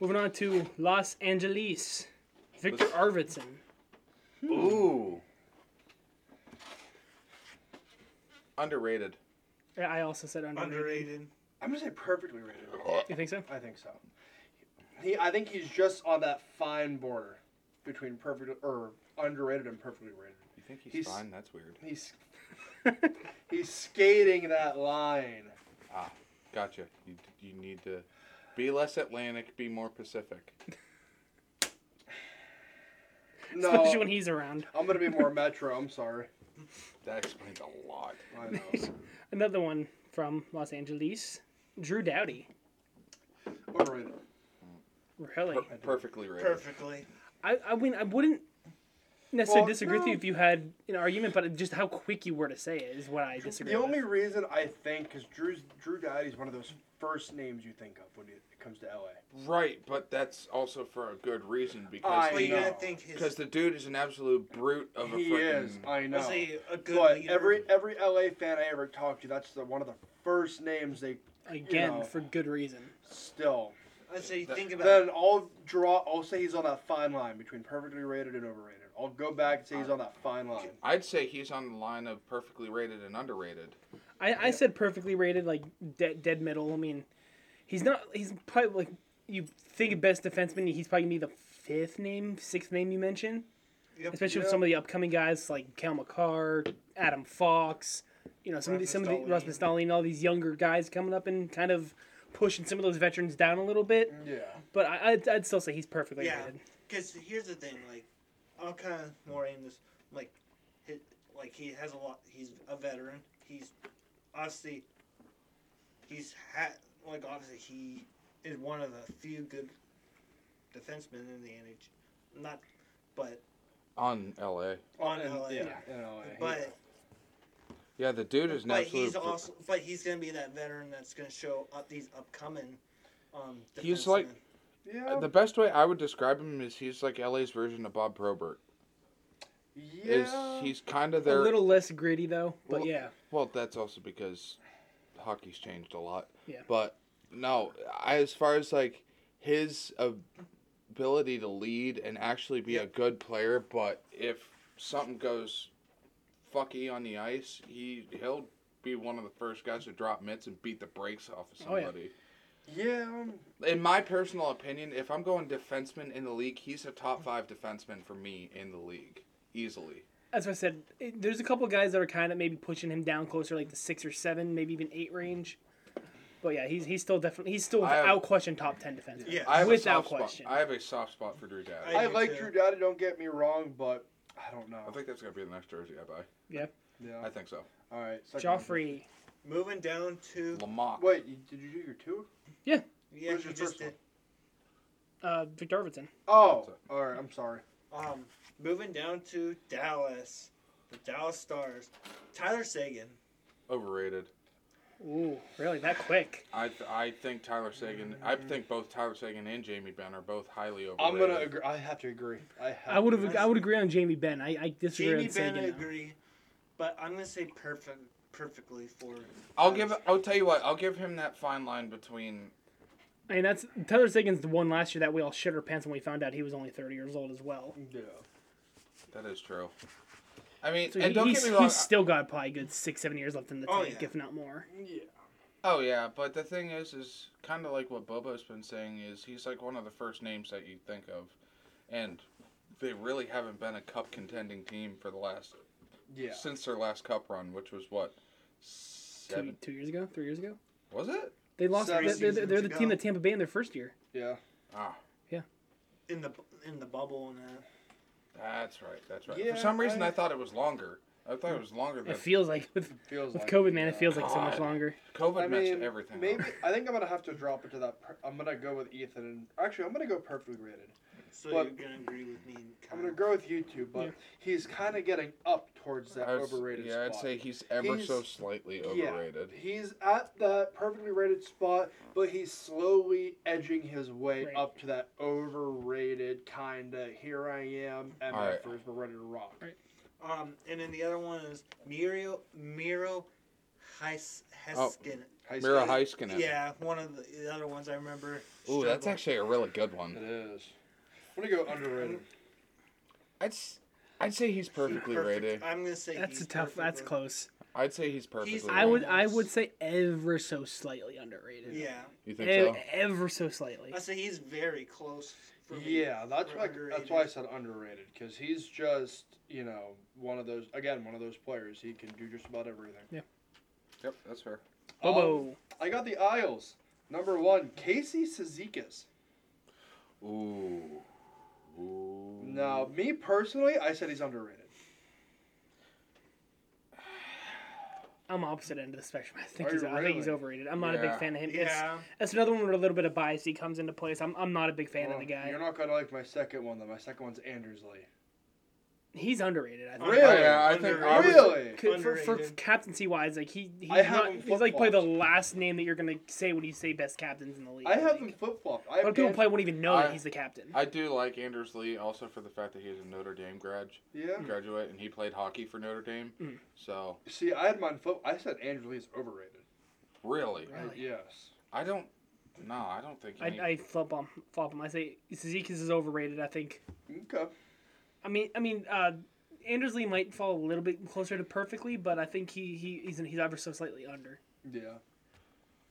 Speaker 2: Moving on to Los Angeles. Victor Arvidsson.
Speaker 1: Hmm.
Speaker 4: Ooh. Underrated.
Speaker 2: I- I also said underrated.
Speaker 3: Underrated.
Speaker 1: I'm gonna say perfectly rated.
Speaker 2: You think so?
Speaker 1: I think so. He, I think he's just on that fine border between perfect or underrated and perfectly rated.
Speaker 4: You think he's,
Speaker 1: He's-
Speaker 4: fine? That's weird.
Speaker 1: He's he's skating that line.
Speaker 4: Gotcha. You, you need to be less Atlantic, be more Pacific.
Speaker 1: No,
Speaker 2: Especially when he's around.
Speaker 1: I'm gonna be more metro. I'm sorry.
Speaker 4: That explains a lot.
Speaker 1: I know.
Speaker 2: Another one from Los Angeles. Drew Dowdy.
Speaker 1: Overrated.
Speaker 2: Really?
Speaker 4: Per- perfectly rated.
Speaker 3: Perfectly.
Speaker 2: I, I mean, I wouldn't necessarily
Speaker 1: Well,
Speaker 2: disagree with you
Speaker 1: no.
Speaker 2: if you had an argument, but just how quick you were to say it is what I
Speaker 1: The
Speaker 2: disagree with.
Speaker 1: only reason I think because Drew's Drew Dowdy is one of those first names you think of when it comes to LA.
Speaker 4: Right, but that's also for a good reason
Speaker 1: I
Speaker 4: because
Speaker 3: Well,
Speaker 4: he-
Speaker 3: you gotta
Speaker 1: know.
Speaker 3: think
Speaker 4: because
Speaker 3: his.
Speaker 4: the dude is an absolute brute of a
Speaker 1: He is.
Speaker 4: freaking.
Speaker 1: I know.
Speaker 3: Let's say a good
Speaker 1: But
Speaker 3: leader.
Speaker 1: every every LA fan I ever talked to, that's the one of the first names they
Speaker 2: Again,
Speaker 1: you know.
Speaker 2: for good reason.
Speaker 1: still.
Speaker 3: I'd say think about
Speaker 1: Then I'll draw. I'll say he's on that fine line between perfectly rated and overrated. I'll go back and say he's on that fine line.
Speaker 4: I'd say he's on the line of perfectly rated and underrated.
Speaker 2: I, I said perfectly rated, like de- dead middle. I mean, he's not. He's probably like you think of best defenseman. He's probably gonna be the fifth name, sixth name you mentioned.
Speaker 3: Yep.
Speaker 2: Especially
Speaker 1: Yeah.
Speaker 2: with some of the upcoming guys like Cal McCarr, Adam Fox. You know, some of these, some of the
Speaker 3: Rasmus
Speaker 2: Rasmus Dahlin, all these younger guys coming up and kind of pushing some of those veterans down a little bit.
Speaker 1: Yeah.
Speaker 2: But I, I'd, I'd still say he's perfectly
Speaker 3: Yeah.
Speaker 2: rated.
Speaker 3: Because here's the thing, like, I'll kind of more aim this, like, hit, like he has a lot. He's a veteran. He's obviously he's had like obviously he is one of the few good defensemen in the NHL. Not, but
Speaker 4: On LA.
Speaker 3: on
Speaker 1: In-
Speaker 3: LA.
Speaker 1: Oh, Yeah. In LA.
Speaker 3: But
Speaker 4: Yeah, the dude is an
Speaker 3: but
Speaker 4: absolute.
Speaker 3: he's
Speaker 4: bru-
Speaker 3: also but he's gonna be that veteran that's gonna show up these upcoming. Um,
Speaker 4: He's like-
Speaker 3: defensemen.
Speaker 1: yeah.
Speaker 4: The best way I would describe him is he's like LA's version of Bob Probert. Is
Speaker 1: yeah.
Speaker 4: he's kind of
Speaker 2: A
Speaker 4: their
Speaker 2: little less gritty though, but
Speaker 4: Well-
Speaker 2: yeah.
Speaker 4: Well, that's also because hockey's changed a lot.
Speaker 2: Yeah.
Speaker 4: But no, I, as far as like his ability to lead and actually be a good player, but if something goes fucky on the ice, he he'll be one of the first guys to drop mitts and beat the brakes off of
Speaker 2: Oh, yeah.
Speaker 4: somebody.
Speaker 1: yeah. um,
Speaker 4: In my personal opinion, if I'm going defenseman in the league, he's a top five defenseman for me in the league easily.
Speaker 2: as I said, it- there's a couple guys that are kind of maybe pushing him down closer, like the six or seven, maybe even eight range. But yeah, he's he's still definitely he's still
Speaker 4: I have-
Speaker 2: without question top ten defenseman.
Speaker 3: Yeah.
Speaker 4: I have
Speaker 2: Without
Speaker 4: a soft
Speaker 2: question.
Speaker 4: Spot. I have a soft spot for Drew Dowdy.
Speaker 1: I
Speaker 3: do
Speaker 1: like
Speaker 3: too.
Speaker 1: Drew Dowdy. Don't get me wrong, but I don't know.
Speaker 4: I think that's gonna be the next jersey I buy.
Speaker 1: yeah.
Speaker 4: I think so.
Speaker 1: All right. second one.
Speaker 2: Joffrey,
Speaker 3: moving down to
Speaker 4: Lamont.
Speaker 1: Wait, you- did you do your two?
Speaker 3: yeah,
Speaker 1: Who's
Speaker 3: he
Speaker 1: your
Speaker 3: just
Speaker 1: first one?
Speaker 3: did.
Speaker 2: uh, Victor Arvidsson.
Speaker 1: Oh, all right. I'm sorry.
Speaker 3: Um, moving down to Dallas, the Dallas Stars, Tyler Sagan.
Speaker 4: Overrated.
Speaker 2: Ooh, really that quick?
Speaker 4: I th- I think Tyler Sagan. I think both Tyler Sagan and Jamie Benn are both highly overrated.
Speaker 1: I'm gonna agree. I have to agree. I have.
Speaker 2: I would have
Speaker 3: Nice.
Speaker 2: I would agree on Jamie Ben. I, I disagree
Speaker 3: Jamie
Speaker 2: on
Speaker 3: Ben
Speaker 2: Sagan.
Speaker 3: I
Speaker 2: though.
Speaker 3: agree, but I'm gonna say perfect, perfectly for.
Speaker 4: I'll give. I'll tell you what. I'll give him that fine line between
Speaker 2: I mean, that's Tyler Sagan's the one last year that we all shit our pants when we found out he was only 30 years old as well.
Speaker 1: Yeah.
Speaker 4: That is true. I mean,
Speaker 2: So
Speaker 4: and
Speaker 2: he,
Speaker 4: don't
Speaker 2: he's,
Speaker 4: get me wrong.
Speaker 2: he's still got probably a good six, seven years left in the tank,
Speaker 3: Oh, yeah.
Speaker 2: if not more.
Speaker 1: Yeah.
Speaker 4: Oh yeah, but the thing is, is kind of like what Bobo's been saying is he's like one of the first names that you think of, and they really haven't been a cup contending team for the last
Speaker 1: Yeah.
Speaker 4: since their last cup run, which was what
Speaker 2: Two,
Speaker 4: seven
Speaker 2: two years ago, three years ago,
Speaker 4: was it?
Speaker 2: they lost.
Speaker 1: Seven
Speaker 2: They're, they're-
Speaker 3: seasons
Speaker 2: they're the
Speaker 3: ago.
Speaker 2: team that Tampa Bay in their first year.
Speaker 1: Yeah.
Speaker 4: Ah,
Speaker 3: in the in the bubble and that.
Speaker 4: that's right, that's right.
Speaker 1: Yeah,
Speaker 4: for some reason, I...
Speaker 1: I-
Speaker 4: thought it was longer. I thought it was longer than
Speaker 2: It feels like with,
Speaker 1: Feels
Speaker 2: with
Speaker 1: like
Speaker 2: COVID, man, it feels like so much
Speaker 4: God.
Speaker 2: longer.
Speaker 4: COVID
Speaker 1: I mean,
Speaker 4: messed everything.
Speaker 1: maybe
Speaker 4: up.
Speaker 1: I think I'm gonna have to drop it to that. Per- I'm gonna go with Ethan, and actually, I'm gonna go perfectly rated.
Speaker 3: So
Speaker 1: But-
Speaker 3: you're gonna agree with me? and
Speaker 1: I'm
Speaker 3: Kyle.
Speaker 1: gonna go with you two, but
Speaker 2: Yeah.
Speaker 1: he's kind of getting up towards that
Speaker 4: I would s-
Speaker 1: overrated
Speaker 4: yeah,
Speaker 1: spot.
Speaker 4: I'd say he's ever so
Speaker 1: He's-
Speaker 4: slightly
Speaker 1: Yeah.
Speaker 4: overrated.
Speaker 1: He's at that perfectly rated spot, but he's slowly edging his way
Speaker 2: Right.
Speaker 1: up to that overrated kind of here I am,
Speaker 4: Alright.
Speaker 1: MFers, we're ready to rock.
Speaker 3: Um, and then the other one is Miro Miro Heis,
Speaker 4: Oh,
Speaker 3: Heskin.
Speaker 1: High
Speaker 4: Mira
Speaker 1: school.
Speaker 4: Heiskanen.
Speaker 3: Yeah, one of the, the other ones I remember.
Speaker 4: Ooh, that's
Speaker 3: struggling.
Speaker 4: actually a really good
Speaker 1: It
Speaker 4: one.
Speaker 1: is. I'm gonna go underrated.
Speaker 4: I'd s- I'd say he's perfectly
Speaker 3: Perfect.
Speaker 4: rated.
Speaker 3: I'm gonna say
Speaker 2: That's
Speaker 3: he's
Speaker 2: a tough.
Speaker 3: perfect
Speaker 2: That's
Speaker 3: rated.
Speaker 2: close.
Speaker 4: I'd say he's perfectly.
Speaker 2: I would.
Speaker 4: rated.
Speaker 2: I would say ever so slightly underrated.
Speaker 3: Yeah,
Speaker 4: You think
Speaker 2: E-
Speaker 4: so?
Speaker 2: ever so slightly.
Speaker 3: I say he's very close. For me
Speaker 1: Yeah, that's
Speaker 3: for
Speaker 1: why that's
Speaker 3: underrated.
Speaker 1: why I said underrated because he's just you know one of those again one of those players he can do just about everything.
Speaker 4: Yep, that's fair.
Speaker 1: Um,
Speaker 2: Bobo.
Speaker 1: I got the Isles. Number one, Casey Sezikis.
Speaker 4: Ooh. Ooh.
Speaker 1: Now, me personally, I said he's underrated.
Speaker 2: I'm opposite end of the spectrum. I think
Speaker 1: Are
Speaker 2: he's.
Speaker 1: you
Speaker 2: I think he's
Speaker 1: Oh, really?
Speaker 2: overrated. I'm not a
Speaker 4: Yeah.
Speaker 2: big fan of him. It's-
Speaker 3: Yeah,
Speaker 2: That's another one where a little bit of bias he comes into place. I'm, I'm not a big fan
Speaker 1: Well,
Speaker 2: of the guy.
Speaker 1: You're not gonna like my second one though. My second one's Anders Lee.
Speaker 2: He's underrated. I think.
Speaker 1: Really?
Speaker 4: Yeah, I think I
Speaker 3: Underrated.
Speaker 4: would-
Speaker 1: Really?
Speaker 2: C- For, for
Speaker 3: Underrated.
Speaker 2: captaincy wise, like he, he's,
Speaker 1: I have
Speaker 2: not,
Speaker 1: him
Speaker 2: he's like probably the
Speaker 1: flip-flopped.
Speaker 2: last name that you're gonna say when you say best captains in the league.
Speaker 1: I have him
Speaker 2: think.
Speaker 1: flip flopped.
Speaker 2: A lot of people probably won't even know
Speaker 4: I-
Speaker 2: that he's the captain.
Speaker 4: I do like Anders Lee also for the fact that he's a Notre Dame grad,
Speaker 1: Yeah.
Speaker 4: graduate and he played hockey for Notre Dame.
Speaker 2: Mm.
Speaker 4: So,
Speaker 1: See, I had mine flip. I said Anders Lee's overrated.
Speaker 4: really,
Speaker 1: I-
Speaker 2: Really?
Speaker 1: yes.
Speaker 4: I don't no, I don't think
Speaker 2: I,
Speaker 4: any,
Speaker 2: I flop him. Flop him. I say Zeke is overrated. I think.
Speaker 1: Okay.
Speaker 2: I mean, I mean, uh, Anders Lee might fall a little bit closer to perfectly, but I think he, he he's he's ever so slightly under.
Speaker 1: Yeah.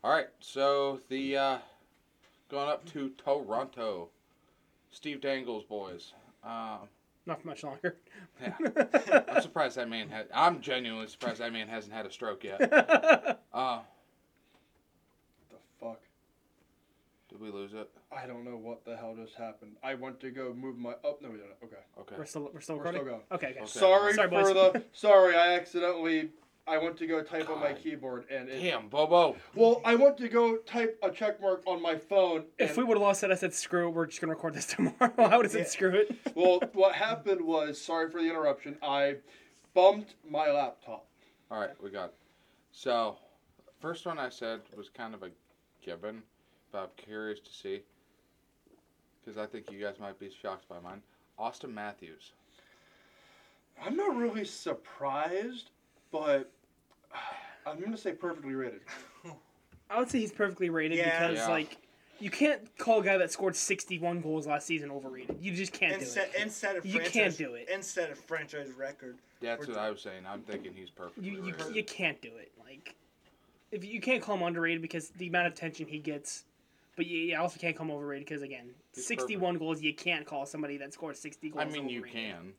Speaker 4: All right. So, the uh going up to Toronto. Steve Dangle's boys. Um
Speaker 2: Not for much longer.
Speaker 4: Yeah. I'm surprised that man had. I'm genuinely surprised that man hasn't had a
Speaker 2: [LAUGHS]
Speaker 4: stroke yet. Uh,
Speaker 1: The fuck.
Speaker 4: did we lose it?
Speaker 1: I don't know what the hell just happened. I went to go move my. Oh no, we didn't. Okay.
Speaker 4: Okay.
Speaker 2: [LAUGHS] we're still we're still
Speaker 1: We're still
Speaker 2: recording.
Speaker 1: going.
Speaker 2: okay, okay.
Speaker 4: Okay.
Speaker 1: Sorry,
Speaker 2: Sorry,
Speaker 1: for
Speaker 2: boys.
Speaker 1: the. Sorry, I accidentally. I went to go type on my
Speaker 4: God.
Speaker 1: keyboard and it.
Speaker 4: Damn, Bobo.
Speaker 1: Well, I went to go type a check mark on my phone.
Speaker 2: If
Speaker 1: and-
Speaker 2: we would have lost that, I said screw it. We're just gonna record this [LAUGHS] tomorrow. I would have said
Speaker 3: Yeah.
Speaker 2: screw it.
Speaker 1: [LAUGHS] Well, what happened was, sorry for the interruption. I bumped my laptop.
Speaker 4: All right, we got. It. So, first one I said was kind of a given, but I'm curious to see because I think you guys might be shocked by mine. Austin Matthews.
Speaker 1: I'm not really surprised, but [SIGHS] I'm gonna say perfectly rated.
Speaker 2: I would say he's perfectly rated
Speaker 3: Yeah.
Speaker 2: because
Speaker 4: Yeah.
Speaker 2: like you can't call a guy that scored 61 goals last season overrated. You just can't
Speaker 3: and
Speaker 2: do
Speaker 3: set,
Speaker 2: it.
Speaker 3: and set a
Speaker 2: You can't
Speaker 3: franchise,
Speaker 2: do it.
Speaker 3: And set a franchise
Speaker 2: [LAUGHS]
Speaker 3: record.
Speaker 4: That's what I was saying. I'm thinking he's perfectly
Speaker 2: You, you
Speaker 4: rated.
Speaker 2: you can't do it. Like if you, you can't call him underrated because the amount of attention he gets, but you, you also can't call him overrated because again,
Speaker 4: He's
Speaker 2: 61 goals you can't call somebody that scored 60 goals.
Speaker 4: I mean, you
Speaker 2: overrated.
Speaker 4: can.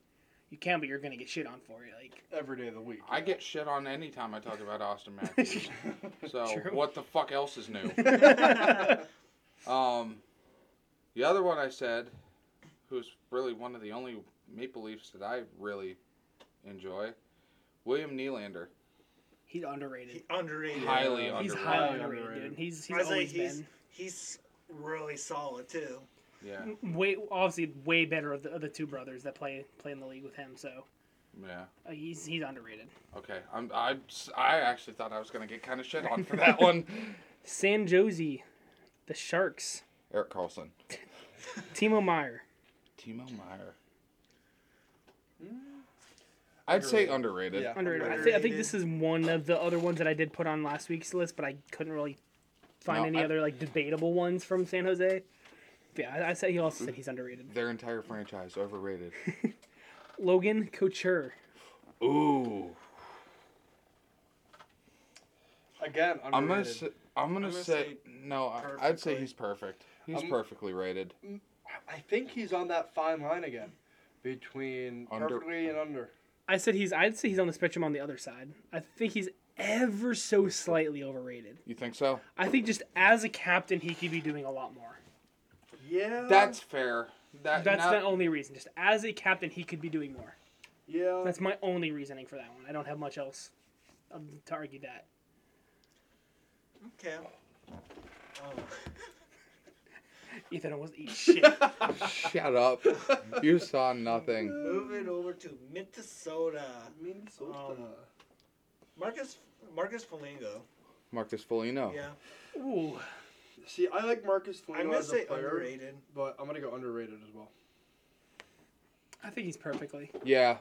Speaker 2: You can, but you're gonna get shit on for it. Like
Speaker 1: Every day of the week.
Speaker 4: I get shit on any time I talk about Austin Matthews. so
Speaker 2: True.
Speaker 4: what the fuck else is new?
Speaker 1: yeah.
Speaker 4: Um, the other one I said, who's really one of the only Maple Leafs that I really enjoy, William Nylander.
Speaker 2: he's underrated.
Speaker 3: He, underrated.
Speaker 4: Highly
Speaker 1: He's
Speaker 2: he's
Speaker 4: underrated.
Speaker 2: highly underrated,
Speaker 1: Underrated.
Speaker 2: dude. He's
Speaker 3: I
Speaker 2: he's
Speaker 3: say
Speaker 2: always
Speaker 3: he's-
Speaker 2: been
Speaker 3: He's really solid too.
Speaker 4: Yeah,
Speaker 2: way obviously way better of the, of the two brothers that play play in the league with him. So
Speaker 4: yeah.
Speaker 2: uh, he's he's underrated.
Speaker 4: Okay, I'm, I, I actually thought I was gonna get kind of shit on for that one.
Speaker 2: San Jose, the Sharks,
Speaker 4: Eric Carlson,
Speaker 2: Timo Meyer.
Speaker 4: Timo Meyer. I'd say underrated.
Speaker 1: Yeah.
Speaker 2: Underrated. I, thi- I think
Speaker 3: Underrated.
Speaker 2: this is one of the other ones that I did put on last week's list, but I couldn't really find
Speaker 4: No,
Speaker 2: any
Speaker 4: I-
Speaker 2: other like debatable ones from San Jose. Yeah, I, I said he also said he's underrated.
Speaker 4: Their entire franchise overrated.
Speaker 2: Logan Couture.
Speaker 4: Ooh,
Speaker 1: Again,
Speaker 4: I'm gonna
Speaker 1: underrated.
Speaker 4: say, I'm gonna,
Speaker 3: gonna
Speaker 4: say,
Speaker 3: say
Speaker 4: no. I- I'd say
Speaker 3: perfectly.
Speaker 4: he's perfect. He's
Speaker 1: I'm-
Speaker 4: perfectly rated.
Speaker 1: I think he's on that fine line again between
Speaker 4: Under-
Speaker 1: perfectly and under.
Speaker 2: I said he's. I'd say he's on the spectrum on the other side. I think he's ever so slightly overrated.
Speaker 4: You think so?
Speaker 2: I think just as a captain, he could be doing a lot more.
Speaker 1: Yeah.
Speaker 4: That's fair. That,
Speaker 2: That's
Speaker 4: now-
Speaker 2: the only reason. Just as a captain, he could be doing more.
Speaker 1: yeah. [LAUGHS]
Speaker 2: That's my only reasoning for that one. I don't have much else um, to argue that.
Speaker 3: Okay.
Speaker 2: [LAUGHS]
Speaker 3: Um,
Speaker 2: Ethan almost eat
Speaker 4: [LAUGHS]
Speaker 2: shit.
Speaker 4: Shut up. You saw nothing.
Speaker 3: moving over to Minnesota.
Speaker 1: Minnesota.
Speaker 3: Um, Marcus Marcus Foligno.
Speaker 4: Marcus Foligno.
Speaker 3: Yeah.
Speaker 2: Ooh,
Speaker 1: See, I like Marcus
Speaker 3: I'm
Speaker 1: Foligno
Speaker 3: gonna
Speaker 1: as a
Speaker 3: say
Speaker 1: player,
Speaker 3: underrated.
Speaker 1: but I'm gonna go underrated as well.
Speaker 2: I think he's perfectly.
Speaker 4: Yeah.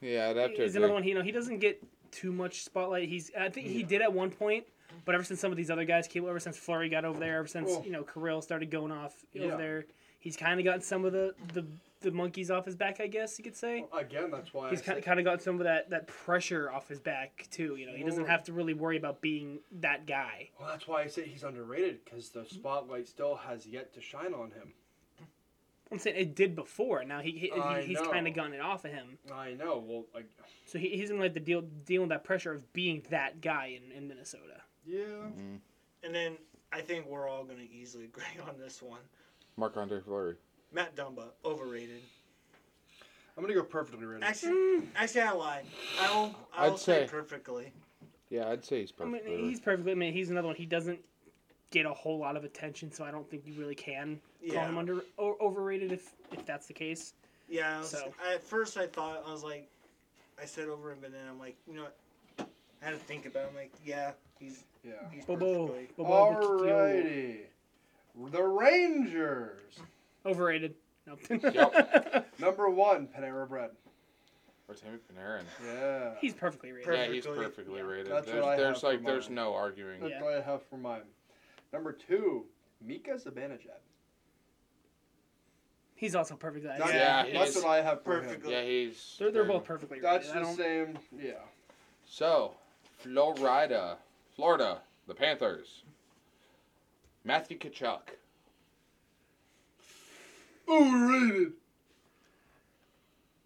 Speaker 4: Yeah, I'd have to
Speaker 2: He's
Speaker 4: agree.
Speaker 2: another one. You know, he doesn't get too much spotlight. He's. I think he did at one point, but ever since some of these other guys came, ever since Flurry got over there, ever since
Speaker 1: Well-
Speaker 2: you know Kirill started going off
Speaker 1: Oh. Yeah.
Speaker 2: over there, he's kind of gotten some of the the the monkeys off his back. I guess you could say.
Speaker 1: Again, that's why.
Speaker 2: He's
Speaker 1: Oh, I
Speaker 2: kind of,
Speaker 1: said-
Speaker 2: kind of got some of that, that pressure off his back too. You know, he doesn't
Speaker 1: Lord.
Speaker 2: have to really worry about being that guy.
Speaker 1: well, that's why I say he's underrated because the spotlight still has yet to shine on him.
Speaker 2: I'm saying it did before. Now he, he,
Speaker 1: I
Speaker 2: he he's
Speaker 1: know.
Speaker 2: kind of gotten it off of him.
Speaker 1: I know. Well, like,
Speaker 2: So he, he's in like the deal dealing with that pressure of being that guy in, in Minnesota.
Speaker 1: yeah.
Speaker 4: Mm.
Speaker 3: And then I think we're all gonna easily [LAUGHS] agree on this one.
Speaker 4: Mark Andre Fleury.
Speaker 3: Matt Dumba, overrated.
Speaker 1: I'm gonna go perfectly rated.
Speaker 3: Actually,
Speaker 2: Mm.
Speaker 3: actually, I lied. I will. I will
Speaker 4: I'd
Speaker 3: say,
Speaker 4: say-
Speaker 3: perfectly.
Speaker 4: Yeah, I'd say he's
Speaker 2: I mean,
Speaker 4: perfect.
Speaker 2: he's perfectly. I mean, he's another one. He doesn't get a whole lot of attention, so I don't think you really can call
Speaker 3: Yeah.
Speaker 2: him under o- overrated if if that's the case.
Speaker 3: Yeah. I was,
Speaker 2: So-
Speaker 3: I- at first, I thought I was like, I said over him, but then I'm like, you know, what? I had to think about. It. I'm like, yeah, he's
Speaker 1: Yeah.
Speaker 3: he's
Speaker 2: Bobo,
Speaker 3: perfectly.
Speaker 2: Bobo Bukikio.
Speaker 1: Alrighty. The Rangers.
Speaker 2: overrated. No.
Speaker 4: Yep.
Speaker 1: Number one, Panera Bread.
Speaker 4: Or Timmy Panarin.
Speaker 1: Yeah.
Speaker 2: [LAUGHS] he's perfectly rated.
Speaker 4: Yeah, he's
Speaker 3: Perfectly.
Speaker 4: perfectly
Speaker 2: Yeah.
Speaker 4: rated.
Speaker 1: That's what
Speaker 4: there's
Speaker 1: I have
Speaker 4: there's
Speaker 1: for
Speaker 4: like there's
Speaker 1: mine.
Speaker 4: no arguing.
Speaker 1: That's
Speaker 2: Yeah.
Speaker 1: what I have for mine. Number two, Mika Zibanejad.
Speaker 2: He's also perfect. I-
Speaker 1: That's,
Speaker 4: Yeah, he
Speaker 1: that's
Speaker 4: is
Speaker 1: what I have for him.
Speaker 3: perfect.
Speaker 4: Yeah, he's
Speaker 2: They're, they're
Speaker 4: very-
Speaker 2: both perfectly rated.
Speaker 1: That's the
Speaker 2: I don't,
Speaker 1: same. Yeah.
Speaker 4: So, Florida, Florida, the Panthers. Matthew Kachuk.
Speaker 1: Overrated.
Speaker 2: [LAUGHS]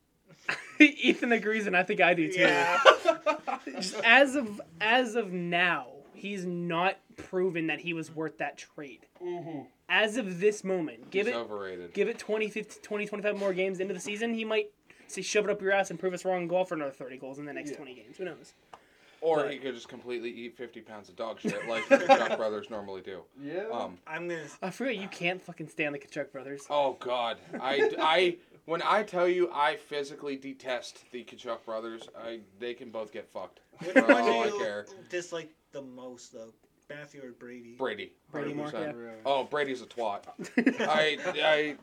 Speaker 2: Ethan agrees, and I think I do too.
Speaker 3: Yeah.
Speaker 2: [LAUGHS] Just as of as of now, he's not proven that he was worth that trade.
Speaker 1: Mhm.
Speaker 2: As of this moment, give
Speaker 4: he's
Speaker 2: it
Speaker 4: overrated.
Speaker 2: give it 20, 50, 20, 25 more games into the season, he might say shove it up your ass and prove us wrong and go off for another thirty goals in the next
Speaker 1: Yeah.
Speaker 2: twenty games. Who knows?
Speaker 4: or
Speaker 2: but-
Speaker 4: he could just completely eat 50 pounds of dog shit like the Kachuk brothers normally do.
Speaker 2: [LAUGHS]
Speaker 1: Yeah.
Speaker 4: Um,
Speaker 3: I'm gonna.
Speaker 4: [LAUGHS]
Speaker 2: I forgot you can't fucking stand the Kachuk brothers.
Speaker 4: oh God, I, I when I tell you I physically detest the Kachuk brothers, I they can both get fucked.
Speaker 3: Which
Speaker 4: For
Speaker 3: one
Speaker 4: all Oh, I
Speaker 3: do
Speaker 4: care,
Speaker 3: you dislike the most, though? Matthew or Brady?
Speaker 4: Brady.
Speaker 2: Brady Mark,
Speaker 4: 100%.
Speaker 2: yeah.
Speaker 1: Really.
Speaker 4: Oh, Brady's a twat.
Speaker 2: [LAUGHS]
Speaker 4: I, I,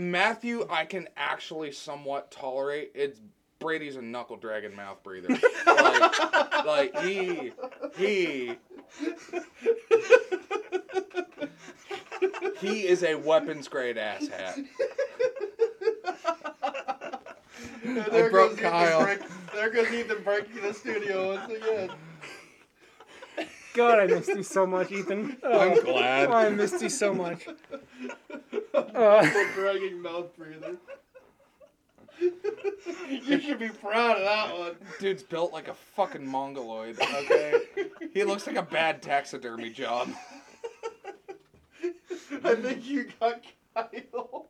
Speaker 4: Matthew, I can actually somewhat tolerate. It's Brady's a knuckle dragon mouth
Speaker 2: [LAUGHS]
Speaker 4: breather. like, like he, he, he is a weapons
Speaker 1: [LAUGHS]
Speaker 4: grade asshat.
Speaker 1: And
Speaker 4: I broke
Speaker 1: Ethan
Speaker 4: Kyle.
Speaker 1: break- there goes Ethan breaking the studio once again.
Speaker 2: God, I missed you so much, Ethan.
Speaker 4: Oh. I'm glad.
Speaker 2: I missed
Speaker 4: [LAUGHS]
Speaker 2: you so much. Uh,
Speaker 1: The dragging mouth breather. you should be proud of that one.
Speaker 4: Dude's built like a fucking mongoloid. Okay, he looks like a bad taxidermy job.
Speaker 1: [LAUGHS] I think you got Kyle.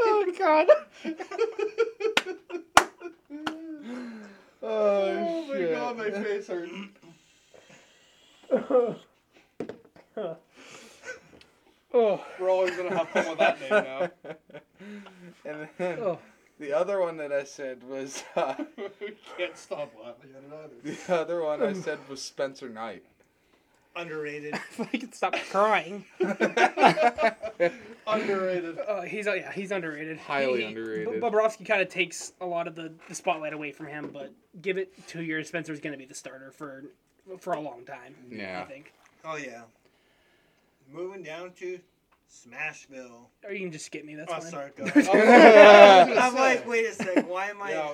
Speaker 2: oh God.
Speaker 4: [LAUGHS] Oh,
Speaker 1: Oh my
Speaker 4: shit.
Speaker 1: god, my
Speaker 4: [LAUGHS]
Speaker 1: face hurts.
Speaker 2: Oh.
Speaker 1: We're always gonna have fun with that name now.
Speaker 4: and then
Speaker 2: Oh.
Speaker 4: the other one that I said was [LAUGHS] uh,
Speaker 1: [LAUGHS] we can't stop laughing at it
Speaker 4: the other one I said was Spencer Knight.
Speaker 1: [LAUGHS]
Speaker 4: [LAUGHS]
Speaker 3: Underrated.
Speaker 2: If I could stop crying. [LAUGHS]
Speaker 1: either. Underrated.
Speaker 2: Uh, he's uh, yeah, he's underrated.
Speaker 4: Highly
Speaker 2: He-
Speaker 4: underrated.
Speaker 2: Bu- Bobrovsky kind of takes a lot of the, the spotlight away from him, but give it two years, Spencer's going to be the starter for for a long time. I
Speaker 4: Yeah.
Speaker 2: think,
Speaker 3: Oh yeah. Moving down to Smashville.
Speaker 2: or you can just skip me. That's
Speaker 3: oh,
Speaker 2: fine.
Speaker 3: sorry.
Speaker 2: [LAUGHS]
Speaker 4: [LAUGHS]
Speaker 3: Go
Speaker 1: I
Speaker 3: ahead.
Speaker 1: was- I was gonna
Speaker 3: I'm
Speaker 1: say.
Speaker 3: like, wait a sec. Why am I?
Speaker 1: Yeah,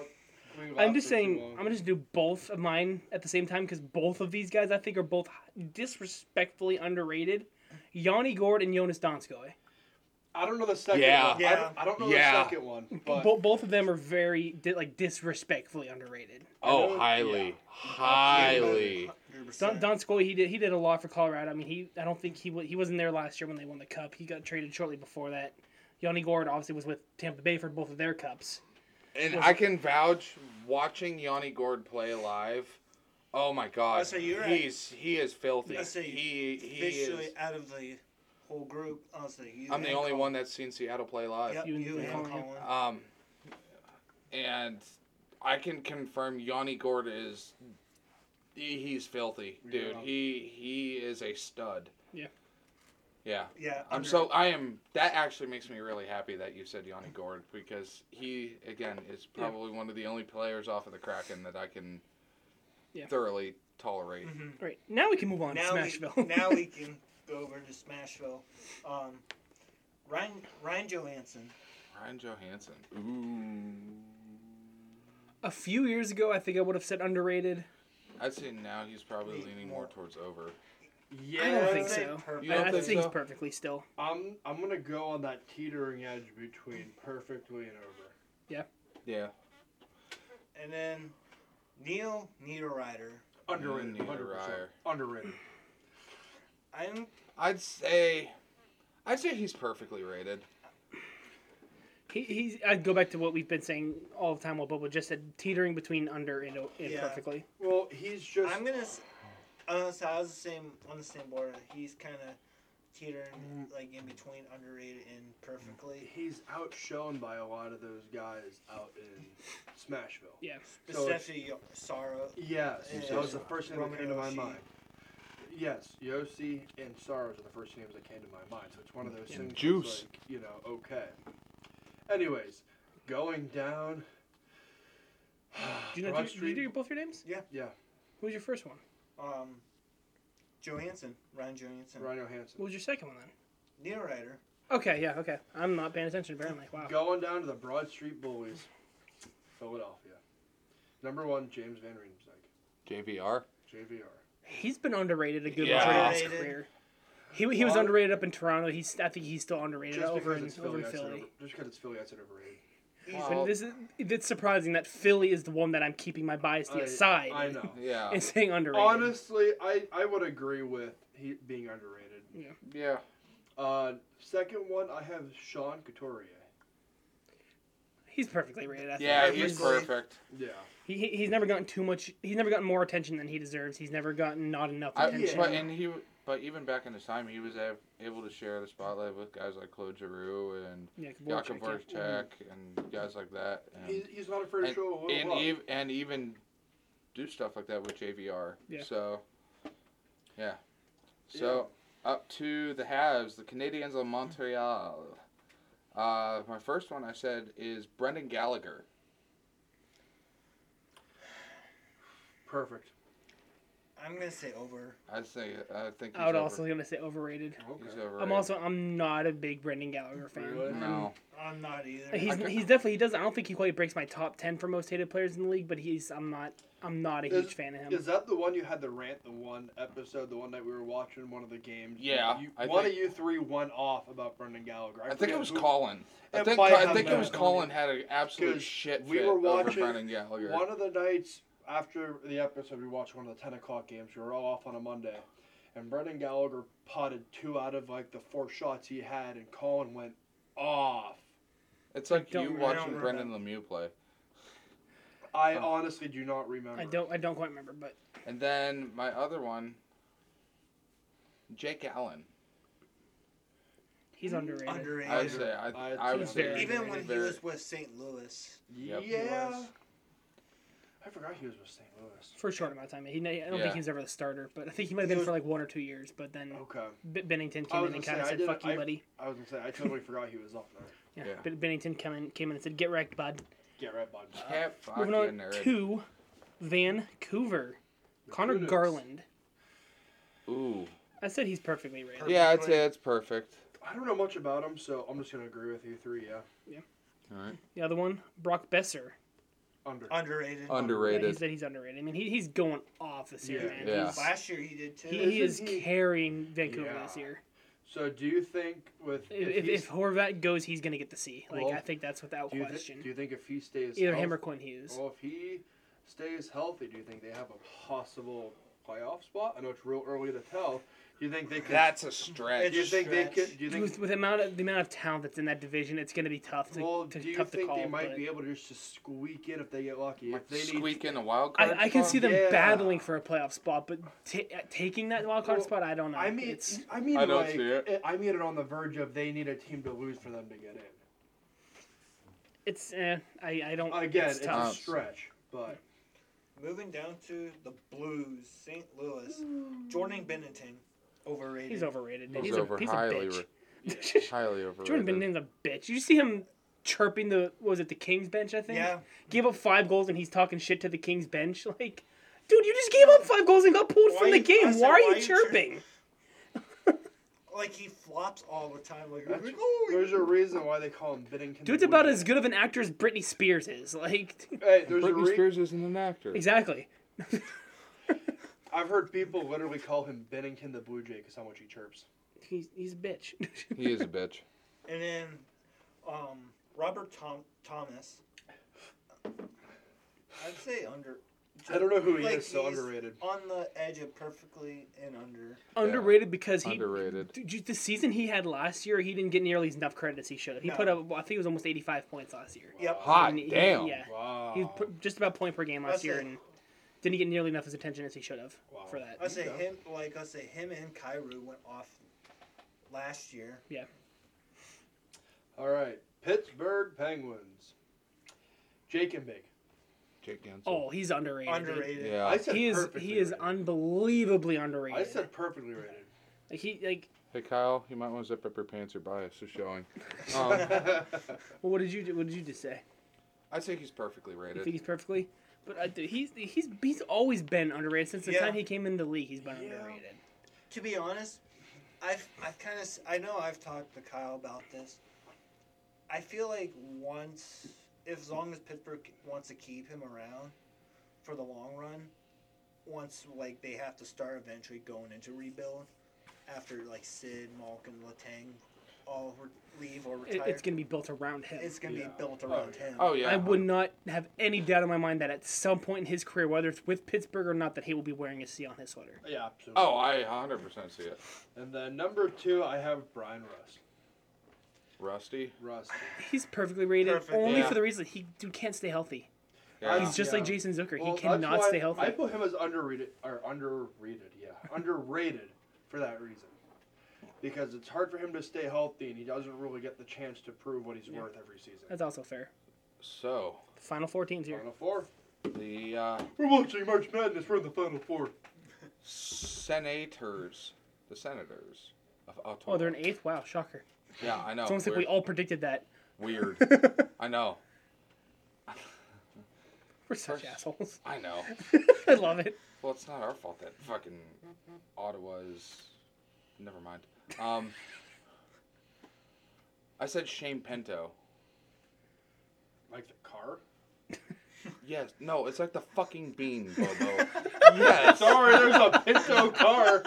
Speaker 1: we laughed
Speaker 2: I'm just
Speaker 1: for too
Speaker 2: saying,
Speaker 1: long.
Speaker 2: I'm gonna just do both of mine at the same time because both of these guys I think are both disrespectfully underrated. Yanni Gord and Jonas Donskoy.
Speaker 1: I don't know the second
Speaker 4: Yeah.
Speaker 1: one. I
Speaker 3: Yeah.
Speaker 1: don't, I don't know
Speaker 4: Yeah.
Speaker 1: the second one. But
Speaker 2: Bo- both of them are very di- like disrespectfully underrated.
Speaker 4: Oh,
Speaker 1: Yeah.
Speaker 4: highly, highly.
Speaker 3: 100%.
Speaker 2: Don, Don Scully, he did he did a lot for Colorado. I mean, he I don't think he wa he wasn't there last year when they won the cup. He got traded shortly before that. Yanni Gord obviously was with Tampa Bay for both of their cups.
Speaker 4: And I can vouch watching Yanni Gord play live. Oh my God,
Speaker 3: Oh, so you're at-
Speaker 4: he's he is filthy.
Speaker 3: Let's say
Speaker 4: he he
Speaker 3: Officially
Speaker 4: is.
Speaker 3: out of the whole group, honestly. You
Speaker 4: I'm the
Speaker 3: and
Speaker 4: only
Speaker 3: Colin.
Speaker 4: one that's seen Seattle play live.
Speaker 3: Yep,
Speaker 2: You and-
Speaker 3: you,
Speaker 2: and
Speaker 3: and
Speaker 2: Colin,
Speaker 3: Colin.
Speaker 4: Um, and I can confirm Yanni Gord is he, he's filthy, dude.
Speaker 1: Yeah.
Speaker 4: He he is a stud.
Speaker 2: Yeah.
Speaker 4: Yeah.
Speaker 3: Yeah.
Speaker 4: I'm
Speaker 3: under-
Speaker 4: so I am that actually makes me really happy that you said Yanni Gord because he again is probably one of the only players off of the Kraken that I can
Speaker 2: Yeah.
Speaker 4: thoroughly tolerate.
Speaker 3: Mhm.
Speaker 2: All right, now we can move on
Speaker 3: Now
Speaker 2: to Smashville.
Speaker 3: we now we can go over to Smashville. Um, Ryan Ryan Johansson.
Speaker 4: Ryan Johansson. Ooh.
Speaker 2: [LAUGHS] a few years ago, I think I would have said underrated.
Speaker 4: I'd say now he's probably
Speaker 3: Me
Speaker 4: leaning more
Speaker 3: more.
Speaker 4: towards over.
Speaker 1: yeah,
Speaker 2: I don't think
Speaker 3: I'd say
Speaker 2: so.
Speaker 3: perfect.
Speaker 4: You
Speaker 2: I,
Speaker 4: don't
Speaker 2: I
Speaker 4: think
Speaker 2: think he's
Speaker 4: so?
Speaker 2: perfectly still.
Speaker 1: I'm I'm gonna go on that teetering edge between perfectly and over.
Speaker 4: Yeah.
Speaker 3: And then Neil Niederreiter.
Speaker 1: Underrated,
Speaker 4: Mm,
Speaker 1: hundred percent.
Speaker 4: Niederreiter.
Speaker 1: Underrated.
Speaker 3: I'm
Speaker 4: I'd say I'd say he's perfectly rated.
Speaker 2: He, he's. I'd go back to what we've been saying all the time while Bubba just said teetering between under and, o- and
Speaker 3: Yeah.
Speaker 2: perfectly.
Speaker 1: Well, he's just.
Speaker 3: I'm gonna. s- Uh, so I was the same on the same border. He's kind of teetering like in between underrated and perfectly.
Speaker 1: He's outshone by a lot of those guys out in Smashville.
Speaker 2: Yeah.
Speaker 1: So it's-
Speaker 3: Especially Yo- Sorrow.
Speaker 1: Yes,
Speaker 3: Yeah.
Speaker 1: that was the first thing that
Speaker 3: Roman
Speaker 1: came to my
Speaker 3: Yossi.
Speaker 1: mind. Yes, Yossi and Sorrows are the first names that came to my mind. So it's one of those
Speaker 2: Yeah.
Speaker 1: things. where it's
Speaker 4: Juice.
Speaker 1: Like, you know, okay. Anyways, going down.
Speaker 2: Do you, know,
Speaker 1: Broad
Speaker 2: do, you- do you
Speaker 1: Street.
Speaker 2: do your- both your names?
Speaker 1: Yeah,
Speaker 2: Who was your first one?
Speaker 3: Um, Johansson, Ryan Johansson,
Speaker 1: Rhino Hansen.
Speaker 2: What was your second one then?
Speaker 3: Niederreiter.
Speaker 2: Okay, yeah, okay. I'm not paying attention apparently. Wow.
Speaker 1: Going down to the Broad Street Bullies, Philadelphia. Number one, James Van Riemsdyk,
Speaker 4: JVR.
Speaker 1: JVR.
Speaker 2: He's been underrated a good
Speaker 4: Yeah.
Speaker 2: part of his
Speaker 3: Underrated.
Speaker 2: career. He, he was
Speaker 1: Well,
Speaker 2: underrated up in Toronto. He's I think he's still underrated
Speaker 1: Just
Speaker 2: over
Speaker 1: because
Speaker 2: in,
Speaker 1: it's
Speaker 2: over
Speaker 1: Philly,
Speaker 2: in
Speaker 1: I said
Speaker 2: Philly.
Speaker 1: over- just because it's Philly, I said overrated.
Speaker 2: But this is it's surprising that Philly is the one that I'm keeping my bias to
Speaker 1: I-
Speaker 2: aside
Speaker 1: I know.
Speaker 4: Yeah.
Speaker 2: [LAUGHS] and saying underrated.
Speaker 1: Honestly, I, I would agree with he being underrated.
Speaker 4: yeah.
Speaker 1: Uh, second one, I have Sean Couturier.
Speaker 2: He's perfectly rated. I think.
Speaker 4: Yeah,
Speaker 3: Every
Speaker 4: he's
Speaker 3: boy-
Speaker 4: perfect.
Speaker 1: Yeah.
Speaker 2: He, he- he's never gotten too much. He's never gotten more attention than he deserves. He's never gotten not enough
Speaker 4: I,
Speaker 2: attention.
Speaker 4: But and he, but even back in his time, he was ab- able to share the spotlight with guys like Claude Giroux and
Speaker 2: yeah, Kowalczyk,
Speaker 4: Jakub
Speaker 2: yeah.
Speaker 4: Voracek and guys like that,
Speaker 1: He's,
Speaker 4: and
Speaker 1: he's not afraid to
Speaker 4: and,
Speaker 1: show a little
Speaker 4: and,
Speaker 1: love.
Speaker 4: ev- and even do stuff like that with JVR.
Speaker 2: Yeah.
Speaker 4: So, yeah. So up to the halves, the Canadians of Montreal. Uh, my first one I said is Brendan Gallagher.
Speaker 1: Perfect.
Speaker 3: I'm gonna say over.
Speaker 4: I think I think he's
Speaker 2: I would
Speaker 4: over-
Speaker 2: also gonna say overrated.
Speaker 1: Okay.
Speaker 4: he's overrated.
Speaker 2: I'm also I'm not a big Brendan Gallagher fan.
Speaker 1: Really?
Speaker 4: no.
Speaker 3: I'm not either.
Speaker 2: Like, He's,
Speaker 4: Okay.
Speaker 2: he's definitely he does. I don't think he quite breaks my top ten for most hated players in the league, but he's I'm not I'm not a
Speaker 1: Is-
Speaker 2: huge fan of him.
Speaker 1: Is that the one you had the rant, the one episode, the one night we were watching one of the games?
Speaker 4: Yeah,
Speaker 1: You,
Speaker 4: I
Speaker 1: one
Speaker 4: think-
Speaker 1: of you three went off about Brendan Gallagher.
Speaker 4: I think it
Speaker 1: forget
Speaker 4: was
Speaker 1: who-
Speaker 4: Colin. I
Speaker 1: It
Speaker 4: think
Speaker 1: might
Speaker 4: I
Speaker 1: have
Speaker 4: think it
Speaker 1: been
Speaker 4: was
Speaker 1: Colin.
Speaker 4: Colin had an absolute
Speaker 1: 'Cause
Speaker 4: shit fit
Speaker 1: we were
Speaker 4: over
Speaker 1: watching
Speaker 4: Brendan Gallagher.
Speaker 1: One of the nights after the episode, we watched one of the 10 o'clock games. We were all off on a Monday. And Brendan Gallagher potted two out of like the four shots he had, and Colin went off.
Speaker 4: It's like
Speaker 2: don't
Speaker 4: you
Speaker 2: remember.
Speaker 4: watching
Speaker 3: I don't
Speaker 4: Brendan Lemieux play.
Speaker 1: I
Speaker 4: Oh.
Speaker 1: honestly do not remember.
Speaker 2: I don't I don't quite remember, but
Speaker 4: And then my other one, Jake Allen.
Speaker 3: Mm,
Speaker 2: he's underrated.
Speaker 3: Underrated.
Speaker 4: I would say I,
Speaker 1: I'd
Speaker 4: I would
Speaker 2: say
Speaker 4: say
Speaker 2: very-
Speaker 3: Even when he
Speaker 4: very-
Speaker 3: was with St. Louis.
Speaker 4: Yep.
Speaker 1: Yeah.
Speaker 3: was.
Speaker 1: I forgot he was with St. Louis.
Speaker 2: For a short amount of time, he, I don't think
Speaker 4: Yeah.
Speaker 2: he was ever the starter, but I think he might have
Speaker 3: He
Speaker 2: been
Speaker 3: was-
Speaker 2: for like one or two years. But then
Speaker 1: Okay.
Speaker 2: B-
Speaker 1: Oh.
Speaker 2: Bennington
Speaker 1: I
Speaker 2: came
Speaker 1: was
Speaker 2: in and
Speaker 1: gonna
Speaker 2: kind of
Speaker 1: say, I
Speaker 2: said,
Speaker 1: did-
Speaker 2: "Fuck you,
Speaker 1: I-
Speaker 2: buddy."
Speaker 1: I was going to say, I totally forgot he was up there.
Speaker 2: Yeah.
Speaker 4: Yeah.
Speaker 2: Ben- Bennington came in, came in and said, "Get wrecked, bud."
Speaker 1: Get right, bud.
Speaker 4: Can't fucking
Speaker 2: Moving on
Speaker 4: nerd.
Speaker 2: to Vancouver. Connor
Speaker 1: Who knows?
Speaker 2: Garland.
Speaker 4: Ooh.
Speaker 2: I said he's perfectly rated.
Speaker 4: Yeah, I'd say that's perfect.
Speaker 1: I don't know much about him, so I'm just gonna agree with you. Three, yeah,
Speaker 4: All right.
Speaker 2: The other one, Brock Besser.
Speaker 1: under.
Speaker 3: Underrated.
Speaker 2: He
Speaker 4: Underrated.
Speaker 2: said he's underrated. I mean, he, he's going off this year,
Speaker 1: Yeah.
Speaker 2: man.
Speaker 4: Yeah.
Speaker 2: He's-
Speaker 3: Last year he did too.
Speaker 2: He, he is
Speaker 1: Isn't he-
Speaker 2: carrying Vancouver
Speaker 1: Yeah.
Speaker 2: this year.
Speaker 1: So do you think with
Speaker 2: If,
Speaker 1: if
Speaker 2: if,
Speaker 1: he's-
Speaker 2: if Horvat goes, he's going to get the C. Like,
Speaker 1: Well,
Speaker 2: I think that's without
Speaker 1: do you, thi-
Speaker 2: question.
Speaker 1: do you think if he stays
Speaker 2: Either him or
Speaker 1: health-
Speaker 2: Quinn Hughes.
Speaker 1: well, if he stays healthy, do you think they have a possible playoff spot? I know it's real early to tell. Do you think they could?
Speaker 4: That's a stretch.
Speaker 1: do you think they
Speaker 3: stretch.
Speaker 1: could? Do you think
Speaker 2: With, with the amount of, the amount of talent that's in that division, it's going to be tough to,
Speaker 1: Well,
Speaker 2: to-
Speaker 1: do you
Speaker 2: tough to
Speaker 1: think
Speaker 2: call.
Speaker 1: they might
Speaker 2: but
Speaker 1: be able to just to squeak in if they get lucky? If
Speaker 4: Like
Speaker 1: they need,
Speaker 4: squeak in a wild card.
Speaker 2: I, I can
Speaker 4: spot?
Speaker 2: see them
Speaker 1: Yeah.
Speaker 2: battling for a playoff spot, but ta taking that wild card
Speaker 1: Well,
Speaker 2: spot, I don't know.
Speaker 1: I mean,
Speaker 2: It's-
Speaker 1: I mean,
Speaker 4: I don't
Speaker 1: like,
Speaker 4: see it.
Speaker 1: it- I mean it on the verge of they need a team to lose for them to get in.
Speaker 2: It's eh, I I don't
Speaker 1: Again,
Speaker 2: It's
Speaker 1: it's,
Speaker 2: tough.
Speaker 1: a stretch, but
Speaker 3: Moving down to the Blues, St. Louis. Jordan Bennington, overrated.
Speaker 2: he's overrated.
Speaker 4: He's
Speaker 2: He's, a,
Speaker 4: over-
Speaker 2: he's a
Speaker 4: highly
Speaker 2: bitch.
Speaker 4: highly
Speaker 2: [LAUGHS]
Speaker 4: overrated.
Speaker 2: Jordan Bennington's a bitch. You see him chirping the what was it the Kings bench? I think.
Speaker 3: Yeah.
Speaker 2: Gave up five goals and he's talking shit to the Kings bench. [LAUGHS] Like, dude, you just gave up five goals and got pulled
Speaker 3: Why
Speaker 2: from the
Speaker 3: you-
Speaker 2: game.
Speaker 3: I
Speaker 2: Why,
Speaker 3: said,
Speaker 2: are
Speaker 3: why
Speaker 2: you
Speaker 3: you
Speaker 2: chirping?
Speaker 3: Like he flops all the time. Like,
Speaker 1: that's-
Speaker 3: "Oh,
Speaker 1: there's a reason why they call him Bennington.
Speaker 2: Dude's
Speaker 1: the
Speaker 2: about
Speaker 1: Wizard.
Speaker 2: as good of an actor as Britney Spears is. [LAUGHS] Like,
Speaker 1: Hey, there's a
Speaker 4: Britney
Speaker 1: re-
Speaker 4: Spears isn't an actor.
Speaker 2: exactly.
Speaker 1: I've heard people literally call him Bennington the Blue Jay because how much he chirps.
Speaker 2: He's he's a bitch. [LAUGHS]
Speaker 4: He is a bitch.
Speaker 3: And then um, Robert Tom- Thomas. I'd say under.
Speaker 1: I don't know who he
Speaker 3: Like,
Speaker 1: is, so
Speaker 3: he's
Speaker 1: underrated.
Speaker 3: On the edge of perfectly and under.
Speaker 2: Underrated because [LAUGHS] he.
Speaker 4: Underrated.
Speaker 2: Dude, you- the season he had last year, he didn't get nearly as enough credit as he should have. He
Speaker 3: No.
Speaker 2: put up, I think it was almost 85 points last year.
Speaker 3: Yep.
Speaker 4: Hot
Speaker 2: And he-
Speaker 4: damn.
Speaker 2: Yeah.
Speaker 1: Wow.
Speaker 2: He was put just about point per game last
Speaker 3: That's
Speaker 2: year
Speaker 3: it.
Speaker 2: and didn't get nearly enough as attention as he should have
Speaker 1: Wow.
Speaker 2: for that.
Speaker 3: I say
Speaker 1: Okay.
Speaker 3: him, like I say him and Cairo went off last year.
Speaker 1: All right, Pittsburgh Penguins. Jake and Big.
Speaker 4: Jake Gensel.
Speaker 2: Oh, he's underrated. dude.
Speaker 3: Underrated.
Speaker 4: Yeah.
Speaker 1: I said
Speaker 2: He is
Speaker 1: perfectly
Speaker 2: he is
Speaker 1: rated.
Speaker 2: unbelievably underrated.
Speaker 1: I said perfectly rated.
Speaker 2: like he like
Speaker 4: Hey Kyle, you might want to zip up your pants. Your bias
Speaker 1: [LAUGHS]
Speaker 4: is showing. Um,
Speaker 2: well, what did you do- what did you just say?
Speaker 4: I think he's perfectly
Speaker 2: You think
Speaker 4: rated.
Speaker 2: he's perfectly? But I, dude, he's he's he's always been underrated since the
Speaker 3: Yeah.
Speaker 2: time he came in the league. He's been
Speaker 1: Yeah.
Speaker 2: underrated.
Speaker 3: To be honest, I've I've kind of I know I've talked to Kyle about this. I feel like once, if as long as Pittsburgh wants to keep him around for the long run, once like they have to start eventually going into rebuild after like Sid, Malkin, Latang all re- leave or
Speaker 2: It,
Speaker 3: retire.
Speaker 2: it's gonna be built around him.
Speaker 3: It's gonna
Speaker 1: Yeah.
Speaker 3: be built
Speaker 1: Oh,
Speaker 3: around
Speaker 1: yeah.
Speaker 3: him.
Speaker 4: Oh yeah.
Speaker 2: I would not have any doubt in my mind that at some point in his career, whether it's with Pittsburgh or not, that he will be wearing a C on his sweater.
Speaker 1: Yeah, absolutely.
Speaker 4: Oh, I 100% see it.
Speaker 1: And then number two, I have Brian Rust.
Speaker 4: Rusty.
Speaker 1: Rust.
Speaker 2: He's perfectly rated
Speaker 3: Perfect,
Speaker 2: only
Speaker 4: yeah.
Speaker 2: for the reason he dude can't stay healthy.
Speaker 4: Yeah.
Speaker 2: He's just like
Speaker 1: Yeah.
Speaker 2: Jason Zucker.
Speaker 1: Well,
Speaker 2: he
Speaker 1: that's
Speaker 2: cannot
Speaker 1: why
Speaker 2: stay healthy.
Speaker 1: I put him as underrated or underrated, yeah, underrated for that reason, because it's hard for him to stay healthy, and he doesn't really get the chance to prove what he's
Speaker 2: Yeah.
Speaker 1: worth every season.
Speaker 2: That's also fair.
Speaker 4: so
Speaker 2: Final four teams here.
Speaker 1: Final four.
Speaker 4: the uh,
Speaker 1: We're watching March Madness. We're in the final four.
Speaker 4: senators, the senators of Ottawa.
Speaker 2: Oh, they're in eighth. Wow, shocker.
Speaker 1: Oh,
Speaker 4: Yeah, I know.
Speaker 2: It's almost like we
Speaker 4: weird.
Speaker 2: all
Speaker 1: [LAUGHS]
Speaker 2: predicted that. [LAUGHS]
Speaker 4: weird. I know.
Speaker 2: We're such
Speaker 4: First-
Speaker 2: assholes. [LAUGHS]
Speaker 4: I know.
Speaker 2: I
Speaker 1: [LAUGHS]
Speaker 2: love it.
Speaker 4: Well, it's not our fault that fucking Ottawa is. Never mind. Um, I said Shane Pinto.
Speaker 1: Like the car.
Speaker 4: Yes. No, it's like the fucking bean,
Speaker 2: [LAUGHS]
Speaker 4: Bobo.
Speaker 1: [LAUGHS]
Speaker 4: yes.
Speaker 1: Sorry, there's a Pinto car.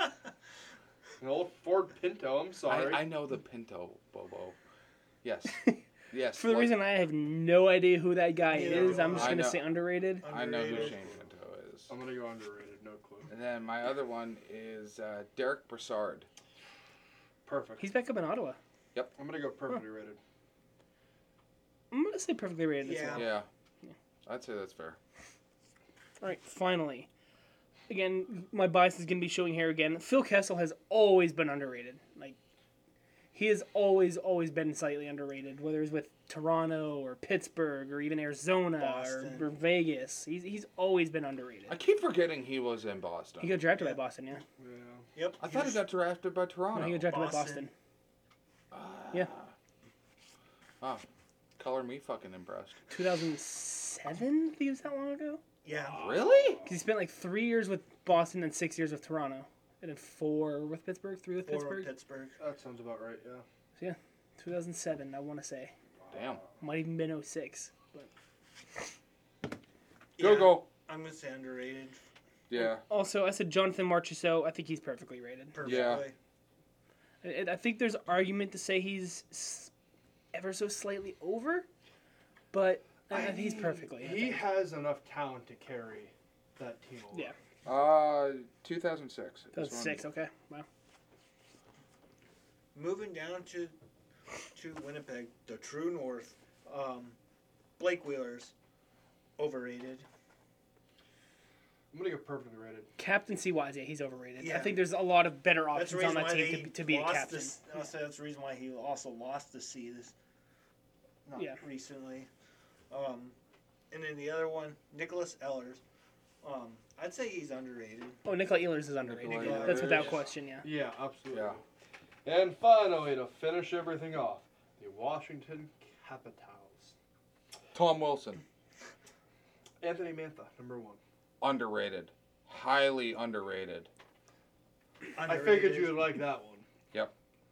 Speaker 1: An old Ford Pinto. I'm sorry.
Speaker 4: I, I know the Pinto, Bobo.
Speaker 2: [LAUGHS]
Speaker 4: Yes. Yes.
Speaker 2: For the
Speaker 4: like-
Speaker 2: reason I have no idea who that guy
Speaker 3: Yeah.
Speaker 2: is, I'm just
Speaker 4: I
Speaker 2: gonna
Speaker 4: know.
Speaker 2: say underrated.
Speaker 4: I know who
Speaker 3: Underrated.
Speaker 4: Shane Pinto is.
Speaker 1: am gonna go underrated. No clue.
Speaker 4: And then my other one is uh, Derek Brassard.
Speaker 1: Perfect.
Speaker 2: He's back up in Ottawa.
Speaker 1: I'm gonna go perfectly rated.
Speaker 2: I'm gonna say perfectly rated as
Speaker 3: Yeah.
Speaker 2: well.
Speaker 4: Yeah. I'd say that's fair.
Speaker 2: All right, finally. Again, my bias is going to be showing here again. Phil Kessel has always been underrated. Like, he has always, always been slightly underrated, whether it's with Toronto or Pittsburgh or even Arizona
Speaker 3: Boston.
Speaker 2: or, or Vegas. He's, he's always been underrated.
Speaker 4: I keep forgetting he was in Boston.
Speaker 2: He got drafted
Speaker 3: Yeah.
Speaker 2: by Boston, yeah.
Speaker 1: Yeah.
Speaker 3: Yep.
Speaker 4: I thought he
Speaker 3: was-
Speaker 4: got drafted by Toronto.
Speaker 2: No, he got drafted by
Speaker 3: Boston.
Speaker 2: Boston. Yeah.
Speaker 4: Oh, color me fucking impressed.
Speaker 2: 2007? I think it was that long ago.
Speaker 3: Yeah.
Speaker 4: Really?
Speaker 2: 'Cause he spent like three years with Boston and six years with Toronto, and then four with Pittsburgh, three with
Speaker 3: Or
Speaker 2: Pittsburgh.
Speaker 3: Pittsburgh.
Speaker 1: That sounds about right. Yeah.
Speaker 2: 2007, I want to say,
Speaker 4: Damn.
Speaker 2: might even been 06.
Speaker 4: Go
Speaker 3: Yeah,
Speaker 4: go.
Speaker 3: I'm gonna say underrated.
Speaker 4: Yeah.
Speaker 2: Also, I said Jonathan Marchessault. I think he's perfectly rated.
Speaker 3: Perfectly.
Speaker 2: I, I think there's argument to say he's s- ever so slightly over, but I, I think he's
Speaker 1: mean,
Speaker 2: perfectly. I
Speaker 1: He
Speaker 2: think.
Speaker 1: has enough talent to carry that team. along.
Speaker 2: Yeah.
Speaker 4: Uh, 2006. This one.
Speaker 2: 2006. Okay. Wow.
Speaker 3: Moving down to to Winnipeg, the true north. Um, Blake Wheeler's overrated.
Speaker 1: I'm gonna go perfectly rated.
Speaker 2: Captaincy wise, yeah, he's overrated. I
Speaker 3: Yeah.
Speaker 2: think there's a lot of better
Speaker 3: That's
Speaker 2: options
Speaker 3: the
Speaker 2: on
Speaker 3: reason
Speaker 2: that
Speaker 3: why
Speaker 2: team
Speaker 3: they
Speaker 2: to, be- to be a
Speaker 3: lost
Speaker 2: captain.
Speaker 3: This, I'll say that's the reason why he also lost the C this not
Speaker 2: Yeah.
Speaker 3: recently. Um, and then the other one, Nicholas Ehlers. Um, I'd say he's underrated.
Speaker 2: Oh, Nikolai Ehlers is underrated.
Speaker 4: Nikolai
Speaker 2: That's without
Speaker 4: Ehlers.
Speaker 2: question. Yeah.
Speaker 1: Yeah, absolutely.
Speaker 4: Yeah.
Speaker 1: And finally, to finish everything off, the Washington Capitals.
Speaker 4: Tom Wilson.
Speaker 1: Anthony Mantha, number one.
Speaker 4: Underrated. Highly underrated.
Speaker 1: I
Speaker 3: Underrated.
Speaker 1: figured you would like that one.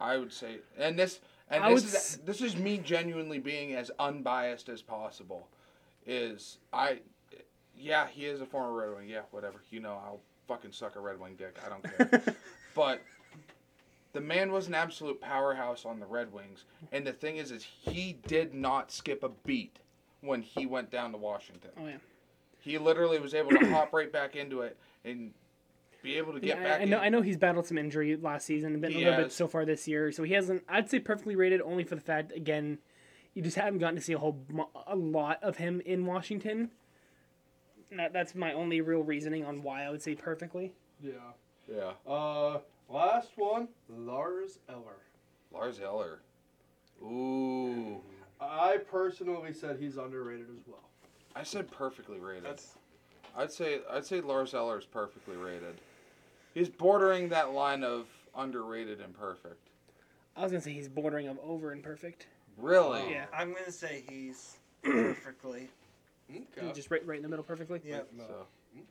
Speaker 4: I would say, and this, and
Speaker 2: I
Speaker 4: this
Speaker 2: would
Speaker 4: is
Speaker 2: s-
Speaker 4: this is me genuinely being as unbiased as possible. Is I, yeah, he is a former Red Wing. Yeah, whatever. You know, I'll fucking suck a Red Wing dick. I don't
Speaker 2: [LAUGHS]
Speaker 4: care. but the man was an absolute powerhouse on the Red Wings, and the thing is, is he did not skip a beat when he went down to Washington.
Speaker 2: Oh yeah.
Speaker 4: He literally was able
Speaker 2: [CLEARS THROAT]
Speaker 4: to hop right back into it and be able to get
Speaker 2: Yeah,
Speaker 4: back.
Speaker 2: I, I know.
Speaker 4: in.
Speaker 2: I know he's battled some injury last season, been a
Speaker 4: He
Speaker 2: little bit
Speaker 4: has.
Speaker 2: so far this year. So he hasn't. I'd say perfectly rated, only for the fact again, you just haven't gotten to see a whole mo- a lot of him in Washington. That, that's my only real reasoning on why I would say perfectly.
Speaker 1: [LAUGHS] Yeah.
Speaker 4: Yeah,
Speaker 1: Uh, last one, Lars Eller.
Speaker 4: Lars Eller. Ooh.
Speaker 1: I personally said he's underrated as well.
Speaker 4: I said perfectly rated.
Speaker 3: That's
Speaker 4: I'd say I'd say Lars Eller is perfectly rated. He's bordering that line of underrated and perfect.
Speaker 2: I was gonna say he's bordering of over and perfect.
Speaker 1: Um,
Speaker 4: Really?
Speaker 2: Oh, Yeah.
Speaker 3: I'm gonna say
Speaker 1: [CLEARS THROAT]
Speaker 3: he's perfectly.
Speaker 1: Okay.
Speaker 2: Just right, right in the middle, perfectly.
Speaker 3: Yeah.
Speaker 4: So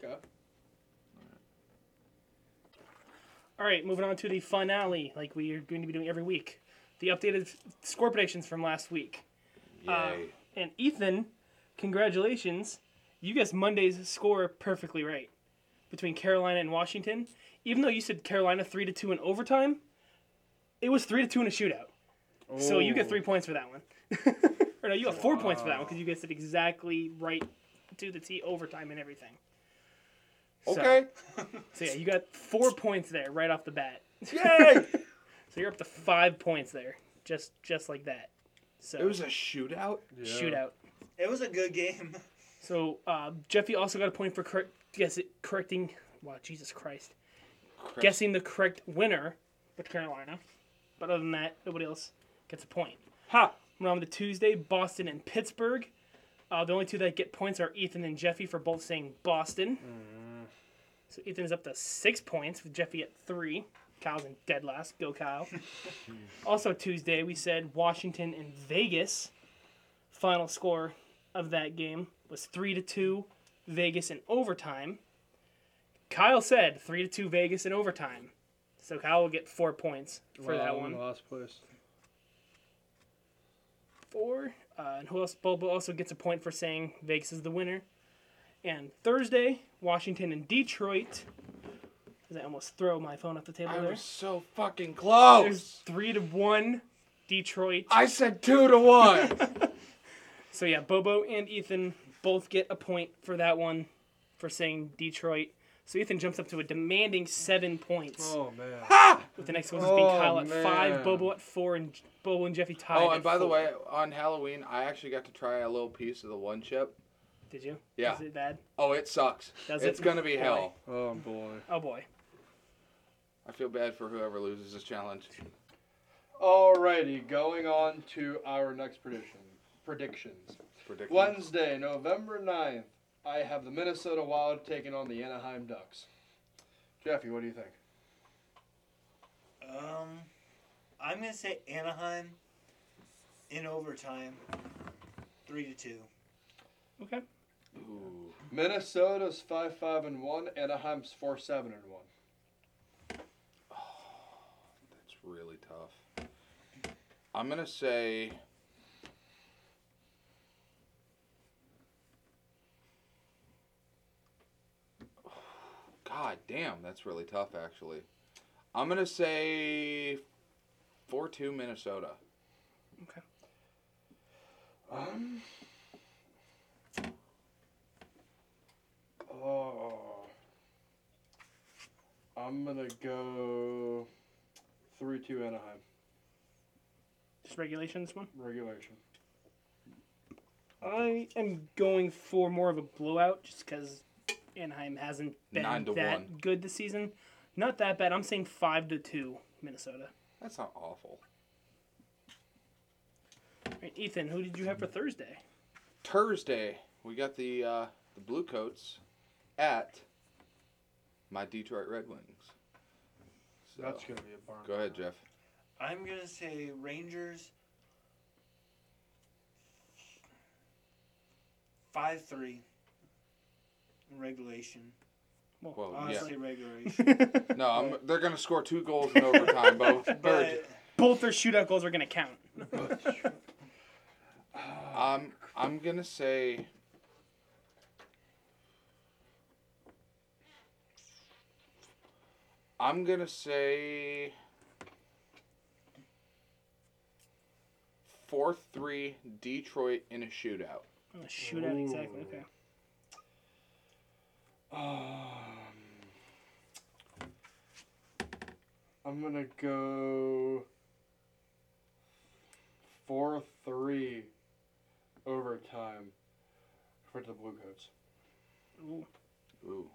Speaker 1: Okay.
Speaker 2: All right, moving on to the finale, like we are going to be doing every week. The updated f- score predictions from last week.
Speaker 4: yay.
Speaker 2: Uh, And Ethan, congratulations. You guessed Monday's score perfectly right between Carolina and Washington. Even though you said Carolina 3 to 2 in overtime, it was 3 to 2 in a shootout. So you
Speaker 4: Oh.
Speaker 2: get 3 points for that
Speaker 4: [LAUGHS]
Speaker 2: one. or no, you got 4 points for that one cuz you guessed it exactly right to the T overtime and everything. So-
Speaker 4: okay.
Speaker 2: So, yeah, you got 4 points there right off the bat.
Speaker 4: Yay!
Speaker 2: So you're up to 5 points there. Just just like that. So
Speaker 4: [LAUGHS] it was a shootout.
Speaker 1: Yeah.
Speaker 2: shootout.
Speaker 3: It was a good game. [LAUGHS]
Speaker 2: So uh, Jeffy also got a point for correct, guess it, correcting. Wow, Jesus Christ! Guessing the correct winner with Carolina. But other than that, nobody else gets a point.
Speaker 4: Ha!
Speaker 2: Moving on to Tuesday, Boston and Pittsburgh. Uh, the only two that get points are Ethan and Jeffy for both saying Boston. So Ethan's up to six points with Jeffy at three. Kyle's in dead last. Go Kyle. also Tuesday, we said Washington and Vegas. Final score of that game was three to two, Vegas in overtime. Kyle said three to two Vegas in overtime. So Kyle will get four points for that one
Speaker 1: Last place.
Speaker 2: four. Uh, and who else? Bobo also gets a point for saying Vegas is the winner. And Thursday, Washington and Detroit. Did I almost throw my phone off the table
Speaker 4: I
Speaker 2: there?
Speaker 4: was so fucking
Speaker 2: There's
Speaker 4: close.
Speaker 2: three to one, Detroit.
Speaker 4: I said two to one.
Speaker 2: [LAUGHS] So yeah, Bobo and Ethan both get a point for that one, for saying Detroit. So Ethan jumps up to a demanding seven points.
Speaker 1: Oh man.
Speaker 2: With the next closest being
Speaker 1: Oh,
Speaker 2: Kyle at five,
Speaker 1: man.
Speaker 2: Bobo at four, and Bobo and Jeffy tied.
Speaker 4: oh,
Speaker 2: at
Speaker 4: and by the
Speaker 2: four.
Speaker 4: way, on Halloween, I actually got to try a little piece of the one chip.
Speaker 2: did you?
Speaker 4: Yeah.
Speaker 2: Is it bad?
Speaker 4: Oh, it sucks.
Speaker 2: Does
Speaker 4: it's
Speaker 2: it?
Speaker 4: gonna be
Speaker 2: Boy.
Speaker 4: hell.
Speaker 1: [LAUGHS] Oh boy.
Speaker 2: Oh boy.
Speaker 4: I feel bad for whoever loses this challenge.
Speaker 1: Alrighty, going on to our next prediction. Predictions.
Speaker 4: Predicting.
Speaker 1: Wednesday, November 9th, I have the Minnesota Wild taking on the Anaheim Ducks. Jeffy, what do you think?
Speaker 3: Um, I'm gonna say Anaheim in overtime, three to two.
Speaker 2: Okay.
Speaker 4: Ooh.
Speaker 1: Minnesota's five five and one. Anaheim's four seven and one.
Speaker 4: That's really tough. I'm gonna say. God damn, that's really tough. Actually, I'm gonna say four two Minnesota.
Speaker 1: Um. Oh. I'm gonna go three two Anaheim
Speaker 2: Just regulation this one.
Speaker 1: regulation.
Speaker 2: I am going for more of a blowout just because Anaheim hasn't been
Speaker 4: Nine to
Speaker 2: that
Speaker 4: one.
Speaker 2: good this season. Not that bad. I'm saying five to two Minnesota.
Speaker 4: That's not awful.
Speaker 2: Right, Ethan, who did you have for Thursday?
Speaker 4: Thursday, we got the uh, the Blue Coats at my Detroit Red Wings. So,
Speaker 1: That's gonna be a barn.
Speaker 4: Go ahead, Jeff.
Speaker 3: I'm gonna say Rangers. Five three. Regulation.
Speaker 4: Well, yeah.
Speaker 2: [LAUGHS]
Speaker 3: Honestly, regulation.
Speaker 4: No, I'm, they're gonna score two goals in overtime. Both.
Speaker 3: but
Speaker 4: [LAUGHS]
Speaker 2: Both their shootout goals are going to count.
Speaker 4: Um, I'm gonna say. I'm gonna say. Four three Detroit in a shootout.
Speaker 2: A Oh, shootout, exactly.
Speaker 1: Ooh.
Speaker 2: Okay.
Speaker 1: Um, I'm gonna go four three overtime for the Bluecoats.
Speaker 2: Ooh.
Speaker 4: Ooh.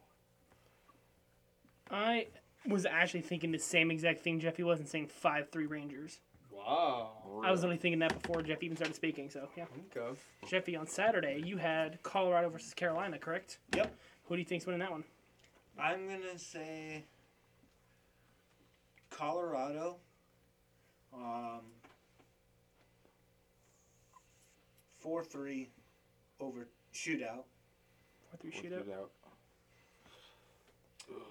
Speaker 2: I was actually thinking the same exact thing Jeffy was and saying 5 3 Rangers.
Speaker 1: Wow.
Speaker 2: I was only thinking that before Jeff even started speaking, so yeah.
Speaker 1: Okay.
Speaker 2: Jeffy, on Saturday, you had Colorado versus Carolina, correct?
Speaker 3: Yep.
Speaker 2: Who do you think's winning that one?
Speaker 3: I'm gonna say Colorado. Um, four three over shootout.
Speaker 2: 4 3
Speaker 4: We'll
Speaker 2: shootout?
Speaker 4: do that.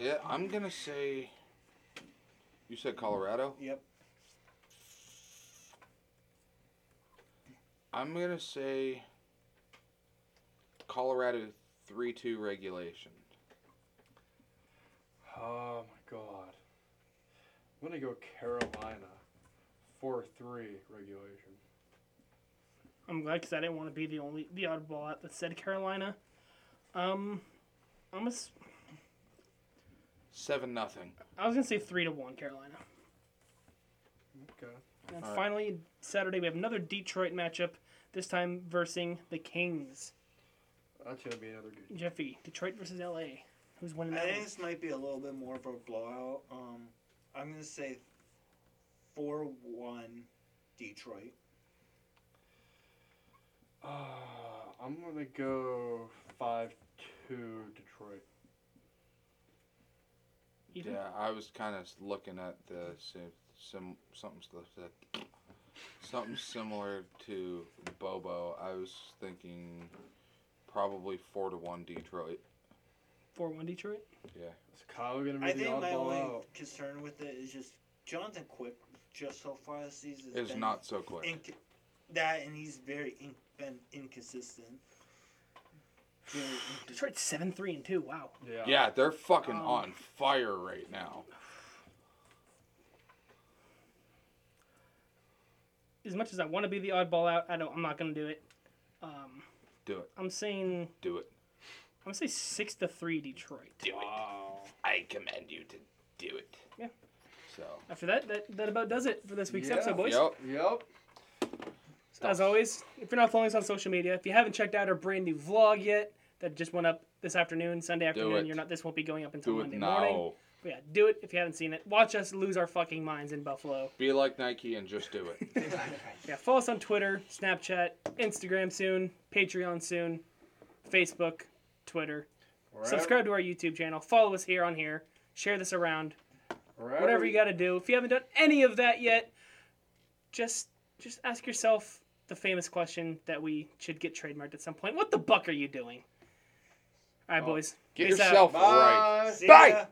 Speaker 4: Yeah, I'm gonna say. You said Colorado.
Speaker 3: Yep.
Speaker 4: I'm gonna say. Colorado three two regulation.
Speaker 1: Oh my god. I'm gonna go Carolina. 4 3 regulation.
Speaker 2: I'm glad because I didn't want to be the only the oddball out that said Carolina. Um, I'm a, s-
Speaker 4: Seven nothing.
Speaker 2: I was gonna say three to one Carolina.
Speaker 1: Okay.
Speaker 2: And then
Speaker 4: All right.
Speaker 2: finally Saturday we have another Detroit matchup. This time versing the Kings.
Speaker 1: That's gonna be another good.
Speaker 2: Jeffy, Detroit versus LA. Who's winning
Speaker 3: I
Speaker 2: that?
Speaker 3: think
Speaker 2: one?
Speaker 3: this might be a little bit more of a blowout. Um, I'm gonna say four one Detroit.
Speaker 1: Uh, I'm gonna go 5 2 Detroit.
Speaker 2: Ethan?
Speaker 4: Yeah, I was kind of looking at the sim, sim something sim- something similar to Bobo. I was thinking probably four to one Detroit.
Speaker 2: Four one Detroit.
Speaker 1: Is Kyle gonna be
Speaker 3: I
Speaker 1: the
Speaker 3: think my
Speaker 1: oddball
Speaker 3: only
Speaker 1: out?
Speaker 3: concern with it is just Jonathan Quick. Just so far this season has
Speaker 4: Is
Speaker 3: been
Speaker 4: not so quick.
Speaker 3: inc- that, and he's very in- been inconsistent. Very inconsistent.
Speaker 2: Detroit seven three and two. Wow.
Speaker 1: Yeah.
Speaker 4: Yeah, they're fucking
Speaker 2: Um,
Speaker 4: on fire right now.
Speaker 2: As much as I want to be the oddball out, I don't. I'm not gonna do it. Um,
Speaker 4: Do it.
Speaker 2: I'm saying
Speaker 4: Do it.
Speaker 2: I'm gonna say six to three Detroit.
Speaker 1: Wow.
Speaker 4: I command you to do it.
Speaker 2: Uh, Yeah.
Speaker 4: So.
Speaker 2: After that, that, that about does it for this week's
Speaker 1: Yeah.
Speaker 2: episode, boys.
Speaker 4: Yep.
Speaker 1: Yep.
Speaker 2: So As always, if you're not following us on social media, if you haven't checked out our brand new vlog yet, that just went up this afternoon, Sunday afternoon.
Speaker 4: it.
Speaker 2: You're not. This won't be going up until
Speaker 4: Do it
Speaker 2: Monday morning.
Speaker 4: now.
Speaker 2: But yeah, do it if you haven't seen it. Watch us lose our fucking minds in Buffalo.
Speaker 4: Be like Nike and just do it.
Speaker 2: Yeah, follow us on Twitter, Snapchat, Instagram soon, Patreon soon, Facebook, Twitter.
Speaker 1: We're ev-
Speaker 2: Subscribe to our YouTube channel. Follow us here on here. Share this around.
Speaker 1: we're every-
Speaker 2: whatever you got to do. If you haven't done any of that yet, just just ask yourself the famous question that we should get trademarked at some point. What the buck are you doing? All right,
Speaker 4: Oh,
Speaker 2: boys.
Speaker 4: Get
Speaker 2: Peace out.
Speaker 4: yourself right.
Speaker 1: Bye.
Speaker 3: See
Speaker 4: Bye.
Speaker 3: ya.